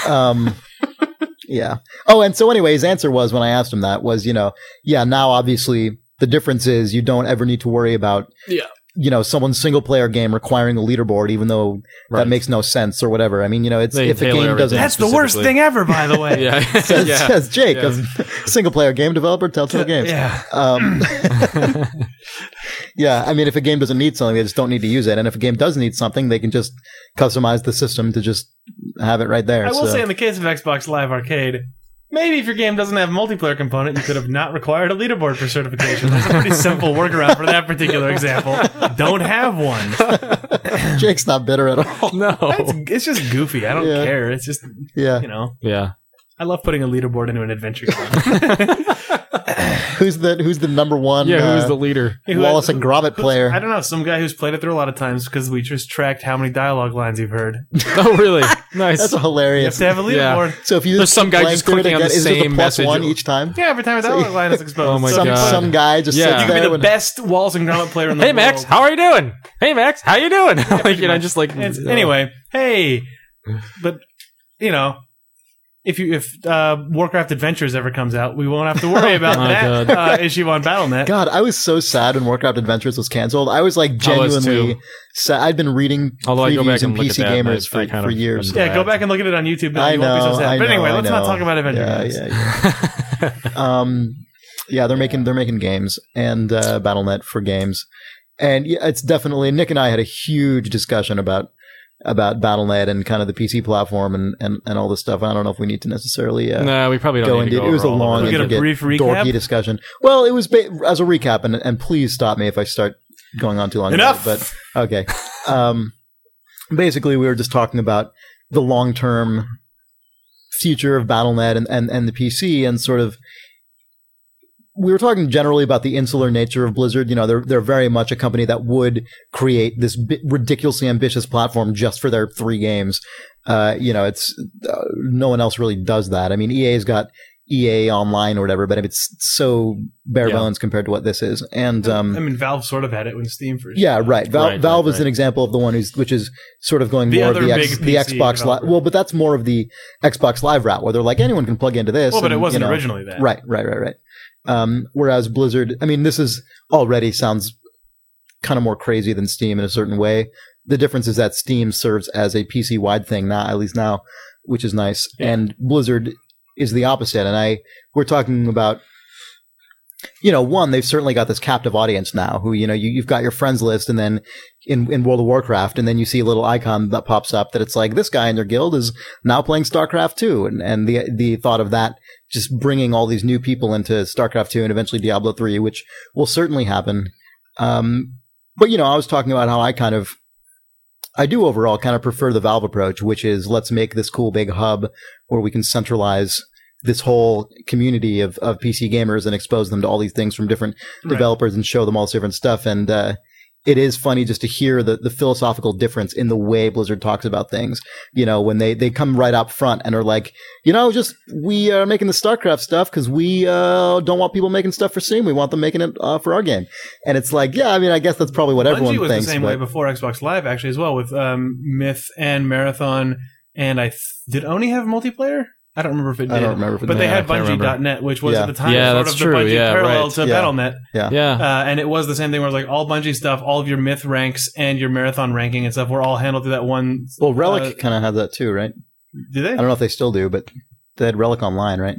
[SPEAKER 3] Um, yeah. Oh, and so anyway, his answer was when I asked him that was, you know, yeah. Now obviously the difference is you don't ever need to worry about
[SPEAKER 2] Yeah.
[SPEAKER 3] you know someone's single player game requiring a leaderboard, even though that
[SPEAKER 2] Right.
[SPEAKER 3] makes no sense or whatever. I mean, you know, it's
[SPEAKER 2] They
[SPEAKER 3] if a
[SPEAKER 2] tailor
[SPEAKER 3] game
[SPEAKER 2] everything.
[SPEAKER 3] doesn't
[SPEAKER 1] That's the worst
[SPEAKER 2] specifically.
[SPEAKER 1] thing ever, by the way.
[SPEAKER 2] Yeah.
[SPEAKER 3] says,
[SPEAKER 2] yeah.
[SPEAKER 3] says Jake,
[SPEAKER 2] Yeah.
[SPEAKER 3] a single player game developer, Telltale Games.
[SPEAKER 1] Yeah.
[SPEAKER 3] Um, yeah, I mean, if a game doesn't need something, they just don't need to use it. And if a game does need something, they can just customize the system to just have it right there.
[SPEAKER 1] I will
[SPEAKER 3] So-
[SPEAKER 1] say, in the case of Xbox Live Arcade, maybe if your game doesn't have a multiplayer component, you could have not required a leaderboard for certification. That's a pretty simple workaround for that particular example. Don't have one.
[SPEAKER 3] Jake's not bitter at all.
[SPEAKER 1] It's,
[SPEAKER 2] No.
[SPEAKER 1] it's just goofy. I don't
[SPEAKER 3] Yeah.
[SPEAKER 1] care. It's just
[SPEAKER 3] Yeah.
[SPEAKER 1] you know,
[SPEAKER 2] Yeah.
[SPEAKER 1] I love putting a leaderboard into an adventure game.
[SPEAKER 3] Who's the Who's the number one?
[SPEAKER 2] Yeah. Who's
[SPEAKER 3] uh,
[SPEAKER 2] the leader?
[SPEAKER 3] Wallace and Gromit
[SPEAKER 1] who's-
[SPEAKER 3] player?
[SPEAKER 1] I don't know. Some guy who's played it through a lot of times because we just tracked how many dialogue lines you've heard.
[SPEAKER 2] Oh, really? Nice.
[SPEAKER 3] That's
[SPEAKER 1] You have
[SPEAKER 3] hilarious.
[SPEAKER 1] to have a
[SPEAKER 2] Yeah.
[SPEAKER 1] leaderboard.
[SPEAKER 3] So if you
[SPEAKER 2] There's
[SPEAKER 3] just
[SPEAKER 2] some
[SPEAKER 3] keep
[SPEAKER 2] guy
[SPEAKER 3] playing
[SPEAKER 2] just
[SPEAKER 3] through it
[SPEAKER 2] clicking on
[SPEAKER 3] again,
[SPEAKER 2] the
[SPEAKER 3] is it
[SPEAKER 2] same
[SPEAKER 3] the plus
[SPEAKER 2] message.
[SPEAKER 3] one each time.
[SPEAKER 1] Yeah, every time a dialogue line is exposed.
[SPEAKER 2] Oh my
[SPEAKER 1] it's
[SPEAKER 3] Some
[SPEAKER 1] like,
[SPEAKER 2] God.
[SPEAKER 3] some guy just
[SPEAKER 2] Yeah.
[SPEAKER 3] sits
[SPEAKER 1] You could
[SPEAKER 3] there
[SPEAKER 1] be the
[SPEAKER 3] when-
[SPEAKER 1] best walls and grommet player in the
[SPEAKER 2] hey,
[SPEAKER 1] world.
[SPEAKER 2] Max. How are you doing? Hey, Max. How you doing? like, you know,
[SPEAKER 1] much.
[SPEAKER 2] just like
[SPEAKER 1] It's, anyway, hey, but you know, if you if uh, Warcraft Adventures ever comes out, we won't have to
[SPEAKER 3] Oh
[SPEAKER 1] worry about
[SPEAKER 2] My
[SPEAKER 1] that uh, issue on BattleNet.
[SPEAKER 3] God, I was so sad when Warcraft Adventures was canceled. I was like
[SPEAKER 2] I was
[SPEAKER 3] genuinely
[SPEAKER 2] too.
[SPEAKER 3] sad. I'd been reading
[SPEAKER 2] Although I go back
[SPEAKER 3] previews and
[SPEAKER 2] and look
[SPEAKER 3] PC
[SPEAKER 2] at that, and I-
[SPEAKER 3] gamers for,
[SPEAKER 2] I kind
[SPEAKER 3] for
[SPEAKER 2] of-
[SPEAKER 3] years.
[SPEAKER 2] I'm-
[SPEAKER 1] Yeah, go back and look at it on YouTube. Now
[SPEAKER 3] I
[SPEAKER 1] you
[SPEAKER 3] know.
[SPEAKER 1] won't be so sad.
[SPEAKER 3] I
[SPEAKER 1] but anyway,
[SPEAKER 3] know,
[SPEAKER 1] let's
[SPEAKER 3] I
[SPEAKER 1] not
[SPEAKER 3] know.
[SPEAKER 1] talk about Adventure
[SPEAKER 3] Yeah,
[SPEAKER 1] games.
[SPEAKER 3] yeah, yeah. um, yeah, they're making they're making games and uh, BattleNet for games, and yeah, it's definitely Nick and I had a huge discussion about about BattleNet and kind of the PC platform and and, and all this stuff. I don't know if we need to necessarily uh,
[SPEAKER 2] no, we probably don't
[SPEAKER 3] go
[SPEAKER 2] need to
[SPEAKER 3] into
[SPEAKER 2] go
[SPEAKER 3] it. It was a
[SPEAKER 2] over all of
[SPEAKER 3] long,
[SPEAKER 1] We'll
[SPEAKER 2] it.
[SPEAKER 1] get a
[SPEAKER 3] and you'll
[SPEAKER 1] brief recap?
[SPEAKER 3] dorky discussion. Well, it was ba- as a recap, and and please stop me if I start going on too long. about
[SPEAKER 1] Enough.
[SPEAKER 3] it, but Okay. Um, basically, we were just talking about the long term future of BattleNet and, and, and the PC, and sort of we were talking generally about the insular nature of Blizzard. You know, they're they're very much a company that would create this bi- ridiculously ambitious platform just for their three games. Uh, you know, it's uh, no one else really does that. I mean, EA's got EA Online or whatever, but it's so bare
[SPEAKER 2] Yeah.
[SPEAKER 3] bones compared to what this is. And um,
[SPEAKER 1] I mean, Valve sort of had it when Steam first.
[SPEAKER 3] yeah, right. Val-
[SPEAKER 2] Right,
[SPEAKER 3] Valve
[SPEAKER 2] right,
[SPEAKER 3] is
[SPEAKER 2] right.
[SPEAKER 3] an example of the one who's which is sort of going
[SPEAKER 1] The
[SPEAKER 3] more of
[SPEAKER 1] other
[SPEAKER 3] the
[SPEAKER 1] big
[SPEAKER 3] X, the
[SPEAKER 1] PC
[SPEAKER 3] Xbox Live.
[SPEAKER 1] developer.
[SPEAKER 3] Well, but that's more of the Xbox Live route where they're like anyone can plug into this.
[SPEAKER 1] Well, but it
[SPEAKER 3] and,
[SPEAKER 1] wasn't
[SPEAKER 3] you know,
[SPEAKER 1] originally that.
[SPEAKER 3] Right, right, right, right. Um, whereas Blizzard, I mean, this is already sounds kind of more crazy than Steam in a certain way. The difference is that Steam serves as a PC wide thing now, at least now, which is nice.
[SPEAKER 1] Yeah.
[SPEAKER 3] And Blizzard is the opposite. And I, we're talking about, you know, one, they've certainly got this captive audience now who, you know, you, you've got your friends list and then in, in World of Warcraft, and then you see a little icon that pops up that it's like this guy in your guild is now playing StarCraft 2. And, and the, the thought of that just bringing all these new people into StarCraft 2 and eventually Diablo 3, which will certainly happen. Um, but you know, I was talking about how I kind of, I do overall kind of prefer the Valve approach, which is let's make this cool big hub where we can centralize this whole community of, of PC gamers and expose them to all these things from different
[SPEAKER 1] Right.
[SPEAKER 3] developers and show them all this different stuff. And, uh, it is funny just to hear the, the philosophical difference in the way Blizzard talks about things. You know, when they, they come right up front and are like, you know, just we are making the StarCraft stuff because we uh, don't want people making stuff for Steam. We want them making it uh, for our game. And it's like, yeah, I mean, I guess that's probably what everyone
[SPEAKER 1] Bungie was
[SPEAKER 3] thinks.
[SPEAKER 1] the same
[SPEAKER 3] but-
[SPEAKER 1] way before Xbox Live, actually, as well, with um, Myth and Marathon. And I th- did Oni have multiplayer? I don't remember if it did.
[SPEAKER 3] I don't remember if it
[SPEAKER 1] But
[SPEAKER 3] did.
[SPEAKER 1] they
[SPEAKER 2] Yeah,
[SPEAKER 1] had
[SPEAKER 2] I can't remember.
[SPEAKER 1] Bungie.net, which was
[SPEAKER 3] Yeah.
[SPEAKER 1] at the time
[SPEAKER 2] Yeah,
[SPEAKER 1] sort
[SPEAKER 2] that's
[SPEAKER 1] of the
[SPEAKER 2] true.
[SPEAKER 1] Bungie
[SPEAKER 2] Yeah,
[SPEAKER 1] parallel
[SPEAKER 2] right.
[SPEAKER 1] to
[SPEAKER 3] Yeah.
[SPEAKER 1] BattleNet.
[SPEAKER 2] Yeah.
[SPEAKER 1] Uh, and it was the same thing where it's like all Bungie stuff, all of your Myth ranks and your Marathon ranking and stuff were all handled through that one.
[SPEAKER 3] well, Relic
[SPEAKER 1] uh,
[SPEAKER 3] kind of had that too, right?
[SPEAKER 1] Do they?
[SPEAKER 3] I don't know if they still do, but they had Relic Online, right?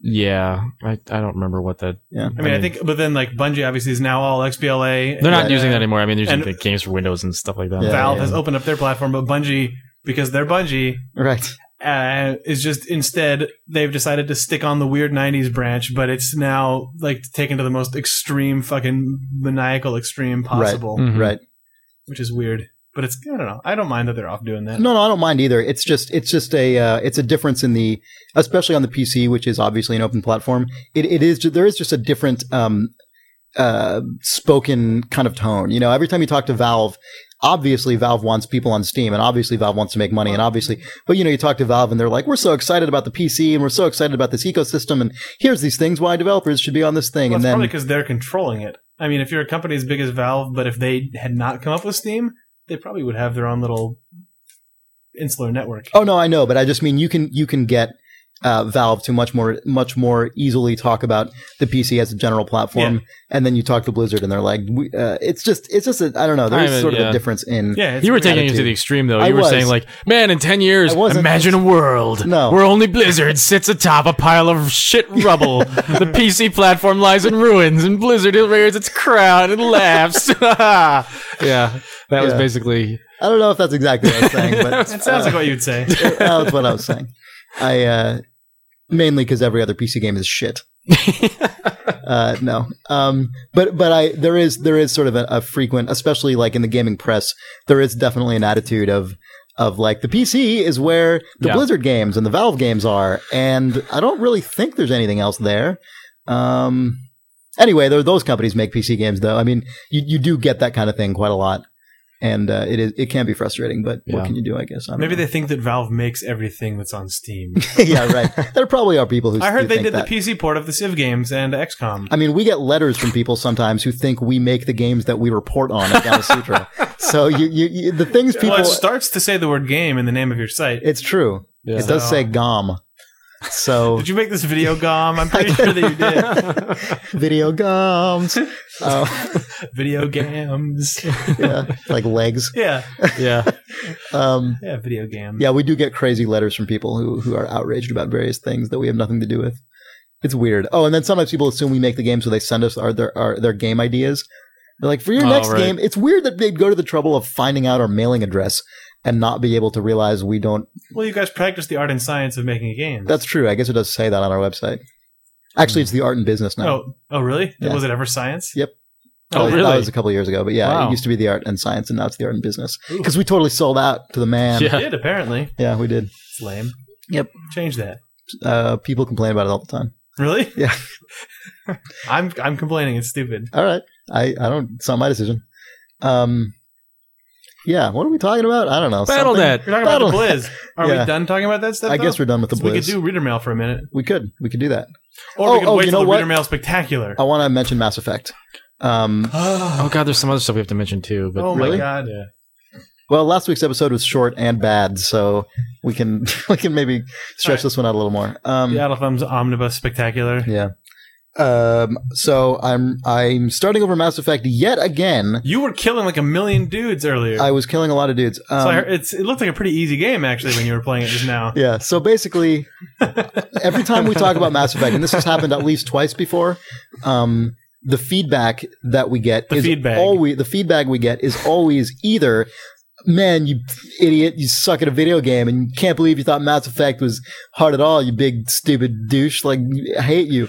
[SPEAKER 2] Yeah, I, I don't remember what that.
[SPEAKER 3] Yeah.
[SPEAKER 1] I mean, I think, but then like Bungie obviously is now all XBLA.
[SPEAKER 2] they're not
[SPEAKER 1] and,
[SPEAKER 2] using
[SPEAKER 1] uh,
[SPEAKER 2] that anymore. I mean, they're using
[SPEAKER 1] and-
[SPEAKER 2] the games for Windows and stuff like that.
[SPEAKER 3] Yeah,
[SPEAKER 1] Valve
[SPEAKER 3] yeah.
[SPEAKER 1] has opened up their platform, but Bungie, because they're Bungie,
[SPEAKER 3] Right.
[SPEAKER 1] uh, is just instead they've decided to stick on the weird 90s branch but it's now like taken to the most extreme fucking maniacal extreme possible
[SPEAKER 2] Mhm.
[SPEAKER 3] Right.
[SPEAKER 1] which is weird but it's i don't know i don't mind that they're off doing that
[SPEAKER 3] No, no, I don't mind either. It's just, it's just a, uh, it's a difference in the, especially on the PC, which is obviously an open platform. It, it is, ju- there is just a different, um, uh, spoken kind of tone. You know, every time you talk to Valve, obviously Valve wants people on Steam and obviously Valve wants to make money and obviously, but you know, you talk to Valve and they're like, we're so excited about the PC and we're so excited about this ecosystem and here's these things why developers should be on this thing.
[SPEAKER 1] well,
[SPEAKER 3] and
[SPEAKER 1] it's
[SPEAKER 3] then,
[SPEAKER 1] probably because they're controlling it i mean if you're a company as big as valve but if they had not come up with steam they probably would have their own little insular network
[SPEAKER 3] Oh no, I know, but I just mean you can you can get uh, Valve to much more much more easily talk about the PC as a general platform,
[SPEAKER 1] Yeah.
[SPEAKER 3] and then you talk to Blizzard and they're like, we, uh, it's just it's just a, I don't know. There's
[SPEAKER 2] I'm a-
[SPEAKER 3] sort of
[SPEAKER 2] yeah.
[SPEAKER 3] a difference in
[SPEAKER 1] Yeah, it's
[SPEAKER 2] you were
[SPEAKER 1] weird.
[SPEAKER 2] taking it to
[SPEAKER 3] attitude.
[SPEAKER 2] the extreme, though. You
[SPEAKER 3] I
[SPEAKER 2] were
[SPEAKER 3] was.
[SPEAKER 2] saying, like, man, in 10 years,
[SPEAKER 3] I wasn't-
[SPEAKER 2] imagine a world
[SPEAKER 3] No.
[SPEAKER 2] where only Blizzard sits atop a pile of shit rubble. the PC platform lies in ruins, and Blizzard rears its crown and laughs. yeah, that was
[SPEAKER 3] Yeah.
[SPEAKER 2] basically.
[SPEAKER 3] I don't know if that's exactly what I was saying, but
[SPEAKER 1] It sounds like what you'd say.
[SPEAKER 3] that's what I was saying. I uh, mainly because every other PC game is shit. uh, no, um, but but I there is there is sort of a, a frequent, especially like in the gaming press, there is definitely an attitude of of like the PC is where the
[SPEAKER 2] Yeah.
[SPEAKER 3] Blizzard games and the Valve games are, and I don't really think there's anything else there. Um, anyway, tho- those companies make PC games though. I mean, you you do get that kind of thing quite a lot. And uh, it is it can be frustrating, but
[SPEAKER 2] Yeah.
[SPEAKER 3] what can you do? I guess I don't
[SPEAKER 1] Maybe
[SPEAKER 3] know.
[SPEAKER 1] they think that Valve makes everything that's on Steam.
[SPEAKER 3] yeah, right. There probably are people who.
[SPEAKER 1] I
[SPEAKER 3] who
[SPEAKER 1] heard they
[SPEAKER 3] think
[SPEAKER 1] did
[SPEAKER 3] that.
[SPEAKER 1] the PC port of the Civ games and XCOM.
[SPEAKER 3] I mean, we get letters from people sometimes who think we make the games that we report on at Gamasutra. so you, you, you, the things people.
[SPEAKER 1] well, it starts to say the word game in the name of your site.
[SPEAKER 3] it's true.
[SPEAKER 2] Yeah.
[SPEAKER 3] It does say GOM. So
[SPEAKER 1] Did you make this video GOM? I'm pretty sure that you did.
[SPEAKER 3] video GOMs. Uh,
[SPEAKER 1] Video games.
[SPEAKER 3] yeah, like legs.
[SPEAKER 1] Yeah.
[SPEAKER 2] yeah.
[SPEAKER 3] Um,
[SPEAKER 1] Yeah, video games.
[SPEAKER 3] yeah, we do get crazy letters from people who, who are outraged about various things that we have nothing to do with. It's weird. Oh, and then sometimes people assume we make the game, so they send us our their our, their game ideas. They're like, for your
[SPEAKER 2] Oh,
[SPEAKER 3] next
[SPEAKER 2] right.
[SPEAKER 3] game, it's weird that they'd go to the trouble of finding out our mailing address and not be able to realize we don't.
[SPEAKER 1] Well, you guys practice the art and science of making games.
[SPEAKER 3] That's true. I guess it does say that on our website. Actually, it's the art and business now.
[SPEAKER 1] Oh, oh, really?
[SPEAKER 3] Yeah.
[SPEAKER 1] Was it ever science?
[SPEAKER 3] Yep.
[SPEAKER 2] Oh,
[SPEAKER 3] That was-
[SPEAKER 2] really?
[SPEAKER 3] That was a couple years ago, but yeah,
[SPEAKER 2] Wow.
[SPEAKER 3] it used to be the art and science, and now it's the art and business
[SPEAKER 1] Ooh.
[SPEAKER 3] because we totally sold out to the man.
[SPEAKER 1] It
[SPEAKER 2] Yeah.
[SPEAKER 1] did apparently.
[SPEAKER 3] yeah we did.
[SPEAKER 1] It's lame.
[SPEAKER 3] Yep.
[SPEAKER 1] Change that.
[SPEAKER 3] Uh, people complain about it all the time.
[SPEAKER 1] Really?
[SPEAKER 3] Yeah.
[SPEAKER 1] I'm I'm complaining. It's stupid.
[SPEAKER 3] All right. I, I don't, it's not my decision. Um, yeah. What are we talking about? I don't know.
[SPEAKER 2] Battle
[SPEAKER 3] Something-
[SPEAKER 2] net.
[SPEAKER 1] We're talking about the
[SPEAKER 3] Battle-
[SPEAKER 1] Blizz. Are
[SPEAKER 3] Yeah.
[SPEAKER 1] we done talking about that stuff?
[SPEAKER 3] I guess we're done with the
[SPEAKER 1] we could
[SPEAKER 3] Blizz.
[SPEAKER 1] do reader mail for a minute,
[SPEAKER 3] we could, we could do that.
[SPEAKER 1] or
[SPEAKER 3] Oh,
[SPEAKER 1] we could
[SPEAKER 3] oh,
[SPEAKER 1] wait
[SPEAKER 3] you
[SPEAKER 1] till
[SPEAKER 3] know
[SPEAKER 1] the
[SPEAKER 3] what?
[SPEAKER 1] reader mail spectacular.
[SPEAKER 3] I want to mention Mass Effect. Um,
[SPEAKER 2] Oh, God, there's some other stuff we have to mention, too. But
[SPEAKER 1] oh my
[SPEAKER 3] really?
[SPEAKER 1] god!
[SPEAKER 3] well, last week's episode was short and bad, so we can, we can maybe stretch
[SPEAKER 1] All right.
[SPEAKER 3] this one out a little more. Um,
[SPEAKER 1] The Idle Thumbs Omnibus Spectacular.
[SPEAKER 3] yeah. Um, so I'm, I'm starting over Mass Effect yet again.
[SPEAKER 1] You were killing like a million dudes earlier.
[SPEAKER 3] I was killing a lot of dudes. Um,
[SPEAKER 1] so I heard it's it looked like a pretty easy game actually when you were playing it just now.
[SPEAKER 3] Yeah. So basically, every time we talk about Mass Effect, and this has happened at least twice before, um, the feedback that we get
[SPEAKER 1] The
[SPEAKER 3] is
[SPEAKER 1] feedback.
[SPEAKER 3] always the feedback we get is always either, man, you idiot, you suck at a video game, and you can't believe you thought Mass Effect was hard at all, you big stupid douche, like I hate you,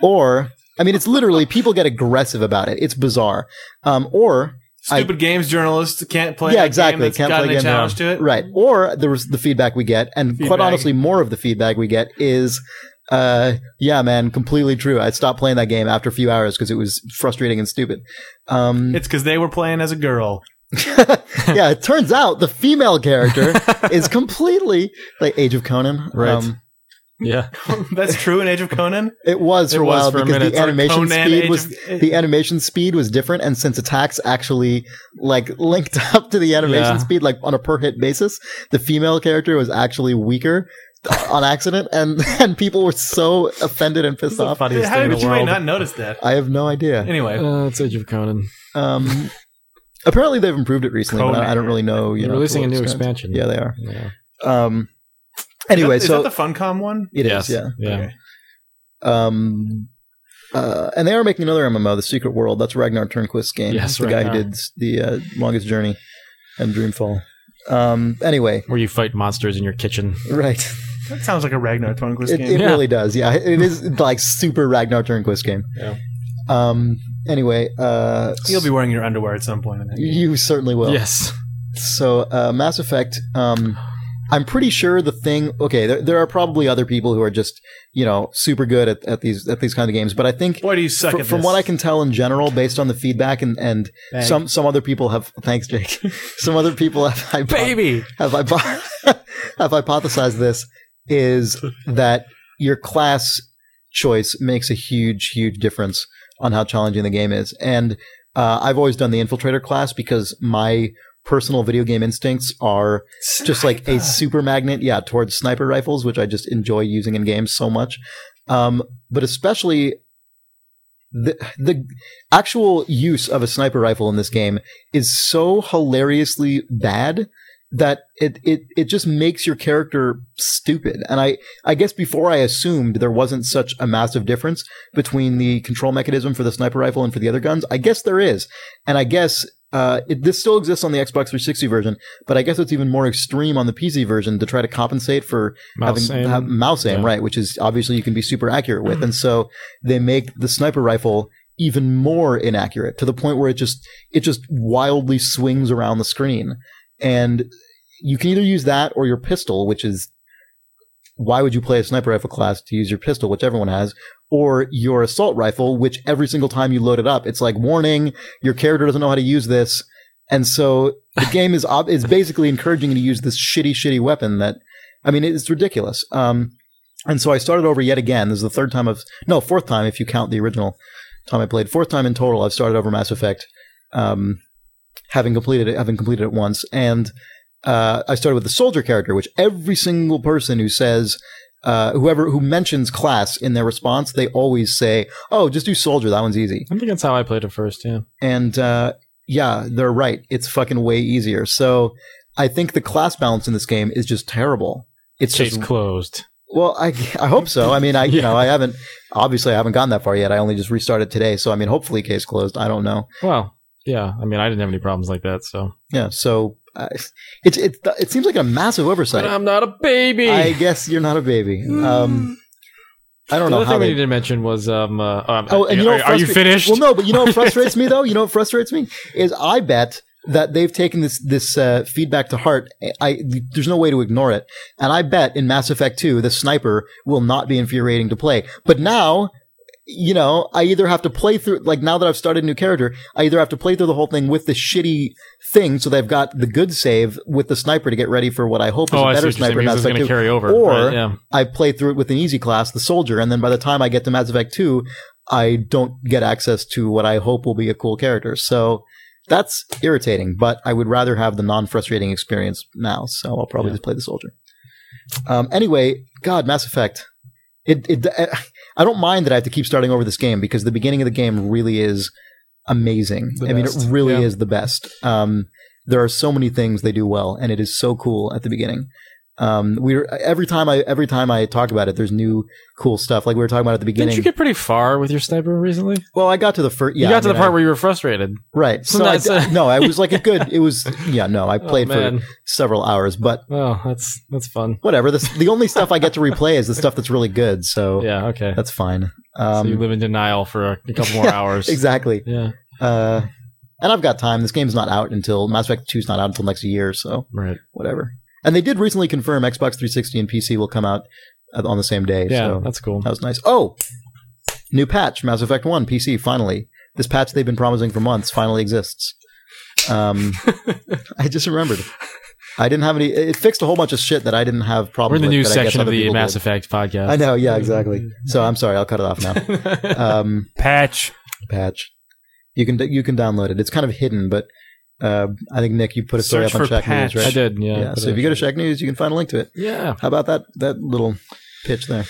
[SPEAKER 3] or I mean, it's literally people get aggressive about it. It's bizarre. Um, or
[SPEAKER 1] Stupid games journalists can't play.
[SPEAKER 3] Yeah,
[SPEAKER 1] a
[SPEAKER 3] exactly.
[SPEAKER 1] Game that's
[SPEAKER 3] Can't
[SPEAKER 1] got
[SPEAKER 3] play
[SPEAKER 1] any
[SPEAKER 3] a game
[SPEAKER 1] challenge to it.
[SPEAKER 3] Right. Or there was the feedback we get, and
[SPEAKER 1] Feedback.
[SPEAKER 3] quite honestly, more of the feedback we get is, uh, yeah, man, completely true. I stopped playing that game after a few hours because it was frustrating and stupid. Um,
[SPEAKER 1] It's because they were playing as a girl.
[SPEAKER 3] yeah, it turns out the female character is completely like Age of Conan. Um,
[SPEAKER 2] Right. yeah.
[SPEAKER 1] That's true in Age of Conan.
[SPEAKER 3] it was for
[SPEAKER 2] It
[SPEAKER 3] a
[SPEAKER 2] was
[SPEAKER 3] while
[SPEAKER 2] for a
[SPEAKER 3] because
[SPEAKER 2] minute.
[SPEAKER 3] the
[SPEAKER 2] Or
[SPEAKER 3] animation
[SPEAKER 1] Conan
[SPEAKER 3] speed
[SPEAKER 1] Age
[SPEAKER 3] was
[SPEAKER 1] of-
[SPEAKER 3] the animation speed was different and since attacks actually like linked up to the animation
[SPEAKER 2] Yeah.
[SPEAKER 3] speed like on a per hit basis the female character was actually weaker on accident and and people were so offended and pissed off
[SPEAKER 1] How
[SPEAKER 2] Funniest
[SPEAKER 1] did you may not notice that?
[SPEAKER 3] i have no idea
[SPEAKER 1] Anyway,
[SPEAKER 2] Uh, it's Age of Conan.
[SPEAKER 3] um apparently they've improved it recently but I- i don't really know you
[SPEAKER 2] They're
[SPEAKER 3] know
[SPEAKER 2] releasing
[SPEAKER 3] to
[SPEAKER 2] a
[SPEAKER 3] what
[SPEAKER 2] new
[SPEAKER 3] extent.
[SPEAKER 2] expansion.
[SPEAKER 3] yeah they are
[SPEAKER 2] Yeah.
[SPEAKER 3] um anyway
[SPEAKER 1] is that,
[SPEAKER 3] so
[SPEAKER 1] is that the Funcom one?
[SPEAKER 3] it is
[SPEAKER 2] Yes.
[SPEAKER 3] yeah
[SPEAKER 2] Yeah.
[SPEAKER 1] Okay.
[SPEAKER 3] Um, uh, and they are making another MMO, The Secret World. That's Ragnar Turnquist's game.
[SPEAKER 2] Yes,
[SPEAKER 3] the guy
[SPEAKER 2] Ragnar.
[SPEAKER 3] who did the uh, Longest Journey and Dreamfall. Um, anyway,
[SPEAKER 2] Where you fight monsters in your kitchen.
[SPEAKER 3] right.
[SPEAKER 1] That sounds like a Ragnar Tornquist
[SPEAKER 3] It,
[SPEAKER 1] game.
[SPEAKER 3] it
[SPEAKER 2] Yeah.
[SPEAKER 3] really does. Yeah, it is like super Ragnar Turnquist game.
[SPEAKER 2] Yeah.
[SPEAKER 3] Um, anyway, uh,
[SPEAKER 1] You'll be wearing your underwear at some point. In that game.
[SPEAKER 3] you certainly will.
[SPEAKER 2] yes.
[SPEAKER 3] So uh, Mass Effect. Um, I'm pretty sure the thing. Okay, there, there are probably other people who are just you know super good at, at these at these kind of games, but I think
[SPEAKER 1] Boy, do you suck
[SPEAKER 3] fr-
[SPEAKER 1] at
[SPEAKER 3] from
[SPEAKER 1] this.
[SPEAKER 3] what I can tell in general, based on the feedback and and
[SPEAKER 1] Bag.
[SPEAKER 3] some some other people have thanks Jake, some other people have hypo-
[SPEAKER 2] Baby.
[SPEAKER 3] have, hypo- have hypothesized this is that your class choice makes a huge huge difference on how challenging the game is and. Uh, I've always done the infiltrator class because my personal video game instincts are just like a super magnet, yeah, towards sniper rifles, which I just enjoy using in games so much. Um, but especially the the actual use of a sniper rifle in this game is so hilariously bad that it it it just makes your character stupid. And I I guess before I assumed there wasn't such a massive difference between the control mechanism for the sniper rifle and for the other guns. I guess there is, and I guess. Uh, it, this still exists on the Xbox 360 version, but I guess it's even more extreme on the PC version to try to compensate for
[SPEAKER 2] Mouse
[SPEAKER 3] having
[SPEAKER 2] aim.
[SPEAKER 3] have mouse aim,
[SPEAKER 2] Yeah. Mm-hmm.
[SPEAKER 3] right? Which is obviously you can be super accurate with, and so they make the sniper rifle even more inaccurate to the point where it just it just wildly swings around the screen, and you can either use that or your pistol, which is why would you play a sniper rifle class to use your pistol, which everyone has, or your assault rifle, which every single time you load it up, it's like warning, your character doesn't know how to use this, and so the game is ob- is basically encouraging you to use this shitty, shitty weapon that, I mean, it's ridiculous. Um, and so I started over yet again. This is the third time of no, fourth time if you count the original time I played. Fourth time in total, I've started over Mass Effect, um, having completed it, having completed it once, and uh, I started with the soldier character, which every single person who says. Uh, whoever who mentions class in their response, they always say, "Oh, just do soldier. That one's easy."
[SPEAKER 2] I think that's how I played it first. Yeah.
[SPEAKER 3] And uh, yeah, they're right. It's fucking way easier. So I think the class balance in this game is just terrible. It's
[SPEAKER 2] Case
[SPEAKER 3] just
[SPEAKER 2] closed.
[SPEAKER 3] well, I I hope so. I mean, I you
[SPEAKER 2] Yeah.
[SPEAKER 3] know I haven't obviously I haven't gotten that far yet. I only just restarted today, so I mean, hopefully case closed. I don't know.
[SPEAKER 2] Well, yeah. I mean, I didn't have any problems like that. So
[SPEAKER 3] Yeah, so uh, it it it seems like a massive
[SPEAKER 2] but
[SPEAKER 3] oversight.
[SPEAKER 2] I'm not a baby.
[SPEAKER 3] I guess you're not a baby. Um, I don't
[SPEAKER 2] the
[SPEAKER 3] know
[SPEAKER 2] other
[SPEAKER 3] how
[SPEAKER 2] thing we
[SPEAKER 3] they
[SPEAKER 2] needed to mention was um. Uh, oh, I'm-
[SPEAKER 3] Oh, and you know
[SPEAKER 2] are,
[SPEAKER 3] what
[SPEAKER 2] are you
[SPEAKER 3] frustra-
[SPEAKER 2] finished?
[SPEAKER 3] Well, no, but you know what frustrates me though. You know what frustrates me is I bet that they've taken this this uh, feedback to heart. I there's no way to ignore it, and I bet in Mass Effect 2 the sniper will not be infuriating to play. But now. You know, I either have to play through, like now that I've started a new character, I either have to play through the whole thing with the shitty thing, so they've got the good save with the sniper to get ready for what I hope is
[SPEAKER 2] Oh,
[SPEAKER 3] a
[SPEAKER 2] I see
[SPEAKER 3] better
[SPEAKER 2] what you're saying.
[SPEAKER 3] sniper. in
[SPEAKER 2] because
[SPEAKER 3] Mass
[SPEAKER 2] It's
[SPEAKER 3] Effect
[SPEAKER 2] going to carry
[SPEAKER 3] 2.
[SPEAKER 2] over.
[SPEAKER 3] Or-
[SPEAKER 2] right, yeah.
[SPEAKER 3] I play through it with an easy class, the soldier, and then by the time I get to Mass Effect 2, I don't get access to what I hope will be a cool character. So that's irritating, but I would rather have the non frustrating experience now, so I'll probably
[SPEAKER 2] Yeah.
[SPEAKER 3] just play the soldier. Um, anyway, God, Mass Effect. It, it, I don't mind that I have to keep starting over this game because the beginning of the game really is amazing.
[SPEAKER 1] The
[SPEAKER 3] I mean, it
[SPEAKER 1] best.
[SPEAKER 3] really
[SPEAKER 1] Yeah.
[SPEAKER 3] is the best. Um, there are so many things they do well, and it is so cool at the beginning. Um, we were, every time I every time I talk about it, there's new cool stuff. Like we were talking about at the
[SPEAKER 2] Didn't you
[SPEAKER 3] beginning.
[SPEAKER 2] get pretty far with your sniper recently?
[SPEAKER 3] well, I got to the first. Yeah,
[SPEAKER 2] you got to
[SPEAKER 3] I
[SPEAKER 2] the
[SPEAKER 3] mean,
[SPEAKER 2] part
[SPEAKER 3] I-
[SPEAKER 2] where you were frustrated.
[SPEAKER 3] right.
[SPEAKER 2] So
[SPEAKER 3] So I,
[SPEAKER 2] that's a-
[SPEAKER 3] no, I was like a good. It was yeah. No, I played
[SPEAKER 2] oh,
[SPEAKER 3] for
[SPEAKER 2] man.
[SPEAKER 3] several hours, but
[SPEAKER 2] Oh, that's that's fun.
[SPEAKER 3] whatever. This, the only stuff I get to replay is the stuff that's really good. So
[SPEAKER 2] Yeah. Okay.
[SPEAKER 3] that's fine.
[SPEAKER 2] so you
[SPEAKER 3] Um,
[SPEAKER 2] live in denial for a couple more hours.
[SPEAKER 3] exactly.
[SPEAKER 2] Yeah.
[SPEAKER 3] Uh, and I've got time. This game's not out until Mass Effect 2's not out until next year, so
[SPEAKER 2] Right.
[SPEAKER 3] whatever. And they did recently confirm Xbox 360 and PC will come out uh, on the same day.
[SPEAKER 2] Yeah.
[SPEAKER 3] so
[SPEAKER 2] that's cool.
[SPEAKER 3] that was nice. Oh, new patch, Mass Effect 1 PC finally. This patch they've been promising for months finally exists. Um, I just remembered. I didn't have any. It fixed a whole bunch of shit that I didn't have
[SPEAKER 2] We're
[SPEAKER 3] problems.
[SPEAKER 2] in the
[SPEAKER 3] with,
[SPEAKER 2] news
[SPEAKER 3] but I guess
[SPEAKER 2] section of
[SPEAKER 3] other
[SPEAKER 2] the
[SPEAKER 3] people
[SPEAKER 2] Mass
[SPEAKER 3] did.
[SPEAKER 2] Effect podcast.
[SPEAKER 3] I know. Yeah, exactly. So I'm sorry. I'll cut it off now. Um,
[SPEAKER 1] Patch.
[SPEAKER 3] patch. You can you can download it. It's kind of hidden, but uh, I think Nick, you put a story
[SPEAKER 1] Search
[SPEAKER 3] up on
[SPEAKER 1] for
[SPEAKER 3] Shack
[SPEAKER 1] patch.
[SPEAKER 3] News,
[SPEAKER 2] I
[SPEAKER 3] right?
[SPEAKER 2] did.
[SPEAKER 3] Yeah.
[SPEAKER 2] Yeah. but
[SPEAKER 3] So if
[SPEAKER 2] I-
[SPEAKER 3] you go to Shack News, you can find a link to it.
[SPEAKER 2] yeah.
[SPEAKER 3] How about that that little pitch there?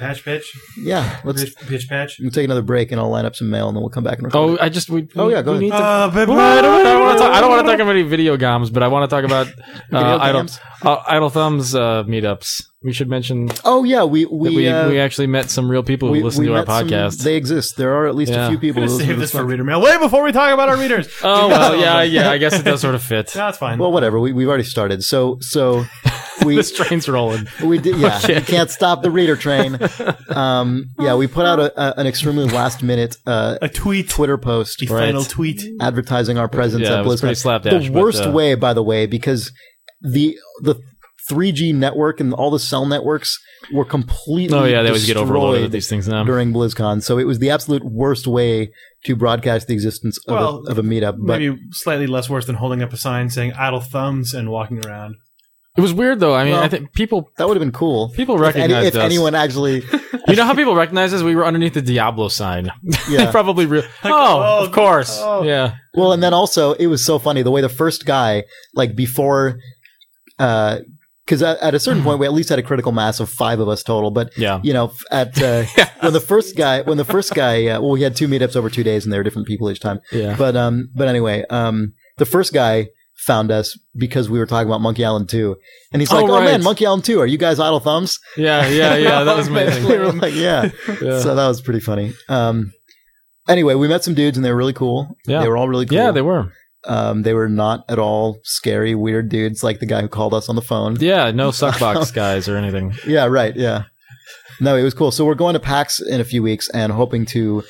[SPEAKER 1] Patch pitch.
[SPEAKER 3] Yeah. Let's
[SPEAKER 1] Pitch, pitch patch.
[SPEAKER 3] we'll take another break and I'll line up some mail and then we'll come back and record.
[SPEAKER 2] Oh, I just we.
[SPEAKER 3] Oh,
[SPEAKER 2] we-
[SPEAKER 3] yeah, go
[SPEAKER 2] we
[SPEAKER 3] ahead.
[SPEAKER 2] need to-
[SPEAKER 1] Uh, but-
[SPEAKER 2] Well, I don't, I don't want to talk, I don't want to talk about any video games, but I want to talk about uh,
[SPEAKER 3] Video
[SPEAKER 2] idle,
[SPEAKER 3] games?
[SPEAKER 2] uh, idle thumbs uh, meetups. We should mention
[SPEAKER 3] Oh yeah, we
[SPEAKER 2] that
[SPEAKER 3] we
[SPEAKER 2] we,
[SPEAKER 3] uh,
[SPEAKER 2] we actually met some real people who
[SPEAKER 3] we-
[SPEAKER 2] listen
[SPEAKER 3] we
[SPEAKER 2] to our
[SPEAKER 3] met some-
[SPEAKER 2] podcast.
[SPEAKER 3] they exist. There are at least
[SPEAKER 2] Yeah.
[SPEAKER 3] a few people.
[SPEAKER 1] We're
[SPEAKER 3] who
[SPEAKER 1] gonna
[SPEAKER 3] listen
[SPEAKER 1] save
[SPEAKER 3] to
[SPEAKER 1] this for reader mail way before we talk about our readers.
[SPEAKER 2] oh well, yeah, yeah. I guess it does sort of fit.
[SPEAKER 1] That's fine.
[SPEAKER 3] Uh, Well, whatever. We we've already started. So so we
[SPEAKER 2] this train's rolling.
[SPEAKER 3] We did, yeah. You can't stop the reader train. Um, yeah, we put out a, a, an extremely last minute uh,
[SPEAKER 1] a tweet.
[SPEAKER 3] Twitter post
[SPEAKER 1] The final tweet.
[SPEAKER 3] advertising our presence
[SPEAKER 2] Yeah,
[SPEAKER 3] at
[SPEAKER 2] it was pretty
[SPEAKER 3] BlizzCon.
[SPEAKER 2] slapdash.
[SPEAKER 3] the
[SPEAKER 2] but,
[SPEAKER 3] worst
[SPEAKER 2] uh,
[SPEAKER 3] way, by the way, because the the 3G network and all the cell networks were completely
[SPEAKER 2] Oh yeah, they always get
[SPEAKER 3] destroyed
[SPEAKER 2] overloaded with these things now.
[SPEAKER 3] during BlizzCon. So it was the absolute worst way to broadcast the existence of,
[SPEAKER 1] Well,
[SPEAKER 3] a, of a meetup. But
[SPEAKER 1] Maybe slightly less worse than holding up a sign saying idle thumbs and walking around.
[SPEAKER 2] It was weird though. I mean,
[SPEAKER 3] Well-
[SPEAKER 2] I think people
[SPEAKER 3] That would have been cool.
[SPEAKER 2] people
[SPEAKER 3] If, any,
[SPEAKER 2] recognized
[SPEAKER 3] if
[SPEAKER 2] us.
[SPEAKER 3] anyone actually,
[SPEAKER 2] you know how people recognize us? We were underneath the Diablo sign. they
[SPEAKER 3] yeah.
[SPEAKER 2] probably real. oh,
[SPEAKER 1] oh,
[SPEAKER 2] of course.
[SPEAKER 1] oh.
[SPEAKER 2] Yeah.
[SPEAKER 3] Well, and then also it was so funny the way the first guy, like before, because at, at a certain point we at least had a critical mass of five of us total. But
[SPEAKER 2] Mm. Yeah.
[SPEAKER 3] you know, f- at uh,
[SPEAKER 2] Yeah.
[SPEAKER 3] when the first guy, when the first guy, uh, well, we had two meetups over two days, and they were different people each time.
[SPEAKER 2] Yeah.
[SPEAKER 3] But um, but anyway, um, the first guy found us because we were talking about Monkey Island Two, and he's
[SPEAKER 2] Oh,
[SPEAKER 3] like, "Oh
[SPEAKER 2] right.
[SPEAKER 3] man, Monkey Island Two, are you guys idle thumbs?"
[SPEAKER 2] Yeah. Yeah. Yeah. That was amazing.
[SPEAKER 3] We were like, yeah.
[SPEAKER 2] Yeah.
[SPEAKER 3] So that was pretty funny. Um, anyway, we met some dudes and they were really cool.
[SPEAKER 2] Yeah.
[SPEAKER 3] They were all really cool.
[SPEAKER 2] Yeah, they were.
[SPEAKER 3] Um, they were not at all scary, weird dudes like the guy who called us on the phone. Yeah,
[SPEAKER 2] Yeah, no suckbox guys or anything.
[SPEAKER 3] right. Yeah. No, it was cool. So we're going to PAX in a few weeks and hoping to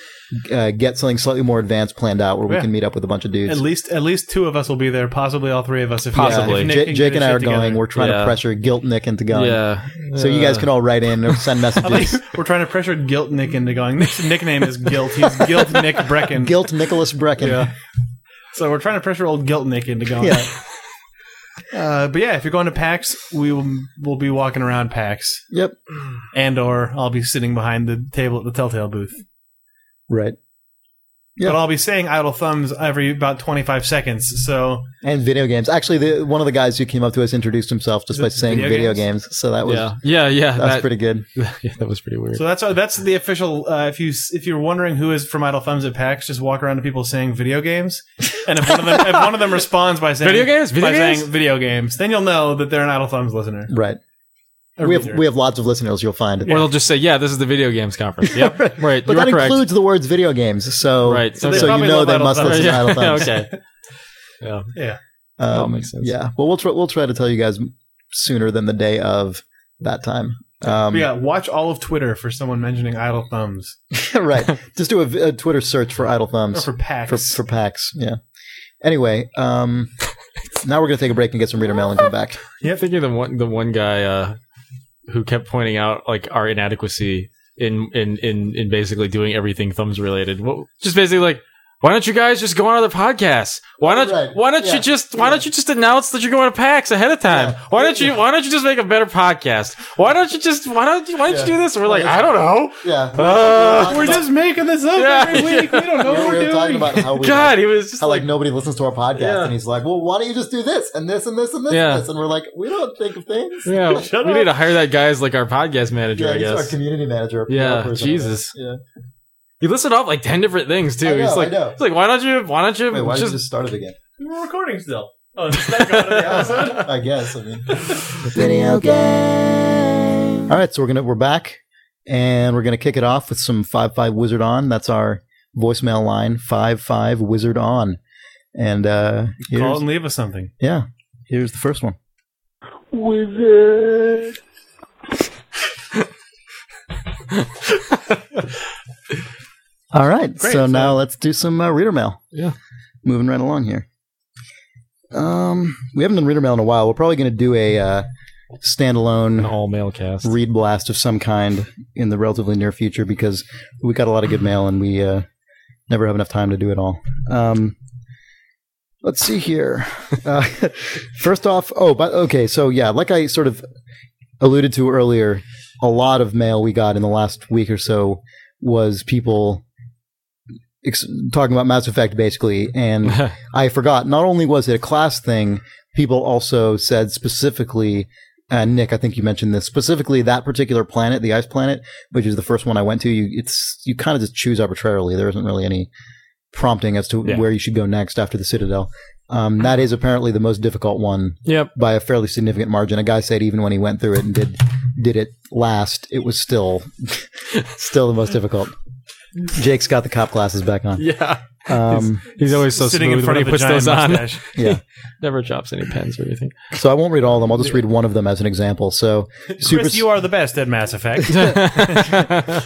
[SPEAKER 3] uh, get something slightly more advanced planned out where we
[SPEAKER 1] Yeah.
[SPEAKER 3] can meet up with a bunch of dudes.
[SPEAKER 1] At least, at least two of us will be there. Possibly all three of us. If if
[SPEAKER 2] Possibly.
[SPEAKER 1] Nick
[SPEAKER 3] Ja-
[SPEAKER 1] can get
[SPEAKER 3] Jake
[SPEAKER 1] his
[SPEAKER 3] and I are
[SPEAKER 1] shit together.
[SPEAKER 3] going. We're trying
[SPEAKER 2] Yeah.
[SPEAKER 3] to pressure guilt Nick into going.
[SPEAKER 2] Yeah.
[SPEAKER 3] So you guys can all write in or send
[SPEAKER 1] I'm like,
[SPEAKER 3] messages.
[SPEAKER 1] we're trying to pressure guilt Nick into going. Nick's nickname is guilt. He's guilt Nick Brecken.
[SPEAKER 3] guilt Nicholas Brecken.
[SPEAKER 1] Yeah. So we're trying to pressure old guilt Nick into going.
[SPEAKER 3] Yeah.
[SPEAKER 1] Uh, but yeah, if you're going to PAX, we will we'll be walking around PAX,
[SPEAKER 3] Yep.
[SPEAKER 1] and or I'll be sitting behind the table at the Telltale booth.
[SPEAKER 3] Right. Yeah.
[SPEAKER 1] But I'll be saying idle thumbs every about 25 seconds. So
[SPEAKER 3] And video games. Actually, the, one of the guys who came up to us introduced himself just by
[SPEAKER 1] Is it
[SPEAKER 3] saying
[SPEAKER 1] video
[SPEAKER 3] video games.
[SPEAKER 1] games?
[SPEAKER 3] So that was
[SPEAKER 2] Yeah. Yeah, yeah.
[SPEAKER 3] that was
[SPEAKER 2] That,
[SPEAKER 3] pretty good.
[SPEAKER 2] yeah, that was pretty weird.
[SPEAKER 1] so that's that's the official. Uh, if you if you're wondering who is from idle thumbs at PAX, just walk around to people saying video games, and if one of them if one of them responds by saying
[SPEAKER 2] Video games? Video
[SPEAKER 1] by
[SPEAKER 2] games?
[SPEAKER 1] saying video games, then you'll know that they're an idle thumbs listener.
[SPEAKER 3] Right.
[SPEAKER 1] or
[SPEAKER 3] we have
[SPEAKER 1] reader.
[SPEAKER 3] we have lots of listeners. You'll find.
[SPEAKER 2] Or they'll just say, yeah, this is the video games conference. Yep. right.
[SPEAKER 3] But
[SPEAKER 2] you are
[SPEAKER 3] that
[SPEAKER 2] correct.
[SPEAKER 3] includes the words video games. So
[SPEAKER 2] right.
[SPEAKER 3] So,
[SPEAKER 1] they
[SPEAKER 3] you
[SPEAKER 1] probably
[SPEAKER 3] know
[SPEAKER 1] love
[SPEAKER 3] they
[SPEAKER 1] Idle
[SPEAKER 3] must
[SPEAKER 1] Thumbs.
[SPEAKER 3] listen to
[SPEAKER 2] Yeah.
[SPEAKER 3] Idle Thumbs.
[SPEAKER 2] okay. Yeah.
[SPEAKER 3] Um,
[SPEAKER 2] That makes sense.
[SPEAKER 3] Yeah. Well, we'll try we'll try to tell you guys sooner than the day of that time. Um,
[SPEAKER 1] But yeah, watch all of Twitter for someone mentioning idle thumbs
[SPEAKER 3] right. Just do a, a Twitter search for Idle
[SPEAKER 1] or
[SPEAKER 3] Thumbs
[SPEAKER 1] for PAX.
[SPEAKER 3] for, for PAX. Yeah. Anyway, um, now we're gonna take a break and get some reader mail and come back.
[SPEAKER 2] I'm thinking of the one the one guy uh, who kept pointing out like our inadequacy in in in in basically doing everything thumbs related. What, just basically like. Why don't you guys just go on other podcasts? Why don't
[SPEAKER 3] Right.
[SPEAKER 2] Why don't
[SPEAKER 3] Yeah.
[SPEAKER 2] you just Why don't you just announce that you're going to PAX ahead of time?
[SPEAKER 3] Yeah.
[SPEAKER 2] Why don't you Why don't you just make a better podcast? Why don't you just Why don't you Why don't you do this? And we're like, I don't know.
[SPEAKER 3] Yeah.
[SPEAKER 2] Uh,
[SPEAKER 1] We're just making this up
[SPEAKER 2] Yeah.
[SPEAKER 1] every week. We don't know
[SPEAKER 3] We
[SPEAKER 1] what
[SPEAKER 3] were
[SPEAKER 1] we're
[SPEAKER 3] talking
[SPEAKER 1] doing.
[SPEAKER 3] about how we
[SPEAKER 2] God, he was just
[SPEAKER 3] how like
[SPEAKER 2] like,
[SPEAKER 3] nobody listens to our podcast,
[SPEAKER 2] Yeah.
[SPEAKER 3] and he's like, "Well, why don't you just do this and this and this and this
[SPEAKER 2] Yeah.
[SPEAKER 3] and this?" And we're like, "We don't think of things."
[SPEAKER 2] yeah,
[SPEAKER 1] Shut
[SPEAKER 2] we
[SPEAKER 1] up.
[SPEAKER 2] need to hire that guy as like our podcast manager.
[SPEAKER 3] Yeah,
[SPEAKER 2] I
[SPEAKER 3] he's
[SPEAKER 2] guess
[SPEAKER 3] our community manager. our PR
[SPEAKER 2] Yeah,
[SPEAKER 3] person.
[SPEAKER 2] Jesus.
[SPEAKER 3] Yeah.
[SPEAKER 2] He listed off like ten different things too.
[SPEAKER 3] I know,
[SPEAKER 2] he's
[SPEAKER 3] I
[SPEAKER 2] like,
[SPEAKER 3] know.
[SPEAKER 2] he's like, why don't you, why don't you
[SPEAKER 3] Wait, why did
[SPEAKER 2] just,
[SPEAKER 3] you just start it again?
[SPEAKER 1] We're recording still. Oh, this is not going to the episode?
[SPEAKER 3] I guess. I mean.
[SPEAKER 4] Video game.
[SPEAKER 3] All right, so we're gonna we're back, and we're gonna kick it off with some five five wizard on. That's our voicemail line five five wizard on, and uh,
[SPEAKER 1] Call
[SPEAKER 3] here's,
[SPEAKER 1] and leave us something.
[SPEAKER 3] yeah, here's the first one.
[SPEAKER 4] Wizard.
[SPEAKER 3] All right,
[SPEAKER 1] Great, so-
[SPEAKER 3] so now let's do some uh, reader mail.
[SPEAKER 2] Yeah.
[SPEAKER 3] moving right along here. Um, we haven't done reader mail in a while. We're probably gonna do a uh, standalone
[SPEAKER 2] an all male cast?
[SPEAKER 3] read blast of some kind in the relatively near future because we got a lot of good mail and we uh, never have enough time to do it all. Um, let's see here. Uh, first off, oh, but okay, so yeah, like I sort of alluded to earlier, a lot of mail we got in the last week or so was people. Ex- talking about Mass Effect, basically, and I forgot. Not only was it a class thing, people also said specifically, uh, Nick, I think you mentioned this specifically that particular planet, the ice planet, which is the first one I went to. You, it's you kind of just choose arbitrarily. There isn't really any prompting as to
[SPEAKER 2] Yeah.
[SPEAKER 3] where you should go next after the Citadel. Um, that is apparently the most difficult one
[SPEAKER 2] yep.
[SPEAKER 3] by a fairly significant margin. A guy said even when he went through it and did did it last, it was still still the most difficult. Jake's got the cop glasses back on.
[SPEAKER 2] Yeah.
[SPEAKER 3] Um,
[SPEAKER 2] He's always so
[SPEAKER 1] Sitting
[SPEAKER 2] smooth
[SPEAKER 1] in front
[SPEAKER 2] when
[SPEAKER 1] of
[SPEAKER 2] he
[SPEAKER 1] a
[SPEAKER 2] puts
[SPEAKER 1] giant
[SPEAKER 2] those on.
[SPEAKER 1] mustache.
[SPEAKER 3] yeah.
[SPEAKER 2] Never drops any pens or anything.
[SPEAKER 3] So I won't read all of them. I'll just read one of them as an example. So super
[SPEAKER 1] Chris, you are the best at Mass Effect.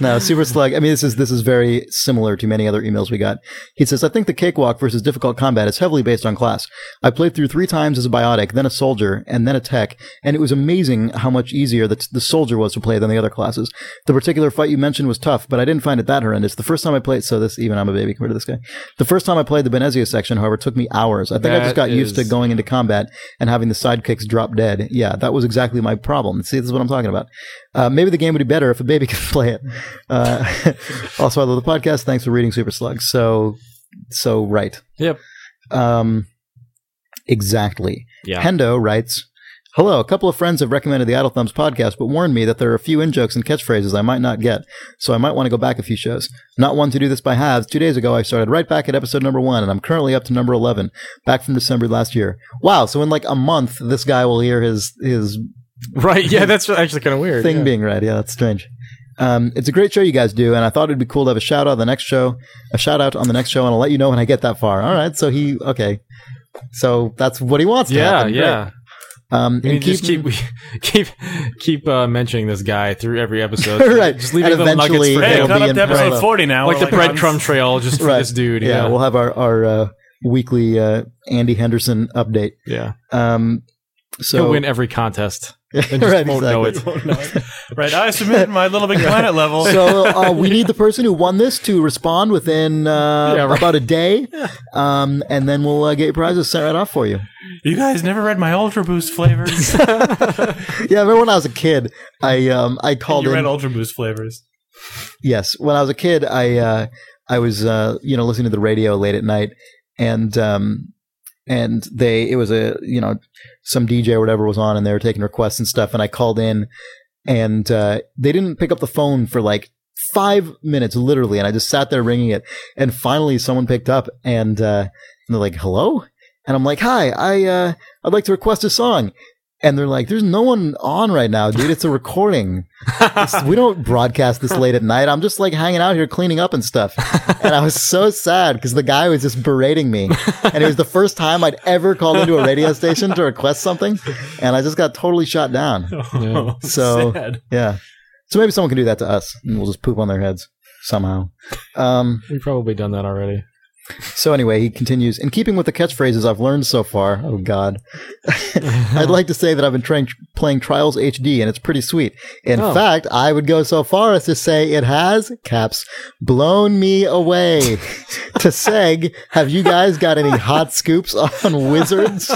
[SPEAKER 3] no super slug. I mean, this is this is very similar to many other emails we got. He says, "I think the cakewalk versus difficult combat is heavily based on class. I played through three times as a biotic, then a soldier, and then a tech, and it was amazing how much easier the, the soldier was to play than the other classes. The particular fight you mentioned was tough, but I didn't find it that horrendous. The first time I played, so this even I'm a baby compared to this guy. The first time I played the Benezia section, however, took me hours. I think I
[SPEAKER 2] That
[SPEAKER 3] just got used to
[SPEAKER 2] is-
[SPEAKER 3] going into combat and having the sidekicks drop dead. Yeah, that was exactly my problem. See, this is what I'm talking about. Uh, maybe the game would be better if a baby could play it. Uh, also, I love the podcast. Thanks for reading Super Slug. So, so right.
[SPEAKER 2] Yep.
[SPEAKER 3] Um, exactly.
[SPEAKER 2] Yeah.
[SPEAKER 3] Hendo writes, Hello, a couple of friends have recommended the Idle Thumbs podcast, but warned me that there are a few in jokes and catchphrases I might not get, so I might want to go back a few shows. Not one to do this by halves. Two days ago, I started right back at episode number one, and I'm currently up to number 11, back from December last year. Wow, so in like a month, this guy will hear his, his
[SPEAKER 2] Right. Yeah, that's actually kind of weird.
[SPEAKER 3] thing
[SPEAKER 2] yeah.
[SPEAKER 3] being read. Yeah, that's strange. Um, it's a great show you guys do, and I thought it'd be cool to have a shout out on the next show, a shout out on the next show, and I'll let you know when I get that far. All right, so he okay, so that's what he wants. To
[SPEAKER 2] yeah,
[SPEAKER 3] happen. Great.
[SPEAKER 2] yeah.
[SPEAKER 3] Um,
[SPEAKER 2] We
[SPEAKER 3] and
[SPEAKER 2] need to just keep we, keep keep uh, mentioning this guy through every episode.
[SPEAKER 3] Right.
[SPEAKER 2] Just leaving
[SPEAKER 3] And
[SPEAKER 2] little nuggets
[SPEAKER 3] eventually
[SPEAKER 2] for
[SPEAKER 3] it'll
[SPEAKER 1] Hey,
[SPEAKER 2] him.
[SPEAKER 3] be
[SPEAKER 1] cut up
[SPEAKER 3] in
[SPEAKER 1] to episode
[SPEAKER 3] parallel.
[SPEAKER 1] forty now. Oh
[SPEAKER 2] like the
[SPEAKER 1] We're
[SPEAKER 2] breadcrumb
[SPEAKER 1] on-
[SPEAKER 2] trail just for
[SPEAKER 3] Right.
[SPEAKER 2] this dude.
[SPEAKER 3] yeah,
[SPEAKER 2] Yeah.
[SPEAKER 3] we'll have our our uh, weekly uh, Andy Henderson update.
[SPEAKER 2] yeah.
[SPEAKER 3] Um, so
[SPEAKER 2] He'll win every contest. And just
[SPEAKER 3] right,
[SPEAKER 2] won't know
[SPEAKER 3] exactly.
[SPEAKER 2] it.
[SPEAKER 1] Right, I submitted my Little Big Planet level.
[SPEAKER 3] so uh, we need the person who won this to respond within uh,
[SPEAKER 2] Yeah, right.
[SPEAKER 3] about a day, um, and then we'll uh, get your prizes sent right off for you.
[SPEAKER 1] you guys never read my Ultra Boost flavors.
[SPEAKER 3] Yeah, I remember when I was a kid, I um, I called
[SPEAKER 1] you
[SPEAKER 3] in.
[SPEAKER 1] read Ultra Boost flavors.
[SPEAKER 3] Yes, when I was a kid, I uh, I was uh, you know listening to the radio late at night, and um, and they it was a you know some DJ or whatever was on, and they were taking requests and stuff, and I called in, and uh, they didn't pick up the phone for like five minutes literally, and I just sat there ringing it, and finally someone picked up, and, uh, and they're like, "Hello," and I'm like, "Hi, I uh, I'd like to request a song." And they're like, "There's no one on right now, dude. It's a recording." we don't broadcast this late at night. I'm just like hanging out here cleaning up and stuff. And I was so sad because the guy was just berating me. And it was the first time I'd ever called into a radio station to request something. And I just got totally shot down.
[SPEAKER 2] Yeah.
[SPEAKER 3] So-
[SPEAKER 1] Oh, sad.
[SPEAKER 3] Yeah. So maybe someone can do that to us and we'll just poop on their heads somehow. Um,
[SPEAKER 2] We've probably done that already.
[SPEAKER 3] so anyway, he continues In keeping with the catchphrases I've learned so far, oh God, I'd like to say that I've been trying, playing Trials HD and it's pretty sweet. In
[SPEAKER 2] Oh.
[SPEAKER 3] fact, I would go so far as to say it has, caps, blown me away. to seg, have you guys got any hot scoops on wizards?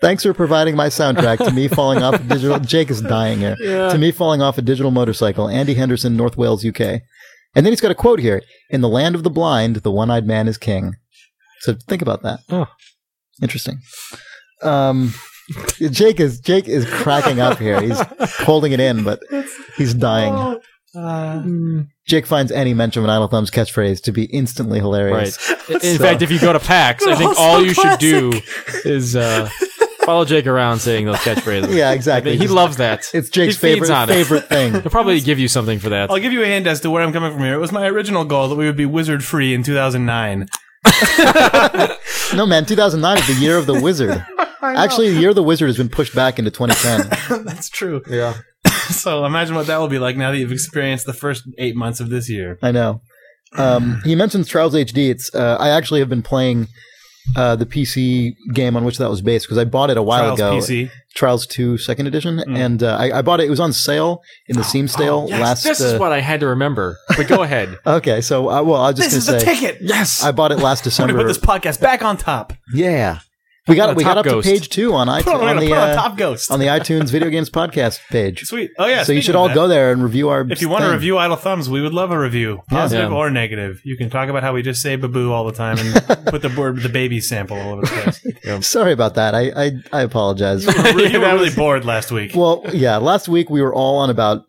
[SPEAKER 3] Thanks for providing my soundtrack to me falling off a digital. Jake is dying here. To me falling off a digital motorcycle. Andy Henderson, North Wales, UK. And then he's got a quote here In the land of the blind, the one eyed man is king. So think about that.
[SPEAKER 2] Oh.
[SPEAKER 3] Interesting. Um, Jake is Jake is cracking up here. He's holding it in, but he's dying.
[SPEAKER 1] Oh, uh,
[SPEAKER 3] Jake finds any mention of an Idle Thumbs catchphrase to be instantly hilarious.
[SPEAKER 2] Right. In
[SPEAKER 3] So-
[SPEAKER 2] fact, if you go to PAX,
[SPEAKER 1] They're
[SPEAKER 2] I
[SPEAKER 1] all
[SPEAKER 2] think
[SPEAKER 1] so
[SPEAKER 2] all you should
[SPEAKER 1] classic.
[SPEAKER 2] do is uh, follow Jake around saying those catchphrases.
[SPEAKER 3] Yeah,
[SPEAKER 2] I
[SPEAKER 3] exactly.
[SPEAKER 2] mean, he loves that.
[SPEAKER 3] it's Jake's
[SPEAKER 2] he feeds
[SPEAKER 3] favorite
[SPEAKER 2] on it.
[SPEAKER 3] favorite thing.
[SPEAKER 2] He'll probably give you something for that.
[SPEAKER 1] I'll give you a hint as to where I'm coming from here. It was my original goal that we would be wizard free in 2009.
[SPEAKER 3] No man, 2009 is the year of the wizard. Actually, the year of the wizard has been pushed back into 2010.
[SPEAKER 1] That's true.
[SPEAKER 3] yeah,
[SPEAKER 1] So imagine what that will be like now that you've experienced the first eight months of this year.
[SPEAKER 3] I know. Um, he mentions Trials HD. It's uh, I actually have been playing uh, the PC game on which that was based because I bought it a while
[SPEAKER 1] Trials
[SPEAKER 3] ago.
[SPEAKER 1] PC.
[SPEAKER 3] Trials 2 Second Edition, and uh, I, I bought it. It was on sale in the Steam sale
[SPEAKER 2] Mm. Oh, Yes,
[SPEAKER 3] last.
[SPEAKER 2] this is
[SPEAKER 3] uh,
[SPEAKER 2] what I had to remember. But go ahead.
[SPEAKER 3] okay, so uh, well, I was just
[SPEAKER 1] This is
[SPEAKER 3] gonna
[SPEAKER 1] the
[SPEAKER 3] say
[SPEAKER 1] ticket. Yes.
[SPEAKER 3] I bought it last
[SPEAKER 1] I'm going to
[SPEAKER 3] December.
[SPEAKER 1] put this podcast back on top.
[SPEAKER 3] yeah, we got
[SPEAKER 2] on
[SPEAKER 3] we
[SPEAKER 2] Top
[SPEAKER 3] got up
[SPEAKER 2] Ghost.
[SPEAKER 3] to page two on
[SPEAKER 1] Put
[SPEAKER 3] iTunes
[SPEAKER 1] on, we're going
[SPEAKER 3] on
[SPEAKER 1] to
[SPEAKER 3] the
[SPEAKER 1] put on
[SPEAKER 3] uh,
[SPEAKER 1] Top Ghost.
[SPEAKER 3] on the iTunes Video Games Podcast page.
[SPEAKER 1] Sweet. Oh, yeah.
[SPEAKER 3] so you
[SPEAKER 1] speaking
[SPEAKER 3] should
[SPEAKER 1] of
[SPEAKER 3] all
[SPEAKER 1] that,
[SPEAKER 3] go there and review our.
[SPEAKER 1] If you want to
[SPEAKER 3] thing.
[SPEAKER 1] review Idle Thumbs, we would love a review, positive
[SPEAKER 2] Yeah.
[SPEAKER 1] or negative. You can talk about how we just say "baboo" all the time and put the word "the baby" sample all over the place.
[SPEAKER 3] Sorry about that. I I, I apologize.
[SPEAKER 1] You were really bored last week.
[SPEAKER 3] well, yeah, last week we were all on about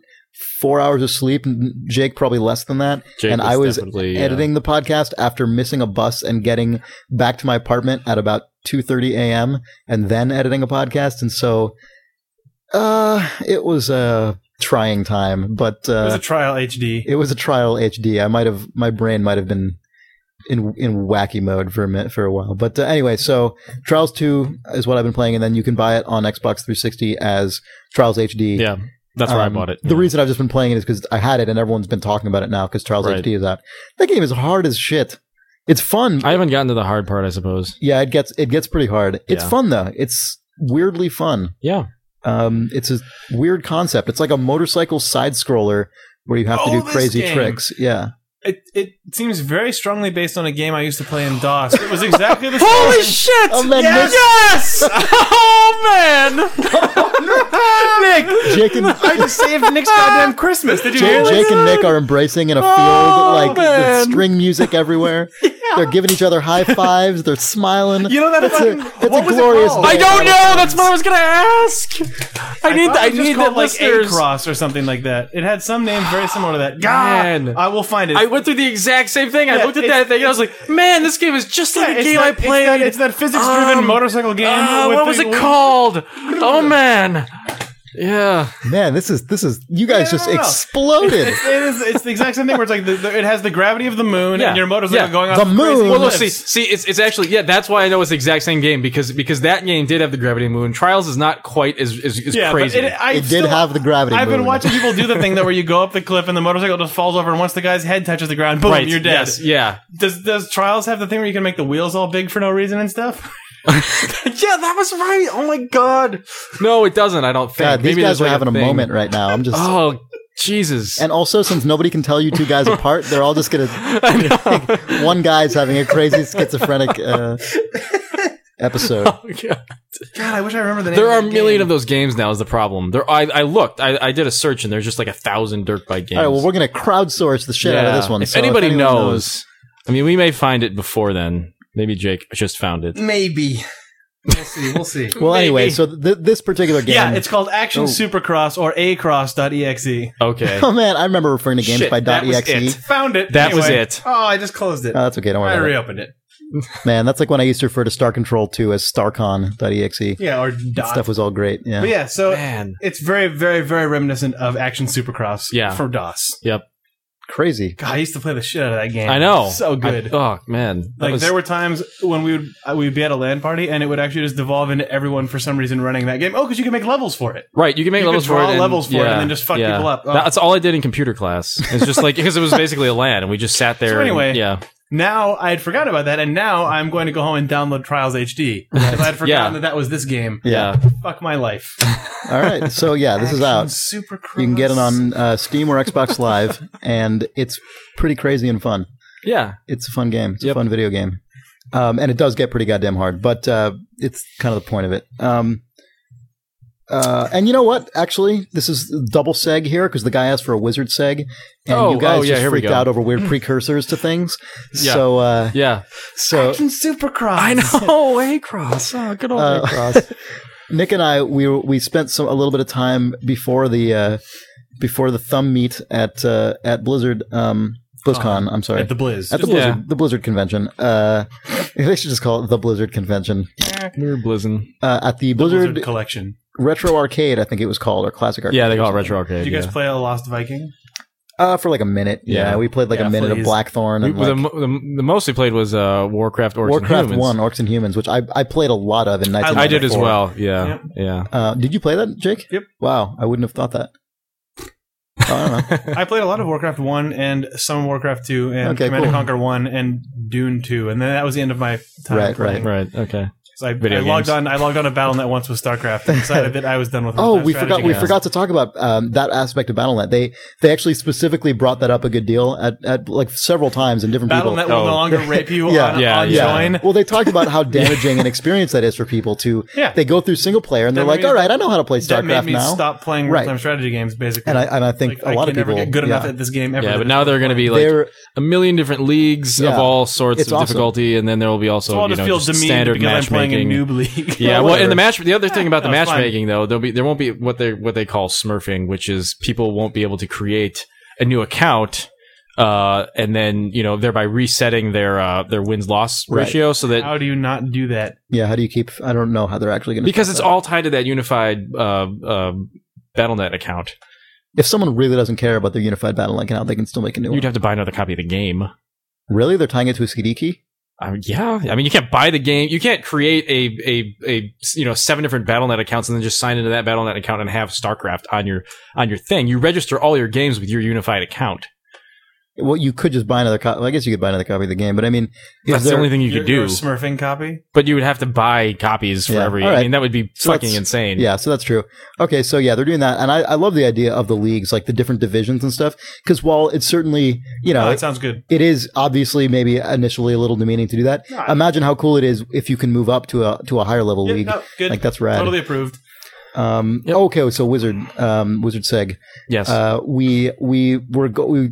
[SPEAKER 3] four hours of sleep. and Jake probably less than that,
[SPEAKER 2] Jake
[SPEAKER 3] and
[SPEAKER 2] was
[SPEAKER 3] I was
[SPEAKER 2] definitely, uh,
[SPEAKER 3] editing the podcast after missing a bus and getting back to my apartment at about two thirty a.m. and then editing a podcast, and so uh, it was a trying time, but
[SPEAKER 1] it was
[SPEAKER 3] uh,
[SPEAKER 1] a trial HD.
[SPEAKER 3] it was a trial HD. I might have my brain might have been in in wacky mode for a minute, for a while. But uh, anyway, so Trials Two is what I've been playing, and then you can buy it on Xbox 360 as Trials HD.
[SPEAKER 2] Yeah, that's where I
[SPEAKER 3] Um,
[SPEAKER 2] bought it.
[SPEAKER 3] The reason I've just been playing it is because I had it, and everyone's been talking about it now because Trials
[SPEAKER 2] Right.
[SPEAKER 3] HD is out. That game is hard as shit. It's fun.
[SPEAKER 2] I haven't gotten to the hard part, I suppose.
[SPEAKER 3] yeah, it gets it gets pretty hard. It's
[SPEAKER 2] Yeah.
[SPEAKER 3] fun though. It's weirdly fun.
[SPEAKER 2] Yeah.
[SPEAKER 3] Um, it's a weird concept. It's like a motorcycle side scroller where you have
[SPEAKER 1] Oh,
[SPEAKER 3] to do
[SPEAKER 1] this
[SPEAKER 3] crazy
[SPEAKER 1] game.
[SPEAKER 3] tricks. Yeah.
[SPEAKER 1] It, it seems very strongly based on a game I used to play in DOS. It was exactly the same.
[SPEAKER 2] Holy shit!
[SPEAKER 3] Oh, man,
[SPEAKER 2] yes! Yes! oh man! Nick,
[SPEAKER 3] Jake and
[SPEAKER 1] I just saved Nick's goddamn Christmas. Did you hear
[SPEAKER 3] Jake,
[SPEAKER 1] this?
[SPEAKER 3] Jake and Nick are embracing in a field,
[SPEAKER 2] Oh,
[SPEAKER 3] like
[SPEAKER 2] man.
[SPEAKER 3] with string music everywhere. They're giving each other high fives. They're smiling.
[SPEAKER 1] You know that
[SPEAKER 3] It's a-
[SPEAKER 1] fucking.
[SPEAKER 3] it's a
[SPEAKER 1] what was
[SPEAKER 3] glorious
[SPEAKER 1] it called?
[SPEAKER 2] I
[SPEAKER 3] day.
[SPEAKER 2] don't know. That's what I was gonna ask. I need.
[SPEAKER 1] thought
[SPEAKER 2] I,
[SPEAKER 1] it was just
[SPEAKER 2] need the
[SPEAKER 1] called, like
[SPEAKER 2] listeners.
[SPEAKER 1] cross or something like that. It had some name very similar to that.
[SPEAKER 2] Man.
[SPEAKER 1] God, I will find it.
[SPEAKER 2] I went through the exact same thing. I
[SPEAKER 1] Yeah,
[SPEAKER 2] looked at
[SPEAKER 1] it's-
[SPEAKER 2] that thing and I was like, "Man, this game is just like
[SPEAKER 1] Yeah,
[SPEAKER 2] the
[SPEAKER 1] it's
[SPEAKER 2] game
[SPEAKER 1] that-
[SPEAKER 2] I
[SPEAKER 1] it's that-
[SPEAKER 2] played."
[SPEAKER 1] It's that, physics-driven
[SPEAKER 2] Um,
[SPEAKER 1] motorcycle game.
[SPEAKER 2] Ah,
[SPEAKER 1] with
[SPEAKER 2] what was
[SPEAKER 1] the-
[SPEAKER 2] it called? Oh man. Yeah.
[SPEAKER 3] Man, this is this is you guys
[SPEAKER 1] Yeah,
[SPEAKER 3] just
[SPEAKER 1] no, no, no.
[SPEAKER 3] exploded.
[SPEAKER 1] It's, it is, it's the exact same thing where it's like the, the, it has the gravity of the moon
[SPEAKER 2] Yeah.
[SPEAKER 1] and your motorcycle
[SPEAKER 2] Yeah.
[SPEAKER 1] going off
[SPEAKER 3] The
[SPEAKER 1] crazy
[SPEAKER 3] moon.
[SPEAKER 2] Well, no,
[SPEAKER 1] cliffs.
[SPEAKER 2] see, see, it's, it's actually yeah. That's why I know it's the exact same game because because that game did have the gravity moon. Trials is not quite as as, as
[SPEAKER 1] yeah, but
[SPEAKER 2] crazy.
[SPEAKER 1] It, I
[SPEAKER 3] it did
[SPEAKER 1] still-
[SPEAKER 3] have the gravity.
[SPEAKER 1] I've been
[SPEAKER 3] moon.
[SPEAKER 1] watching people do the thing that where you go up the cliff and the motorcycle just falls over, and once the guy's head touches the ground, boom,
[SPEAKER 2] right.
[SPEAKER 1] you're dead.
[SPEAKER 2] Yes. Yeah.
[SPEAKER 1] Does does Trials have the thing where you can make the wheels all big for no reason and stuff?
[SPEAKER 2] Yeah, that was right. Oh my god. No, it doesn't. I don't think.
[SPEAKER 3] God, these
[SPEAKER 2] Maybe
[SPEAKER 3] guys
[SPEAKER 2] there's,
[SPEAKER 3] are
[SPEAKER 2] like,
[SPEAKER 3] having a
[SPEAKER 2] thing.
[SPEAKER 3] moment right now. I'm just.
[SPEAKER 2] Oh Jesus.
[SPEAKER 3] And also, since nobody can tell you two guys apart, they're all just gonna. one guy's having a crazy schizophrenic uh, episode.
[SPEAKER 2] Oh, God.
[SPEAKER 1] God, I wish I remember the name.
[SPEAKER 2] There
[SPEAKER 1] of
[SPEAKER 2] are a
[SPEAKER 1] that
[SPEAKER 2] million
[SPEAKER 1] game.
[SPEAKER 2] of those games now. Is the problem? There, I, I looked. I, I did a search, and there's just like a thousand dirt bike games.
[SPEAKER 3] All right, well, we're gonna crowdsource the shit out of this one.
[SPEAKER 2] If
[SPEAKER 3] so
[SPEAKER 2] anybody
[SPEAKER 3] anyone
[SPEAKER 2] knows, I mean, we may find it before then. Maybe Jake just found it.
[SPEAKER 1] Maybe. We'll see. We'll see.
[SPEAKER 3] Well, anyway,
[SPEAKER 2] maybe.
[SPEAKER 3] so th- this particular game.
[SPEAKER 1] Yeah, it's called Action
[SPEAKER 3] Oh.
[SPEAKER 1] Supercross or Across.exe.
[SPEAKER 2] Okay,
[SPEAKER 3] Oh man, I remember referring to games
[SPEAKER 2] Shit,
[SPEAKER 3] by
[SPEAKER 2] that was
[SPEAKER 3] .exe.
[SPEAKER 2] it.
[SPEAKER 1] Found it.
[SPEAKER 2] That was
[SPEAKER 1] Anyway.
[SPEAKER 2] it. Uh,
[SPEAKER 1] Oh, I just closed it.
[SPEAKER 3] Oh, that's okay. Don't worry
[SPEAKER 1] I
[SPEAKER 3] about it.
[SPEAKER 1] reopened it.
[SPEAKER 3] Man, that's like when I used to refer to Star Control 2 as StarCon.exe.
[SPEAKER 1] Yeah, or
[SPEAKER 3] That
[SPEAKER 1] dot.
[SPEAKER 3] stuff was all great. Yeah.
[SPEAKER 1] But yeah, so
[SPEAKER 2] man.
[SPEAKER 1] it's very, very, very reminiscent of Action Supercross.
[SPEAKER 2] Yeah.
[SPEAKER 1] for DOS.
[SPEAKER 2] Yep,
[SPEAKER 3] Crazy.
[SPEAKER 1] God, I used to play the shit out of that game.
[SPEAKER 2] I know.
[SPEAKER 1] So good.
[SPEAKER 2] I- oh man, That
[SPEAKER 1] like
[SPEAKER 2] was-
[SPEAKER 1] there were times when we would uh, we'd be at a LAN party and it would actually just devolve into everyone for some reason running that game. Oh, because you can make levels for it.
[SPEAKER 2] right. You can make
[SPEAKER 1] you could
[SPEAKER 2] levels for
[SPEAKER 1] draw
[SPEAKER 2] it, and,
[SPEAKER 1] levels for it
[SPEAKER 2] yeah,
[SPEAKER 1] and then just fuck
[SPEAKER 2] yeah.
[SPEAKER 1] people up. Oh.
[SPEAKER 2] That's all I did in computer class. It's just like because it was basically a LAN, and we just sat there.
[SPEAKER 1] So
[SPEAKER 2] and-
[SPEAKER 1] anyway,
[SPEAKER 2] yeah,
[SPEAKER 1] Now I had forgotten about that, and now I'm going to go home and download Trials HD. 'Cause I had forgotten
[SPEAKER 2] Yeah.
[SPEAKER 1] that that was this game.
[SPEAKER 2] yeah,
[SPEAKER 1] Fuck my life.
[SPEAKER 3] All right. So yeah, this is out.
[SPEAKER 1] Super Cross.
[SPEAKER 3] You can get it on uh, Steam or Xbox Live, and it's pretty crazy and fun.
[SPEAKER 2] yeah.
[SPEAKER 3] It's a fun game. It's
[SPEAKER 2] Yep.
[SPEAKER 3] a fun video game, um, and it does get pretty goddamn hard, but uh, it's kind of the point of it. Um, uh, and you know what? Actually, this is double seg here because the guy asked for a wizard seg, and
[SPEAKER 2] Oh,
[SPEAKER 3] you guys
[SPEAKER 2] oh, yeah,
[SPEAKER 3] just
[SPEAKER 2] here we
[SPEAKER 3] freaked
[SPEAKER 2] go.
[SPEAKER 3] out over weird precursors to things.
[SPEAKER 2] Yeah.
[SPEAKER 3] So, uh,
[SPEAKER 2] Yeah,
[SPEAKER 3] so
[SPEAKER 1] Action Supercross.
[SPEAKER 2] I know. Across, oh, good old
[SPEAKER 3] Uh,
[SPEAKER 2] Across.
[SPEAKER 3] Nick and I we were- we spent some a little bit of time before the uh, before the thumb meet at uh, at Blizzard um, BlizzCon. I'm sorry.
[SPEAKER 1] At the Blizz.
[SPEAKER 3] At the
[SPEAKER 1] Just-
[SPEAKER 2] Uh-huh. Yeah.
[SPEAKER 3] Blizzard, the Blizzard convention. Uh, they should just call it the Blizzard convention.
[SPEAKER 2] We're blizzing.
[SPEAKER 3] Uh, at the,
[SPEAKER 1] Blizzard,
[SPEAKER 3] Blizzard,
[SPEAKER 1] Collection.
[SPEAKER 3] Retro Arcade, I think it was called, or Classic Arcade.
[SPEAKER 2] Yeah, they
[SPEAKER 3] or
[SPEAKER 2] call it
[SPEAKER 3] something.
[SPEAKER 2] retro arcade.
[SPEAKER 1] Did you guys
[SPEAKER 2] yeah.
[SPEAKER 1] play a Lost Viking?
[SPEAKER 3] Uh, for like a minute. Yeah,
[SPEAKER 2] Yeah.
[SPEAKER 3] we played like
[SPEAKER 1] Yeah,
[SPEAKER 3] a minute
[SPEAKER 1] please.
[SPEAKER 3] of Blackthorn
[SPEAKER 2] We-
[SPEAKER 3] and
[SPEAKER 2] the,
[SPEAKER 3] like
[SPEAKER 2] mo- the, the most we played was uh, Warcraft Orcs
[SPEAKER 3] Warcraft
[SPEAKER 2] and Humans.
[SPEAKER 3] One, Orcs and Humans, which I, I played a lot of in 1994.
[SPEAKER 2] I did as well. Yeah,
[SPEAKER 1] Yep.
[SPEAKER 2] yeah.
[SPEAKER 3] Uh, did you play that, Jake?
[SPEAKER 1] Yep.
[SPEAKER 3] Wow, I wouldn't have thought that. Oh, I don't know.
[SPEAKER 1] I played a lot of Warcraft 1 and some Warcraft 2 and
[SPEAKER 3] Okay,
[SPEAKER 1] Command and
[SPEAKER 3] cool.
[SPEAKER 1] Conquer 1 and Dune 2. And then that was the end of my time.
[SPEAKER 3] Right,
[SPEAKER 1] playing.
[SPEAKER 2] Right. Okay.
[SPEAKER 1] So I,
[SPEAKER 2] Video
[SPEAKER 1] I logged
[SPEAKER 2] games.
[SPEAKER 1] on. I logged on a BattleNet once with StarCraft and decided that I was done with.
[SPEAKER 3] Oh,
[SPEAKER 1] real-time
[SPEAKER 3] we forgot.
[SPEAKER 1] strategy
[SPEAKER 3] We
[SPEAKER 1] games.
[SPEAKER 3] forgot to talk about um, that aspect of BattleNet. They they actually specifically brought that up a good deal at, at like several times in different people.
[SPEAKER 1] BattleNet will
[SPEAKER 2] Oh.
[SPEAKER 1] no longer rape you
[SPEAKER 3] Yeah.
[SPEAKER 1] on,
[SPEAKER 2] Yeah,
[SPEAKER 1] on
[SPEAKER 2] yeah.
[SPEAKER 1] join.
[SPEAKER 3] Well, they talked about how damaging an experience that is for people to.
[SPEAKER 1] Yeah.
[SPEAKER 3] They go through single player and
[SPEAKER 1] That
[SPEAKER 3] they're like,
[SPEAKER 1] made-
[SPEAKER 3] "All right, I know how to play
[SPEAKER 1] That made
[SPEAKER 3] StarCraft
[SPEAKER 1] me
[SPEAKER 3] now."
[SPEAKER 1] stop playing
[SPEAKER 3] Right.
[SPEAKER 1] real-time strategy games, basically.
[SPEAKER 3] And I and I think
[SPEAKER 1] Like,
[SPEAKER 3] a lot
[SPEAKER 1] I can
[SPEAKER 3] of people
[SPEAKER 1] never get good
[SPEAKER 3] yeah.
[SPEAKER 1] enough at this game ever.
[SPEAKER 2] Yeah, but
[SPEAKER 1] that
[SPEAKER 2] now they're going to be like
[SPEAKER 3] They're-
[SPEAKER 2] a million different leagues
[SPEAKER 3] Yeah.
[SPEAKER 2] of all sorts
[SPEAKER 3] It's
[SPEAKER 2] of
[SPEAKER 3] awesome.
[SPEAKER 2] difficulty, and then there will be also
[SPEAKER 1] so I'll
[SPEAKER 2] you
[SPEAKER 1] just
[SPEAKER 2] know
[SPEAKER 1] feel
[SPEAKER 2] just
[SPEAKER 1] demeaned
[SPEAKER 2] standard
[SPEAKER 1] because I'm playing a
[SPEAKER 2] matchmaking.
[SPEAKER 1] noob league.
[SPEAKER 2] yeah, well,
[SPEAKER 3] Well,
[SPEAKER 2] in
[SPEAKER 3] whatever.
[SPEAKER 2] the match, the other thing about the
[SPEAKER 1] No, it's fine.
[SPEAKER 2] matchmaking though, there'll be there won't be what they what they call smurfing, which is people won't be able to create a new account, uh, and then you know thereby resetting their uh, their wins loss
[SPEAKER 3] Right.
[SPEAKER 2] ratio, so that
[SPEAKER 1] How do you not do that?
[SPEAKER 3] yeah. How do you keep? I don't know how they're actually going to
[SPEAKER 2] because it's all tied to that unified uh, uh, BattleNet account.
[SPEAKER 3] If someone really doesn't care about their unified BattleNet account, they can still make a new one.
[SPEAKER 2] You'd have to buy another copy of the game.
[SPEAKER 3] really, they're tying it to a CD key.
[SPEAKER 2] I mean, yeah, I mean, you can't buy the game. You can't create a a a you know seven different BattleNet accounts and then just sign into that BattleNet account and have StarCraft on your on your thing. You register all your games with your unified account.
[SPEAKER 3] Well, you could just buy another copy. I guess you could buy another copy of the game, but I mean, is
[SPEAKER 2] That's the
[SPEAKER 3] there-
[SPEAKER 2] only thing you
[SPEAKER 1] Your-
[SPEAKER 2] could do.
[SPEAKER 1] your Smurfing copy. Oh,
[SPEAKER 2] but you would have to buy copies for
[SPEAKER 3] Yeah,
[SPEAKER 2] every.
[SPEAKER 3] all right.
[SPEAKER 2] I mean, that would be
[SPEAKER 3] So
[SPEAKER 2] fucking
[SPEAKER 3] that's-
[SPEAKER 2] insane.
[SPEAKER 3] Yeah, so that's true. Okay, so yeah, they're doing that, and I, I love the idea of the leagues, like the different divisions and stuff. Because while it's certainly you know
[SPEAKER 1] Oh, that
[SPEAKER 3] it,
[SPEAKER 1] sounds good.
[SPEAKER 3] it is obviously maybe initially a little demeaning to do that.
[SPEAKER 1] No, I-
[SPEAKER 3] Imagine how cool it is if you can move up to a to a higher level
[SPEAKER 1] Yeah,
[SPEAKER 3] league.
[SPEAKER 1] no, good.
[SPEAKER 3] Like that's rad.
[SPEAKER 1] Totally approved.
[SPEAKER 3] Um,
[SPEAKER 2] Yep.
[SPEAKER 3] Okay, so Wizard, um, Wizard Seg,
[SPEAKER 2] Yes.
[SPEAKER 3] uh, we we were go- we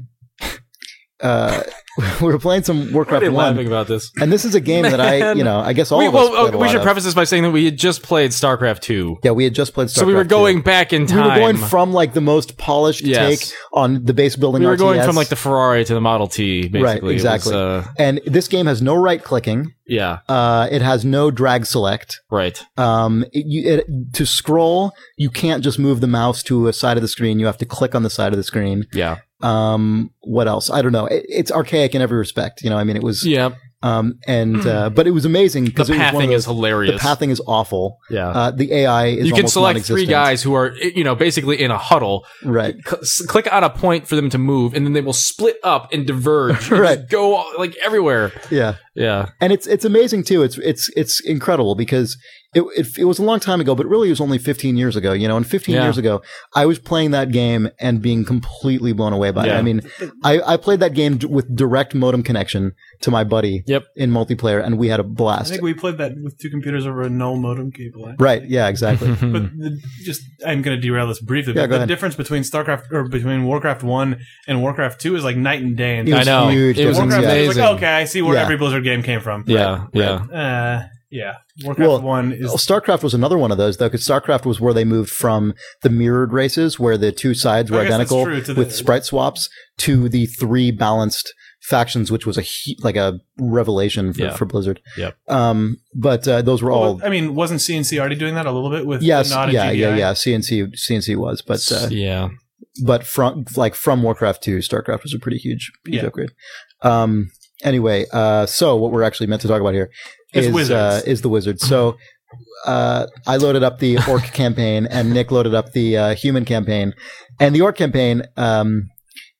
[SPEAKER 3] uh, we were playing
[SPEAKER 2] Why
[SPEAKER 3] some
[SPEAKER 2] are
[SPEAKER 3] Warcraft
[SPEAKER 2] they laughing
[SPEAKER 3] one,
[SPEAKER 2] about this?
[SPEAKER 3] and this is a game that I you
[SPEAKER 2] Man.
[SPEAKER 3] know I guess all
[SPEAKER 2] We,
[SPEAKER 3] of us
[SPEAKER 2] well,
[SPEAKER 3] played
[SPEAKER 2] oh,
[SPEAKER 3] a
[SPEAKER 2] we
[SPEAKER 3] lot
[SPEAKER 2] should
[SPEAKER 3] of.
[SPEAKER 2] preface this by saying that we had just played StarCraft two,
[SPEAKER 3] yeah, we had just played.
[SPEAKER 2] so we were
[SPEAKER 3] StarCraft 2.
[SPEAKER 2] going back in time.
[SPEAKER 3] We were going from like the most polished
[SPEAKER 2] Yes.
[SPEAKER 3] take on the base building.
[SPEAKER 2] We were going
[SPEAKER 3] RTS,
[SPEAKER 2] from like the Ferrari to the Model T, basically. It was,
[SPEAKER 3] exactly.
[SPEAKER 2] uh,
[SPEAKER 3] and this game has no right clicking.
[SPEAKER 2] yeah,
[SPEAKER 3] Uh, it has no drag select.
[SPEAKER 2] right.
[SPEAKER 3] Um, it, you, it, to scroll, you can't just move the mouse to a side of the screen. You have to click on the side of the screen.
[SPEAKER 2] Yeah,
[SPEAKER 3] Um, what else? I don't know. It, it's archaic in every respect. You know, I mean, it was.
[SPEAKER 2] yeah.
[SPEAKER 3] Um, and uh, but it was amazing
[SPEAKER 2] The
[SPEAKER 3] because it was one of
[SPEAKER 2] pathing
[SPEAKER 3] those-
[SPEAKER 2] is hilarious.
[SPEAKER 3] the pathing is awful.
[SPEAKER 2] yeah.
[SPEAKER 3] Uh, the AI is
[SPEAKER 2] you can
[SPEAKER 3] almost
[SPEAKER 2] select three
[SPEAKER 3] non-existent.
[SPEAKER 2] guys who are, you know, basically in a huddle.
[SPEAKER 3] right?
[SPEAKER 2] Cl- s- click on a point for them to move, and then they will split up and diverge. and
[SPEAKER 3] Right.
[SPEAKER 2] just go like everywhere.
[SPEAKER 3] Yeah.
[SPEAKER 2] Yeah.
[SPEAKER 3] and it's it's amazing too. It's it's it's incredible because it, it it was a long time ago, but really it was only 15 years ago. You know, and 15
[SPEAKER 2] Yeah.
[SPEAKER 3] years ago, I was playing that game and being completely blown away by it.
[SPEAKER 2] Yeah.
[SPEAKER 3] I mean, I, I played that game d- with direct modem connection to my buddy
[SPEAKER 2] Yep.
[SPEAKER 3] in multiplayer, and we had a
[SPEAKER 1] I
[SPEAKER 3] blast.
[SPEAKER 1] think we played that with two computers over a null modem cable. I
[SPEAKER 3] right?
[SPEAKER 1] think.
[SPEAKER 3] Yeah, exactly.
[SPEAKER 1] But the, just, I'm going to derail this briefly.
[SPEAKER 3] Yeah,
[SPEAKER 1] but
[SPEAKER 3] go
[SPEAKER 1] the
[SPEAKER 3] ahead.
[SPEAKER 1] difference between StarCraft or between Warcraft One and Warcraft Two is like night and day. And
[SPEAKER 3] It
[SPEAKER 2] I
[SPEAKER 3] was
[SPEAKER 2] know.
[SPEAKER 3] huge.
[SPEAKER 2] It was
[SPEAKER 3] Warcraft
[SPEAKER 1] Warcraft
[SPEAKER 3] was
[SPEAKER 1] two
[SPEAKER 2] amazing.
[SPEAKER 1] is like okay, I see where
[SPEAKER 3] Yeah.
[SPEAKER 1] every Blizzard game came from.
[SPEAKER 2] Yeah. Yeah.
[SPEAKER 1] Uh, yeah. Warcraft
[SPEAKER 3] Well,
[SPEAKER 1] One is
[SPEAKER 3] Well, StarCraft was another one of those though, because StarCraft was where they moved from the mirrored races, where the two sides were
[SPEAKER 1] I guess that's
[SPEAKER 3] identical
[SPEAKER 1] true, to the-
[SPEAKER 3] with sprite swaps, to the three balanced factions, which was a he- like a revelation for,
[SPEAKER 2] Yeah.
[SPEAKER 3] for Blizzard.
[SPEAKER 2] Yep.
[SPEAKER 3] Um, but uh, those were all
[SPEAKER 1] I mean, wasn't CNC already doing that a little bit with
[SPEAKER 3] yes,
[SPEAKER 1] the nod at
[SPEAKER 3] yeah, yeah,
[SPEAKER 1] GDI?
[SPEAKER 3] yeah. CNC CNC was, but uh,
[SPEAKER 2] yeah.
[SPEAKER 3] but from like from Warcraft to StarCraft was a pretty huge, huge
[SPEAKER 1] Yeah.
[SPEAKER 3] upgrade. Um, anyway, uh, so what we're actually meant to talk about here
[SPEAKER 1] Is
[SPEAKER 3] is is, uh,
[SPEAKER 1] wizards.
[SPEAKER 3] is the wizard. So uh, I loaded up the orc campaign, and Nick loaded up the uh, human campaign, and the orc campaign. Um,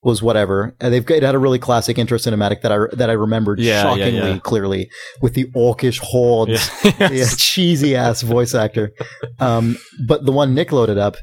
[SPEAKER 3] was whatever and they've got, it had a really classic intro cinematic that I that I remembered
[SPEAKER 2] Yeah, yeah,
[SPEAKER 3] shockingly
[SPEAKER 2] yeah.
[SPEAKER 3] clearly with the orcish hordes yeah, cheesy ass voice actor. Um, but the one Nick loaded up,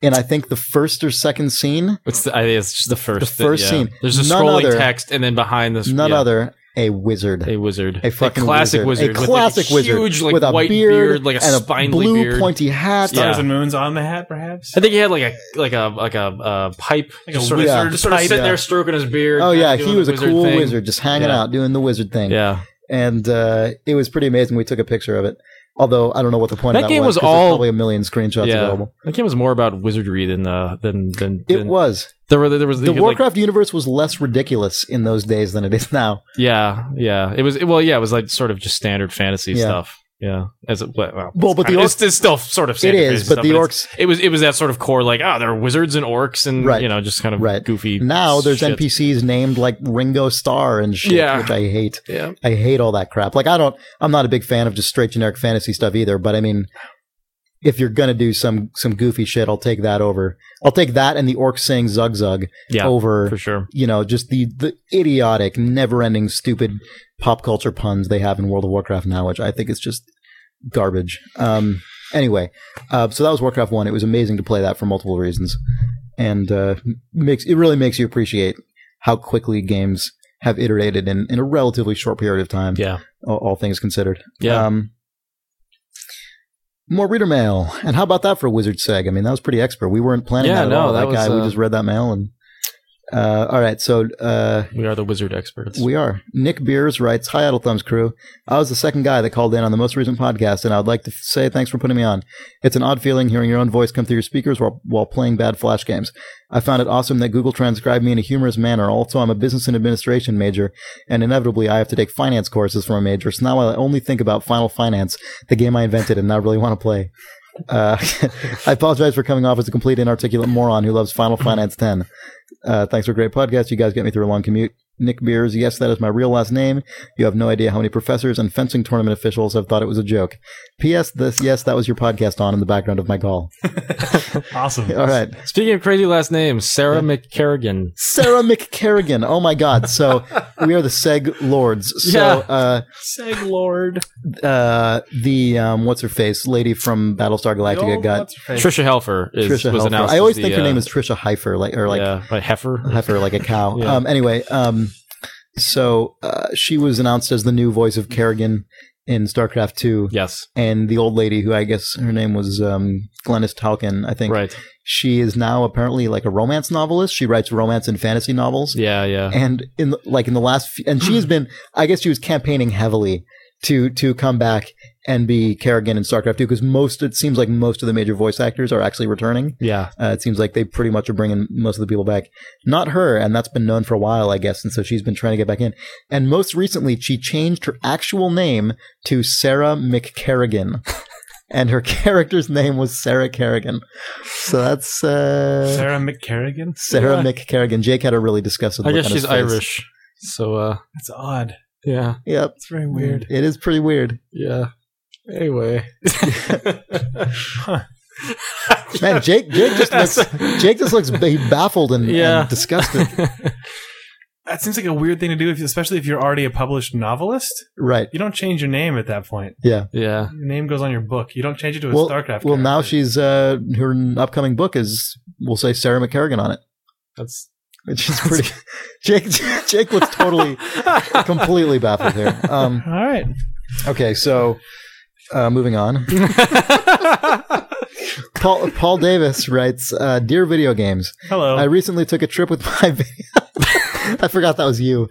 [SPEAKER 3] and I think the first or second scene,
[SPEAKER 2] It's the, I think it's just the first.
[SPEAKER 3] The first
[SPEAKER 2] yeah.
[SPEAKER 3] scene.
[SPEAKER 2] There's a
[SPEAKER 3] None
[SPEAKER 2] scrolling
[SPEAKER 3] other-
[SPEAKER 2] text, and then behind this,
[SPEAKER 3] none
[SPEAKER 2] yeah,
[SPEAKER 3] other, a wizard.
[SPEAKER 2] a wizard,
[SPEAKER 3] a fucking
[SPEAKER 2] classic wizard,
[SPEAKER 3] a
[SPEAKER 2] with,
[SPEAKER 3] classic
[SPEAKER 2] like, a
[SPEAKER 3] wizard,
[SPEAKER 2] huge like
[SPEAKER 3] with a
[SPEAKER 2] white
[SPEAKER 3] beard,
[SPEAKER 2] like a
[SPEAKER 3] and
[SPEAKER 2] spindly
[SPEAKER 3] blue
[SPEAKER 2] beard.
[SPEAKER 3] pointy hat.
[SPEAKER 1] Stars
[SPEAKER 2] Yeah.
[SPEAKER 1] and moons on the hat, perhaps.
[SPEAKER 2] I think he had like a like a like a uh, pipe,
[SPEAKER 1] Like a
[SPEAKER 2] just sort
[SPEAKER 3] wizard
[SPEAKER 2] of, just sort of
[SPEAKER 1] pipe.
[SPEAKER 2] sitting
[SPEAKER 3] Yeah.
[SPEAKER 2] there stroking his beard.
[SPEAKER 3] Oh
[SPEAKER 2] kinda
[SPEAKER 3] yeah, he
[SPEAKER 2] doing
[SPEAKER 3] was
[SPEAKER 2] the
[SPEAKER 3] a cool
[SPEAKER 2] thing.
[SPEAKER 3] wizard, just hanging
[SPEAKER 2] Yeah.
[SPEAKER 3] out doing the wizard thing.
[SPEAKER 2] Yeah,
[SPEAKER 3] and uh, it was pretty amazing. We took a picture of it. Although I don't know what the point
[SPEAKER 2] That
[SPEAKER 3] of that
[SPEAKER 2] game
[SPEAKER 3] was.
[SPEAKER 2] was
[SPEAKER 3] 'cause there's
[SPEAKER 2] all-
[SPEAKER 3] probably a million screenshots
[SPEAKER 2] yeah.
[SPEAKER 3] available.
[SPEAKER 2] That game was more about wizardry than uh, than than,
[SPEAKER 3] It
[SPEAKER 2] than
[SPEAKER 3] was
[SPEAKER 2] there were there was
[SPEAKER 3] the
[SPEAKER 2] you could, like-
[SPEAKER 3] Warcraft universe was less ridiculous in those days than it is now.
[SPEAKER 2] yeah, yeah. It was it- well, yeah. It was like sort of just standard fantasy
[SPEAKER 3] Yeah.
[SPEAKER 2] stuff. Yeah, as it, well, well,
[SPEAKER 3] Well, but the
[SPEAKER 2] kinda-
[SPEAKER 3] orcs,
[SPEAKER 2] it's, it's still sort of
[SPEAKER 3] it
[SPEAKER 2] standard
[SPEAKER 3] is,
[SPEAKER 2] fantasy
[SPEAKER 3] but
[SPEAKER 2] stuff,
[SPEAKER 3] the
[SPEAKER 2] it's-
[SPEAKER 3] orcs
[SPEAKER 2] It was it was that sort of core like ah, there are wizards and orcs and
[SPEAKER 3] Right.
[SPEAKER 2] you know just kind of
[SPEAKER 3] Right.
[SPEAKER 2] goofy.
[SPEAKER 3] Now there's
[SPEAKER 2] shit.
[SPEAKER 3] NPCs named like Ringo Starr and shit,
[SPEAKER 2] Yeah.
[SPEAKER 3] which I hate.
[SPEAKER 2] Yeah,
[SPEAKER 3] I hate all that crap. Like I don't, I'm not a big fan of just straight generic fantasy stuff either. But I mean, if you're gonna do some some goofy shit, I'll take that over. I'll take that and the orc saying Zug Zug
[SPEAKER 2] yeah,
[SPEAKER 3] over.
[SPEAKER 2] for sure.
[SPEAKER 3] You know, just the the idiotic, never ending, stupid pop culture puns they have in World of Warcraft now, which I think is just garbage. Um, anyway, uh, so that was Warcraft One. It was amazing to play that for multiple reasons, and uh, makes it really makes you appreciate how quickly games have iterated in, in a relatively short period of time.
[SPEAKER 2] Yeah,
[SPEAKER 3] All, all things considered.
[SPEAKER 2] yeah.
[SPEAKER 3] Um, more reader mail, and how about that for a wizard seg? I mean, that was pretty expert. We weren't planning
[SPEAKER 2] Yeah,
[SPEAKER 3] that at
[SPEAKER 2] no,
[SPEAKER 3] all.
[SPEAKER 2] that
[SPEAKER 3] That, guy,
[SPEAKER 2] was,
[SPEAKER 3] we
[SPEAKER 2] uh,
[SPEAKER 3] just read that mail, and uh, all right. So uh,
[SPEAKER 2] we are the wizard experts.
[SPEAKER 3] we are. Nick Beers writes, Hi, Idle Thumbs crew. I was the second guy that called in on the most recent podcast, and I would like to say thanks for putting me on. It's an odd feeling hearing your own voice come through your speakers while, while playing bad Flash games. I found it awesome that Google transcribed me in a humorous manner. Also, I'm a business and administration major, and inevitably I have to take finance courses from a major, so now I only think about Final Finance, the game I invented and now really want to play. Uh, I apologize for coming off as a complete inarticulate moron who loves Final Finance 10. Uh, thanks for a great podcast. You guys get me through a long commute. Nick Beers, yes, that is my real last name. You have no idea how many professors and fencing tournament officials have thought it was a joke. P.S. This yes, that was your podcast on in the background of my call.
[SPEAKER 1] Awesome.
[SPEAKER 3] All right,
[SPEAKER 2] Speaking of crazy last names, Sarah McCarrigan.
[SPEAKER 3] Sarah McCarrigan. Oh my God! So we are the Seg Lords. So
[SPEAKER 2] Yeah.
[SPEAKER 3] uh,
[SPEAKER 1] Seg Lord.
[SPEAKER 3] uh, the um, what's her face lady from Battlestar
[SPEAKER 2] Oh,
[SPEAKER 3] Galactica got
[SPEAKER 2] Trisha Helfer is,
[SPEAKER 3] Trisha.
[SPEAKER 2] was
[SPEAKER 3] Helfer.
[SPEAKER 2] announced.
[SPEAKER 3] I always
[SPEAKER 2] as
[SPEAKER 3] think
[SPEAKER 2] the,
[SPEAKER 3] her name
[SPEAKER 2] uh,
[SPEAKER 3] is Trisha Heifer, like or like
[SPEAKER 2] yeah, like Heifer.
[SPEAKER 3] heifer like a cow.
[SPEAKER 2] Yeah.
[SPEAKER 3] Um, anyway, um, so uh, she was announced as the new voice of Kerrigan in StarCraft Two,
[SPEAKER 2] Yes,
[SPEAKER 3] and the old lady who I guess her name was um, Glennis Talkin, I think.
[SPEAKER 2] right.
[SPEAKER 3] She is now apparently like a romance novelist. She writes romance and fantasy novels,
[SPEAKER 2] Yeah, yeah.
[SPEAKER 3] and in the- like in the last, few, and she has been, I guess, she was campaigning heavily to to come back and be Kerrigan in StarCraft Two because most it seems like most of the major voice actors are actually returning.
[SPEAKER 2] yeah.
[SPEAKER 3] Uh, it seems like they pretty much are bringing most of the people back. Not her, and that's been known for a while, I guess. And so she's been trying to get back in. And most recently, she changed her actual name to Sarah McCarrigan. and her character's name was Sarah Kerrigan. So that's uh,
[SPEAKER 1] Sarah McCarrigan.
[SPEAKER 3] Sarah
[SPEAKER 2] Yeah.
[SPEAKER 3] McCarrigan. Jake had a really disgusted
[SPEAKER 2] I
[SPEAKER 3] look
[SPEAKER 2] guess
[SPEAKER 3] on his
[SPEAKER 2] she's
[SPEAKER 3] face.
[SPEAKER 2] Irish. So, uh,
[SPEAKER 1] That's odd.
[SPEAKER 2] yeah,
[SPEAKER 3] Yep.
[SPEAKER 1] It's very weird.
[SPEAKER 3] It is pretty weird.
[SPEAKER 2] yeah. Anyway,
[SPEAKER 3] Mm. Man, Jake, Jake just looks. Jake just looks ba- baffled and, and
[SPEAKER 2] Yeah.
[SPEAKER 3] disgusted.
[SPEAKER 1] That seems like a weird thing to do, if, especially if you're already a published novelist.
[SPEAKER 3] Right.
[SPEAKER 1] You don't change your name at that point.
[SPEAKER 3] Yeah.
[SPEAKER 2] yeah,
[SPEAKER 1] Your name goes on your book. You don't change it to a
[SPEAKER 3] Well,
[SPEAKER 1] StarCraft.
[SPEAKER 3] well, now
[SPEAKER 1] character.
[SPEAKER 3] she's uh, her upcoming book is we'll say Sarah McCarrigan on it.
[SPEAKER 2] that's
[SPEAKER 3] Which is pretty. Jake Jake was totally completely baffled here. Um,
[SPEAKER 1] All right.
[SPEAKER 3] okay, so uh, moving on. Paul Paul Davis writes, uh, "Dear video games,
[SPEAKER 1] Hello.
[SPEAKER 3] I recently took a trip with my. I forgot that was you.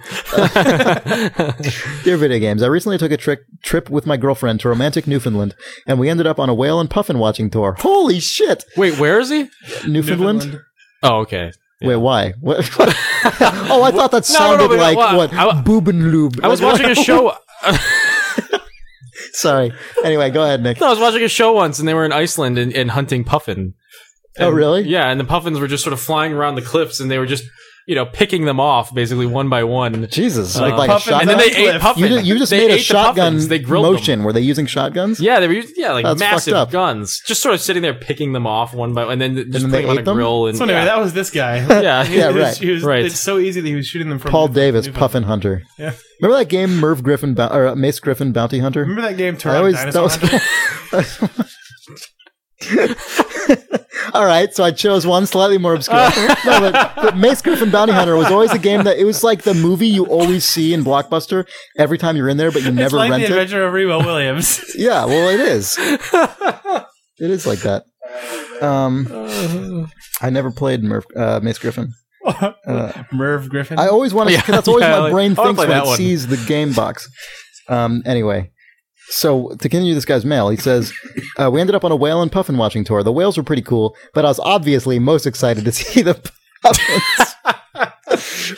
[SPEAKER 3] Dear video games, I recently took a trick trip with my girlfriend to romantic Newfoundland, and we ended up on a whale and puffin watching tour. Holy shit,
[SPEAKER 2] Wait, where is he?
[SPEAKER 3] Newfoundland."
[SPEAKER 2] Oh, okay.
[SPEAKER 3] Wait, why? What? oh, I thought that sounded
[SPEAKER 2] but
[SPEAKER 3] like
[SPEAKER 2] wha-
[SPEAKER 3] what?
[SPEAKER 2] I wa-
[SPEAKER 3] Boobenlube.
[SPEAKER 2] I was watching a show.
[SPEAKER 3] Sorry. Anyway, go ahead, Nick.
[SPEAKER 2] No, I was watching a show once, and they were in Iceland and, and hunting puffin.
[SPEAKER 3] Oh, really?
[SPEAKER 2] Yeah, and the puffins were just sort of flying around the cliffs, and they were just, you know, picking them off basally one by one.
[SPEAKER 3] Jesus,
[SPEAKER 2] Uh,
[SPEAKER 3] like, like a
[SPEAKER 1] puffin-
[SPEAKER 3] shotgun.
[SPEAKER 2] And then they
[SPEAKER 1] Cliff.
[SPEAKER 2] ate puffin.
[SPEAKER 3] you, just, you just
[SPEAKER 2] They
[SPEAKER 3] made a
[SPEAKER 2] ate the puffins.
[SPEAKER 3] shotgun
[SPEAKER 2] They grilled them.
[SPEAKER 3] motion. Were they using shotguns?
[SPEAKER 2] Yeah, they were used- yeah like
[SPEAKER 3] That's
[SPEAKER 2] massive
[SPEAKER 3] fucked up.
[SPEAKER 2] guns, just sort of sitting there picking them off one by and then just
[SPEAKER 3] then they
[SPEAKER 2] putting them on
[SPEAKER 3] ate
[SPEAKER 2] a
[SPEAKER 3] them?
[SPEAKER 2] grill and
[SPEAKER 1] So anyway,
[SPEAKER 2] yeah.
[SPEAKER 1] that was this guy.
[SPEAKER 2] yeah,
[SPEAKER 1] He-
[SPEAKER 3] Yeah,
[SPEAKER 1] he was-
[SPEAKER 3] right.
[SPEAKER 1] he was-
[SPEAKER 2] Right.
[SPEAKER 1] It's so easy that he was shooting them from
[SPEAKER 3] Paul Davis,
[SPEAKER 1] Newfoundland.
[SPEAKER 3] Puffin Hunter.
[SPEAKER 1] Yeah.
[SPEAKER 3] Remember that game, Merv Griffin, Bou- or uh, Mace Griffin, Bounty Hunter?
[SPEAKER 1] Remember that game,
[SPEAKER 3] I
[SPEAKER 1] Toronto
[SPEAKER 3] always that
[SPEAKER 1] Dinosaur?
[SPEAKER 3] was. All right, so I chose one slightly more obscure. no, but, but Mace Griffin Bounty Hunter was always a game that it was like the movie you always see in Blockbuster every time you're in there, but you
[SPEAKER 1] it's
[SPEAKER 3] never
[SPEAKER 1] like
[SPEAKER 3] rent
[SPEAKER 1] the
[SPEAKER 3] it.
[SPEAKER 1] Adventure of Reba Williams.
[SPEAKER 3] Yeah, well, it is. it is like that. Um, I never played Murph, uh, Mace Griffin. Uh,
[SPEAKER 1] Merv Griffin.
[SPEAKER 3] I always want to. That's always
[SPEAKER 2] Yeah,
[SPEAKER 3] my
[SPEAKER 2] like,
[SPEAKER 3] brain
[SPEAKER 2] I wanna
[SPEAKER 3] thinks
[SPEAKER 2] play
[SPEAKER 3] when
[SPEAKER 2] that
[SPEAKER 3] it
[SPEAKER 2] one.
[SPEAKER 3] sees the game box. Um, anyway. So to continue this guy's mail, he says, uh, "We ended up on a whale and puffin watching tour. The whales were pretty cool, but I was obviously most excited to see the puffins.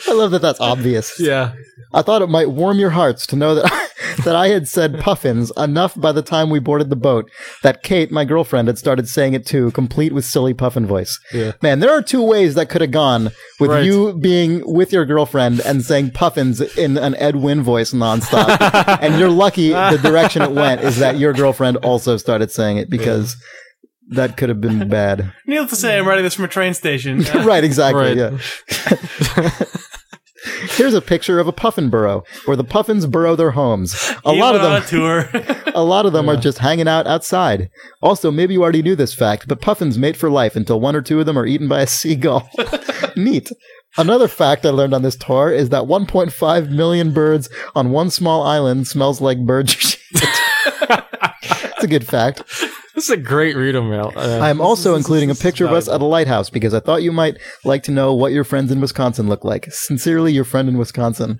[SPEAKER 3] I love that. That's obvious.
[SPEAKER 2] yeah.
[SPEAKER 3] I thought it might warm your hearts to know that that I had said puffins enough by the time we boarded the boat that Kate, my girlfriend, had started saying it too, complete with silly puffin voice.
[SPEAKER 2] Yeah.
[SPEAKER 3] Man, there are two ways that could have gone with
[SPEAKER 2] Right.
[SPEAKER 3] you being with your girlfriend and saying puffins in an Ed Wynn voice nonstop. and you're lucky the direction it went is that your girlfriend also started saying it because that could have been bad.
[SPEAKER 1] Needless to say, I'm writing this from a train station. Uh,
[SPEAKER 3] right,
[SPEAKER 2] Right.
[SPEAKER 3] exactly. Yeah. Here's a picture of a puffin burrow where the puffins burrow their homes. A
[SPEAKER 1] he
[SPEAKER 3] lot of
[SPEAKER 1] went on
[SPEAKER 3] them
[SPEAKER 1] a tour.
[SPEAKER 3] a lot of them are just hanging out outside. Also, maybe you already knew this fact, but puffins mate for life until one or two of them are eaten by a seagull. Neat. Another fact I learned on this tour is that 1.5 million birds on one small island smells like bird shit. It's a good fact.
[SPEAKER 2] This is a great read 'em mail. Uh,
[SPEAKER 3] I'm also including a picture of us at a lighthouse because I thought you might like to know what your friends in Wisconsin look like. Sincerely, your friend in Wisconsin.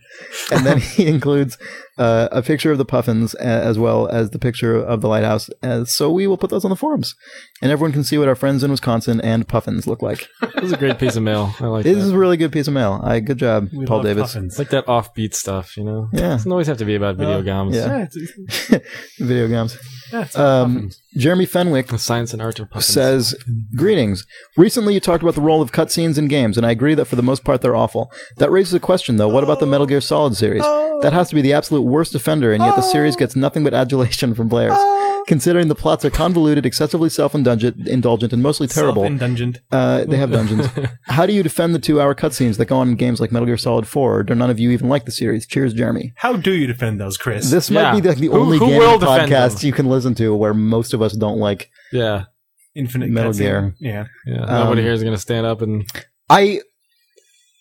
[SPEAKER 3] And then he includes uh, a picture of the puffins a- as well as the picture of the lighthouse. Uh, so we will put those on the forums, and everyone can see what our friends in Wisconsin and puffins look like.
[SPEAKER 2] this is a great piece of mail. I like
[SPEAKER 3] This
[SPEAKER 2] that.
[SPEAKER 3] is a really good piece of mail. I good job,
[SPEAKER 1] We
[SPEAKER 3] Paul
[SPEAKER 1] love
[SPEAKER 3] Davis.
[SPEAKER 2] It's
[SPEAKER 1] puffins.
[SPEAKER 2] like that offbeat stuff, you know. It
[SPEAKER 3] Yeah,
[SPEAKER 2] doesn't always have to be about video
[SPEAKER 1] Uh,
[SPEAKER 2] games.
[SPEAKER 3] yeah.
[SPEAKER 1] Yeah, it's-
[SPEAKER 3] video games.
[SPEAKER 1] yeah, it's
[SPEAKER 3] Um, Jeremy Fenwick
[SPEAKER 2] The science and art of puffins.
[SPEAKER 3] says, Greetings. Recently, you talked about the role of cutscenes in games, and I agree that for the most part they're awful. That raises a question, though. What about the Metal Gear Solid series? That has to be the absolute worst offender, and yet the series gets nothing but adulation from players. Considering the plots are convoluted, excessively self-indulgent, indulgent, and mostly terrible,
[SPEAKER 1] Self-indulgent.
[SPEAKER 3] uh, they have dungeons. How do you defend the two-hour cutscenes that go on in games like Metal Gear Solid 4? Or do none of you even like the series? Cheers, Jeremy.
[SPEAKER 1] How do you defend those, Chris?
[SPEAKER 3] This
[SPEAKER 4] Yeah.
[SPEAKER 3] might be like the
[SPEAKER 4] Who-
[SPEAKER 3] only
[SPEAKER 4] who
[SPEAKER 3] game
[SPEAKER 4] will
[SPEAKER 3] and
[SPEAKER 4] defend
[SPEAKER 3] podcast
[SPEAKER 4] them?
[SPEAKER 3] you can listen to where most of us don't like.
[SPEAKER 4] Yeah,
[SPEAKER 1] Infinite
[SPEAKER 3] Metal
[SPEAKER 1] cutscene.
[SPEAKER 3] Gear.
[SPEAKER 1] Yeah.
[SPEAKER 4] yeah.
[SPEAKER 3] Um,
[SPEAKER 4] Nobody here is going to stand up and
[SPEAKER 3] I,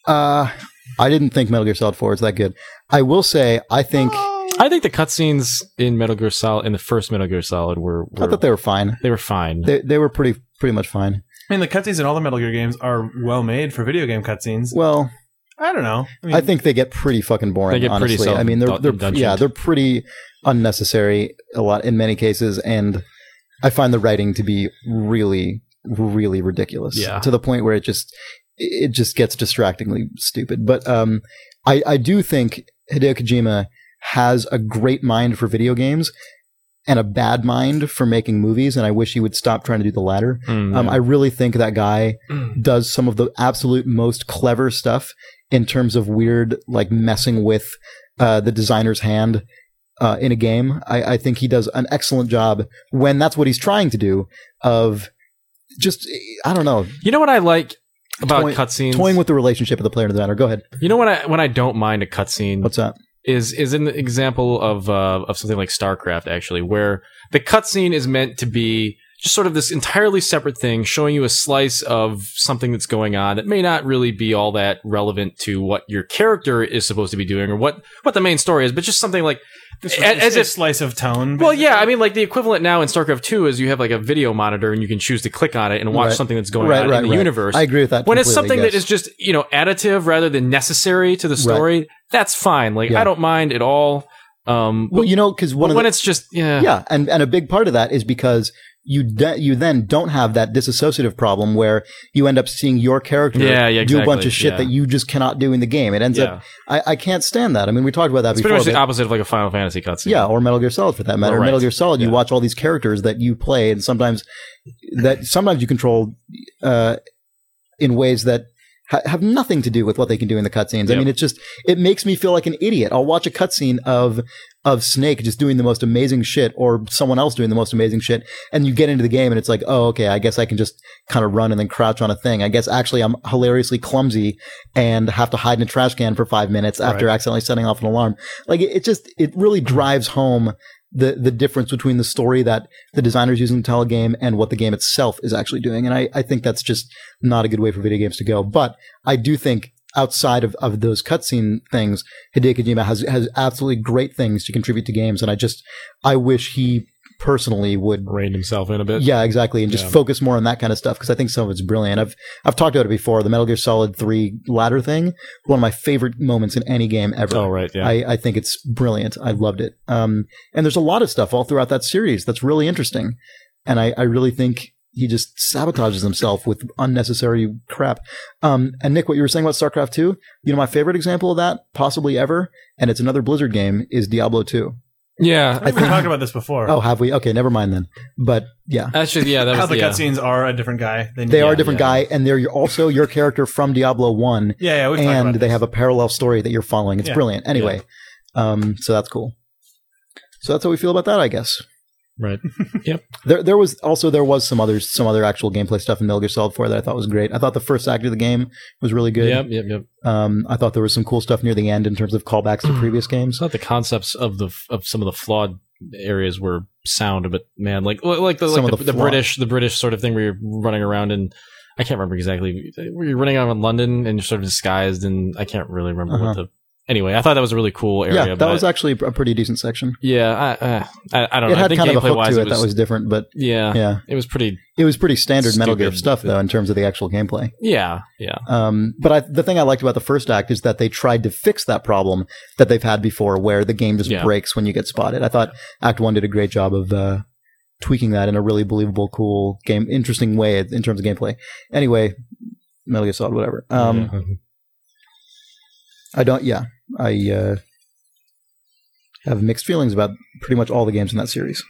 [SPEAKER 3] uh, I didn't think Metal Gear Solid 4 is that good. I will say, I think
[SPEAKER 4] I think the cutscenes in Metal Gear Solid in the first Metal Gear Solid were, were
[SPEAKER 3] I thought they were fine.
[SPEAKER 4] they were fine.
[SPEAKER 3] They they were pretty pretty much fine.
[SPEAKER 1] I mean, the cutscenes in all the Metal Gear games are well made for video game cutscenes.
[SPEAKER 3] Well,
[SPEAKER 1] I don't know. I, mean,
[SPEAKER 3] I think they get pretty fucking boring.
[SPEAKER 4] They get pretty
[SPEAKER 3] honestly, I mean, they're they're
[SPEAKER 4] self-indulgent.
[SPEAKER 3] yeah, they're pretty unnecessary a lot in many cases, and I find the writing to be really really ridiculous.
[SPEAKER 4] Yeah.
[SPEAKER 3] to the point where it just it just gets distractingly stupid. But um, I I do think Hideo Kojima has a great mind for video games and a bad mind for making movies, and I wish he would stop trying to do the latter.
[SPEAKER 4] Mm,
[SPEAKER 3] Um,
[SPEAKER 4] yeah. Mm.
[SPEAKER 3] I really think that guy does some of the absolute most clever stuff in terms of weird, like messing with uh, the designer's hand uh, in a game. I, I think he does an excellent job when that's what he's trying to do of just, I don't know,
[SPEAKER 4] you know what I like about
[SPEAKER 3] Toy-
[SPEAKER 4] cutscenes.
[SPEAKER 3] toying with the relationship of the player and designer. Go ahead.
[SPEAKER 4] you know when I when I don't mind a cutscene
[SPEAKER 3] What's up?
[SPEAKER 4] is is an example of uh, of something like StarCraft actually, where the cutscene is meant to be just sort of this entirely separate thing, showing you a slice of something that's going on that may not really be all that relevant to what your character is supposed to be doing or what what the main story is, but just something like
[SPEAKER 1] this
[SPEAKER 4] a-
[SPEAKER 1] was
[SPEAKER 4] as
[SPEAKER 1] as a
[SPEAKER 4] if-
[SPEAKER 1] slice of tone.
[SPEAKER 4] well, yeah, I mean, like the equivalent now in StarCraft 2 is you have like a video monitor and you can choose to click on it and watch
[SPEAKER 3] Right.
[SPEAKER 4] something that's going
[SPEAKER 3] Right,
[SPEAKER 4] on
[SPEAKER 3] right,
[SPEAKER 4] in the
[SPEAKER 3] right.
[SPEAKER 4] universe.
[SPEAKER 3] I agree with that.
[SPEAKER 4] when it's
[SPEAKER 3] completely,
[SPEAKER 4] something
[SPEAKER 3] yes.
[SPEAKER 4] that is just you know additive rather than necessary to the story, that's fine. Like
[SPEAKER 3] Yeah.
[SPEAKER 4] I don't mind at all. Um,
[SPEAKER 3] well, you know, because one
[SPEAKER 4] but
[SPEAKER 3] of
[SPEAKER 4] when
[SPEAKER 3] the,
[SPEAKER 4] it's just yeah,
[SPEAKER 3] yeah, and and a big part of that is because you de- you then don't have that disassociative problem where you end up seeing your character
[SPEAKER 4] Yeah, yeah,
[SPEAKER 3] do a bunch
[SPEAKER 4] exactly,
[SPEAKER 3] of shit
[SPEAKER 4] yeah.
[SPEAKER 3] that you just cannot do in the game. It ends
[SPEAKER 4] Yeah.
[SPEAKER 3] up I, I can't stand that. I mean, we talked about that
[SPEAKER 4] it's pretty
[SPEAKER 3] before.
[SPEAKER 4] much the
[SPEAKER 3] but-
[SPEAKER 4] opposite of like a Final Fantasy cutscene.
[SPEAKER 3] yeah, or Metal Gear Solid for that matter.
[SPEAKER 4] Right.
[SPEAKER 3] Metal Gear Solid, you
[SPEAKER 4] Yeah.
[SPEAKER 3] watch all these characters that you play, and sometimes that sometimes you control uh, in ways that ha- have nothing to do with what they can do in the cutscenes. I
[SPEAKER 4] Yep.
[SPEAKER 3] mean, it's just it makes me feel like an idiot. I'll watch a cutscene of of Snake just doing the most amazing shit, or someone else doing the most amazing shit, and you get into the game, and it's like, oh, okay, I guess I can just kind of run and then crouch on a thing. I guess actually I'm hilariously clumsy and have to hide in a trash can for five minutes after accidentally setting off an alarm. Like it, it just it really drives home. The, the difference between the story that the designers using to tell a game and what the game itself is actually doing. And I, I think that's just not a good way for video games to go. But I do think outside of, of those cutscene things, Hideo Kojima has, has absolutely great things to contribute to games. And I just, I wish he personally would
[SPEAKER 4] reined himself in a bit.
[SPEAKER 3] yeah, exactly, and just
[SPEAKER 4] Yeah.
[SPEAKER 3] focus more on that kind of stuff because I think some of it's brilliant. I've I've talked about it before. The Metal Gear Solid Three ladder thing, one of my favorite moments in any game ever.
[SPEAKER 4] Oh right, yeah.
[SPEAKER 3] I, I think it's brilliant. I loved it. Um, and there's a lot of stuff all throughout that series that's really interesting, and I, I really think he just sabotages himself with unnecessary crap. Um, and Nick, what you were saying about StarCraft Two, you know, my favorite example of that possibly ever, and it's another Blizzard game, is Diablo Two.
[SPEAKER 4] yeah.
[SPEAKER 1] I think we talked about this before.
[SPEAKER 3] Oh, have we? Okay, never mind then. But yeah.
[SPEAKER 4] Actually, yeah, that was
[SPEAKER 1] how the
[SPEAKER 4] yeah.
[SPEAKER 1] cutscenes are a different guy. Than
[SPEAKER 3] They
[SPEAKER 1] you.
[SPEAKER 3] are
[SPEAKER 4] Yeah,
[SPEAKER 3] a different guy, and they're your- also your character from Diablo One,
[SPEAKER 1] Yeah, yeah. We've talked
[SPEAKER 3] and
[SPEAKER 1] about
[SPEAKER 3] they
[SPEAKER 1] this.
[SPEAKER 3] have a parallel story that you're following. It's
[SPEAKER 1] Yeah.
[SPEAKER 3] brilliant. Anyway, um, so that's cool. So that's how we feel about that, I guess.
[SPEAKER 4] Right.
[SPEAKER 3] There, there was also there was some others, some other actual gameplay stuff in Metal Gear Solid Four that I thought was great. I thought the first act of the game was really good.
[SPEAKER 4] Yep, yep, yep.
[SPEAKER 3] Um, I thought there was some cool stuff near the end in terms of callbacks to
[SPEAKER 4] Mm.
[SPEAKER 3] previous games.
[SPEAKER 4] It's not the concepts of the of some of the flawed areas were sound, but man, like like the
[SPEAKER 3] Some
[SPEAKER 4] like
[SPEAKER 3] of
[SPEAKER 4] the,
[SPEAKER 3] the
[SPEAKER 4] the
[SPEAKER 3] flaw.
[SPEAKER 4] British the British sort of thing where you're running around and I can't remember exactly where you're running around in London and you're sort of disguised and I can't really remember what the anyway. I thought that was a really cool area.
[SPEAKER 3] Uh-huh. Yeah, that
[SPEAKER 4] but
[SPEAKER 3] was actually a pretty decent section.
[SPEAKER 4] yeah. I, uh, I I don't
[SPEAKER 3] It
[SPEAKER 4] know. I
[SPEAKER 3] had
[SPEAKER 4] think
[SPEAKER 3] kind of a
[SPEAKER 4] gameplay
[SPEAKER 3] hook
[SPEAKER 4] wise,
[SPEAKER 3] to it,
[SPEAKER 4] it was,
[SPEAKER 3] that was different, but
[SPEAKER 4] yeah,
[SPEAKER 3] yeah,
[SPEAKER 4] It was pretty.
[SPEAKER 3] it was pretty standard Metal Gear
[SPEAKER 4] Stupid.
[SPEAKER 3] stuff though in terms of the actual gameplay.
[SPEAKER 4] Yeah, yeah.
[SPEAKER 3] Um, but I, the thing I liked about the first act is that they tried to fix that problem that they've had before, where the game just
[SPEAKER 4] Yeah.
[SPEAKER 3] breaks when you get spotted. I thought Act One did a great job of uh, tweaking that in a really believable, cool game, interesting way in terms of gameplay. Anyway, Metal Gear Solid, whatever. Um,
[SPEAKER 4] Yeah.
[SPEAKER 3] I don't. Yeah, I uh, have mixed feelings about pretty much all the games in that series.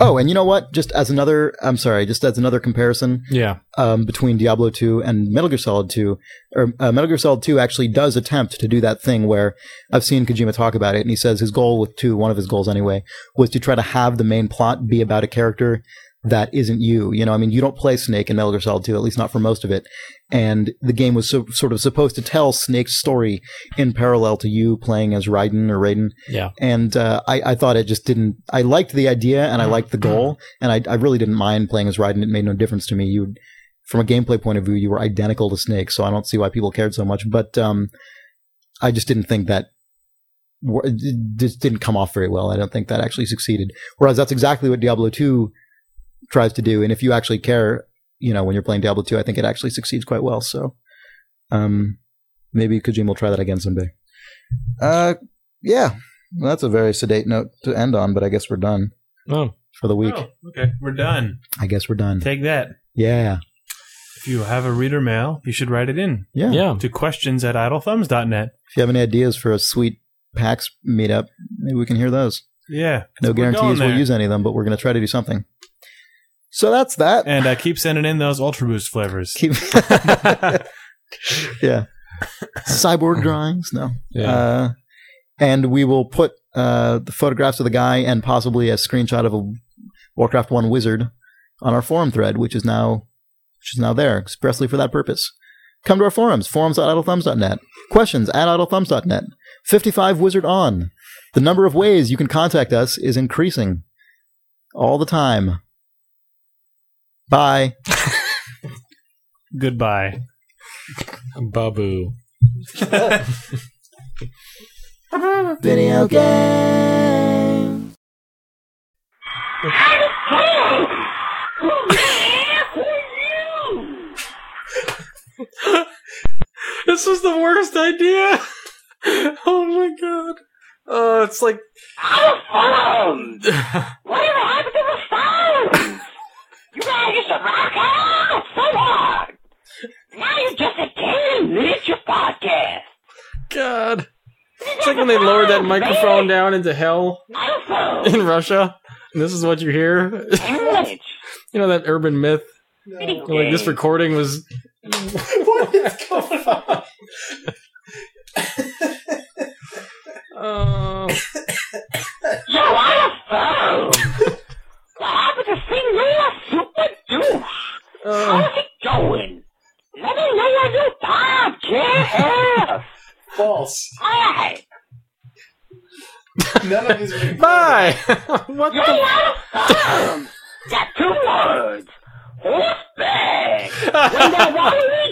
[SPEAKER 3] Oh, and you know what? Just as another, I'm sorry, just as another comparison
[SPEAKER 2] Yeah.
[SPEAKER 3] um, between Diablo 2 and Metal Gear Solid 2, or uh, Metal Gear Solid 2 actually does attempt to do that thing where I've seen Kojima talk about it, and he says his goal with 2, one of his goals anyway, was to try to have the main plot be about a character that isn't you. You know, I mean, you don't play Snake in Metal Gear Solid 2, at least not for most of it. And the game was so, sort of supposed to tell Snake's story in parallel to you playing as Raiden or Raiden
[SPEAKER 2] Yeah.
[SPEAKER 3] and uh, I, I thought it just didn't. I liked the idea and I liked the goal, and I, I really didn't mind playing as Raiden. It made no difference to me. You, from a gameplay point of view, you were identical to Snake, so I don't see why people cared so much. But um, I just didn't think that wor- it just didn't come off very well. I don't think that actually succeeded. Whereas that's exactly what Diablo two tries to do, and if you actually care, you know, when you're playing Diablo two, I think it actually succeeds quite well. So, um, maybe Kojima will try that again someday. Uh, yeah. Well, that's a very sedate note to end on, but I guess we're done
[SPEAKER 2] Oh.
[SPEAKER 3] for the week.
[SPEAKER 1] Oh, okay, we're done.
[SPEAKER 3] I guess we're done.
[SPEAKER 1] Take that.
[SPEAKER 3] Yeah.
[SPEAKER 1] If you have a reader mail, you should write it in
[SPEAKER 3] yeah.
[SPEAKER 2] Yeah.
[SPEAKER 1] to questions at idlethumbs.net.
[SPEAKER 3] If you have any ideas for a sweet PAX meetup, maybe we can hear those.
[SPEAKER 1] Yeah.
[SPEAKER 3] No
[SPEAKER 1] We're going
[SPEAKER 3] guarantees we'll
[SPEAKER 1] there.
[SPEAKER 3] use any of them, but we're going to try to do something. So that's that.
[SPEAKER 1] And uh, keep sending in those Ultra Boost flavors.
[SPEAKER 3] Keep yeah. Cyborg drawings? No.
[SPEAKER 2] Yeah.
[SPEAKER 3] Uh, and we will put uh, the photographs of the guy and possibly a screenshot of a Warcraft One wizard on our forum thread, which is now which is now there expressly for that purpose. Come to our forums, forums.idlethumbs.net. Questions at idlethumbs.net. 55 Wizard on. The number of ways you can contact us is increasing all the time. Bye.
[SPEAKER 1] Goodbye.
[SPEAKER 2] Babu.
[SPEAKER 4] Video game.
[SPEAKER 1] This was the worst idea. Oh my god. Oh, it's like
[SPEAKER 5] Phones! Whatever happened to the phones? You guys used to rock out so hard! Now you're just a damn miniature podcast!
[SPEAKER 2] God. It's like when they lowered that microphone down into hell
[SPEAKER 5] Microphone!
[SPEAKER 2] in Russia. And this is what you hear.
[SPEAKER 5] Sandwich!
[SPEAKER 2] You know that urban myth.
[SPEAKER 5] Video
[SPEAKER 2] Like this
[SPEAKER 5] game.
[SPEAKER 2] recording was.
[SPEAKER 1] what is going on?
[SPEAKER 2] Oh.
[SPEAKER 5] Yo, I have phone! what happened to Singler Super Douche?
[SPEAKER 2] oh.
[SPEAKER 5] How's it going? Let me know your new podcast!
[SPEAKER 1] False.
[SPEAKER 5] Alright!
[SPEAKER 1] None of these are
[SPEAKER 2] Bye. what
[SPEAKER 5] You
[SPEAKER 2] the?
[SPEAKER 5] out of phone! Got two words! Horseback! When that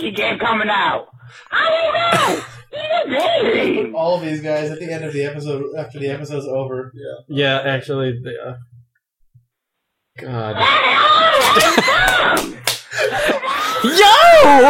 [SPEAKER 5] Waluigi game coming out? I don't know! It's amazing!
[SPEAKER 1] all of these guys at the end of the episode after the episode's over.
[SPEAKER 2] Yeah, actually. they- uh, God.
[SPEAKER 5] Get it out of phone!
[SPEAKER 2] Yo!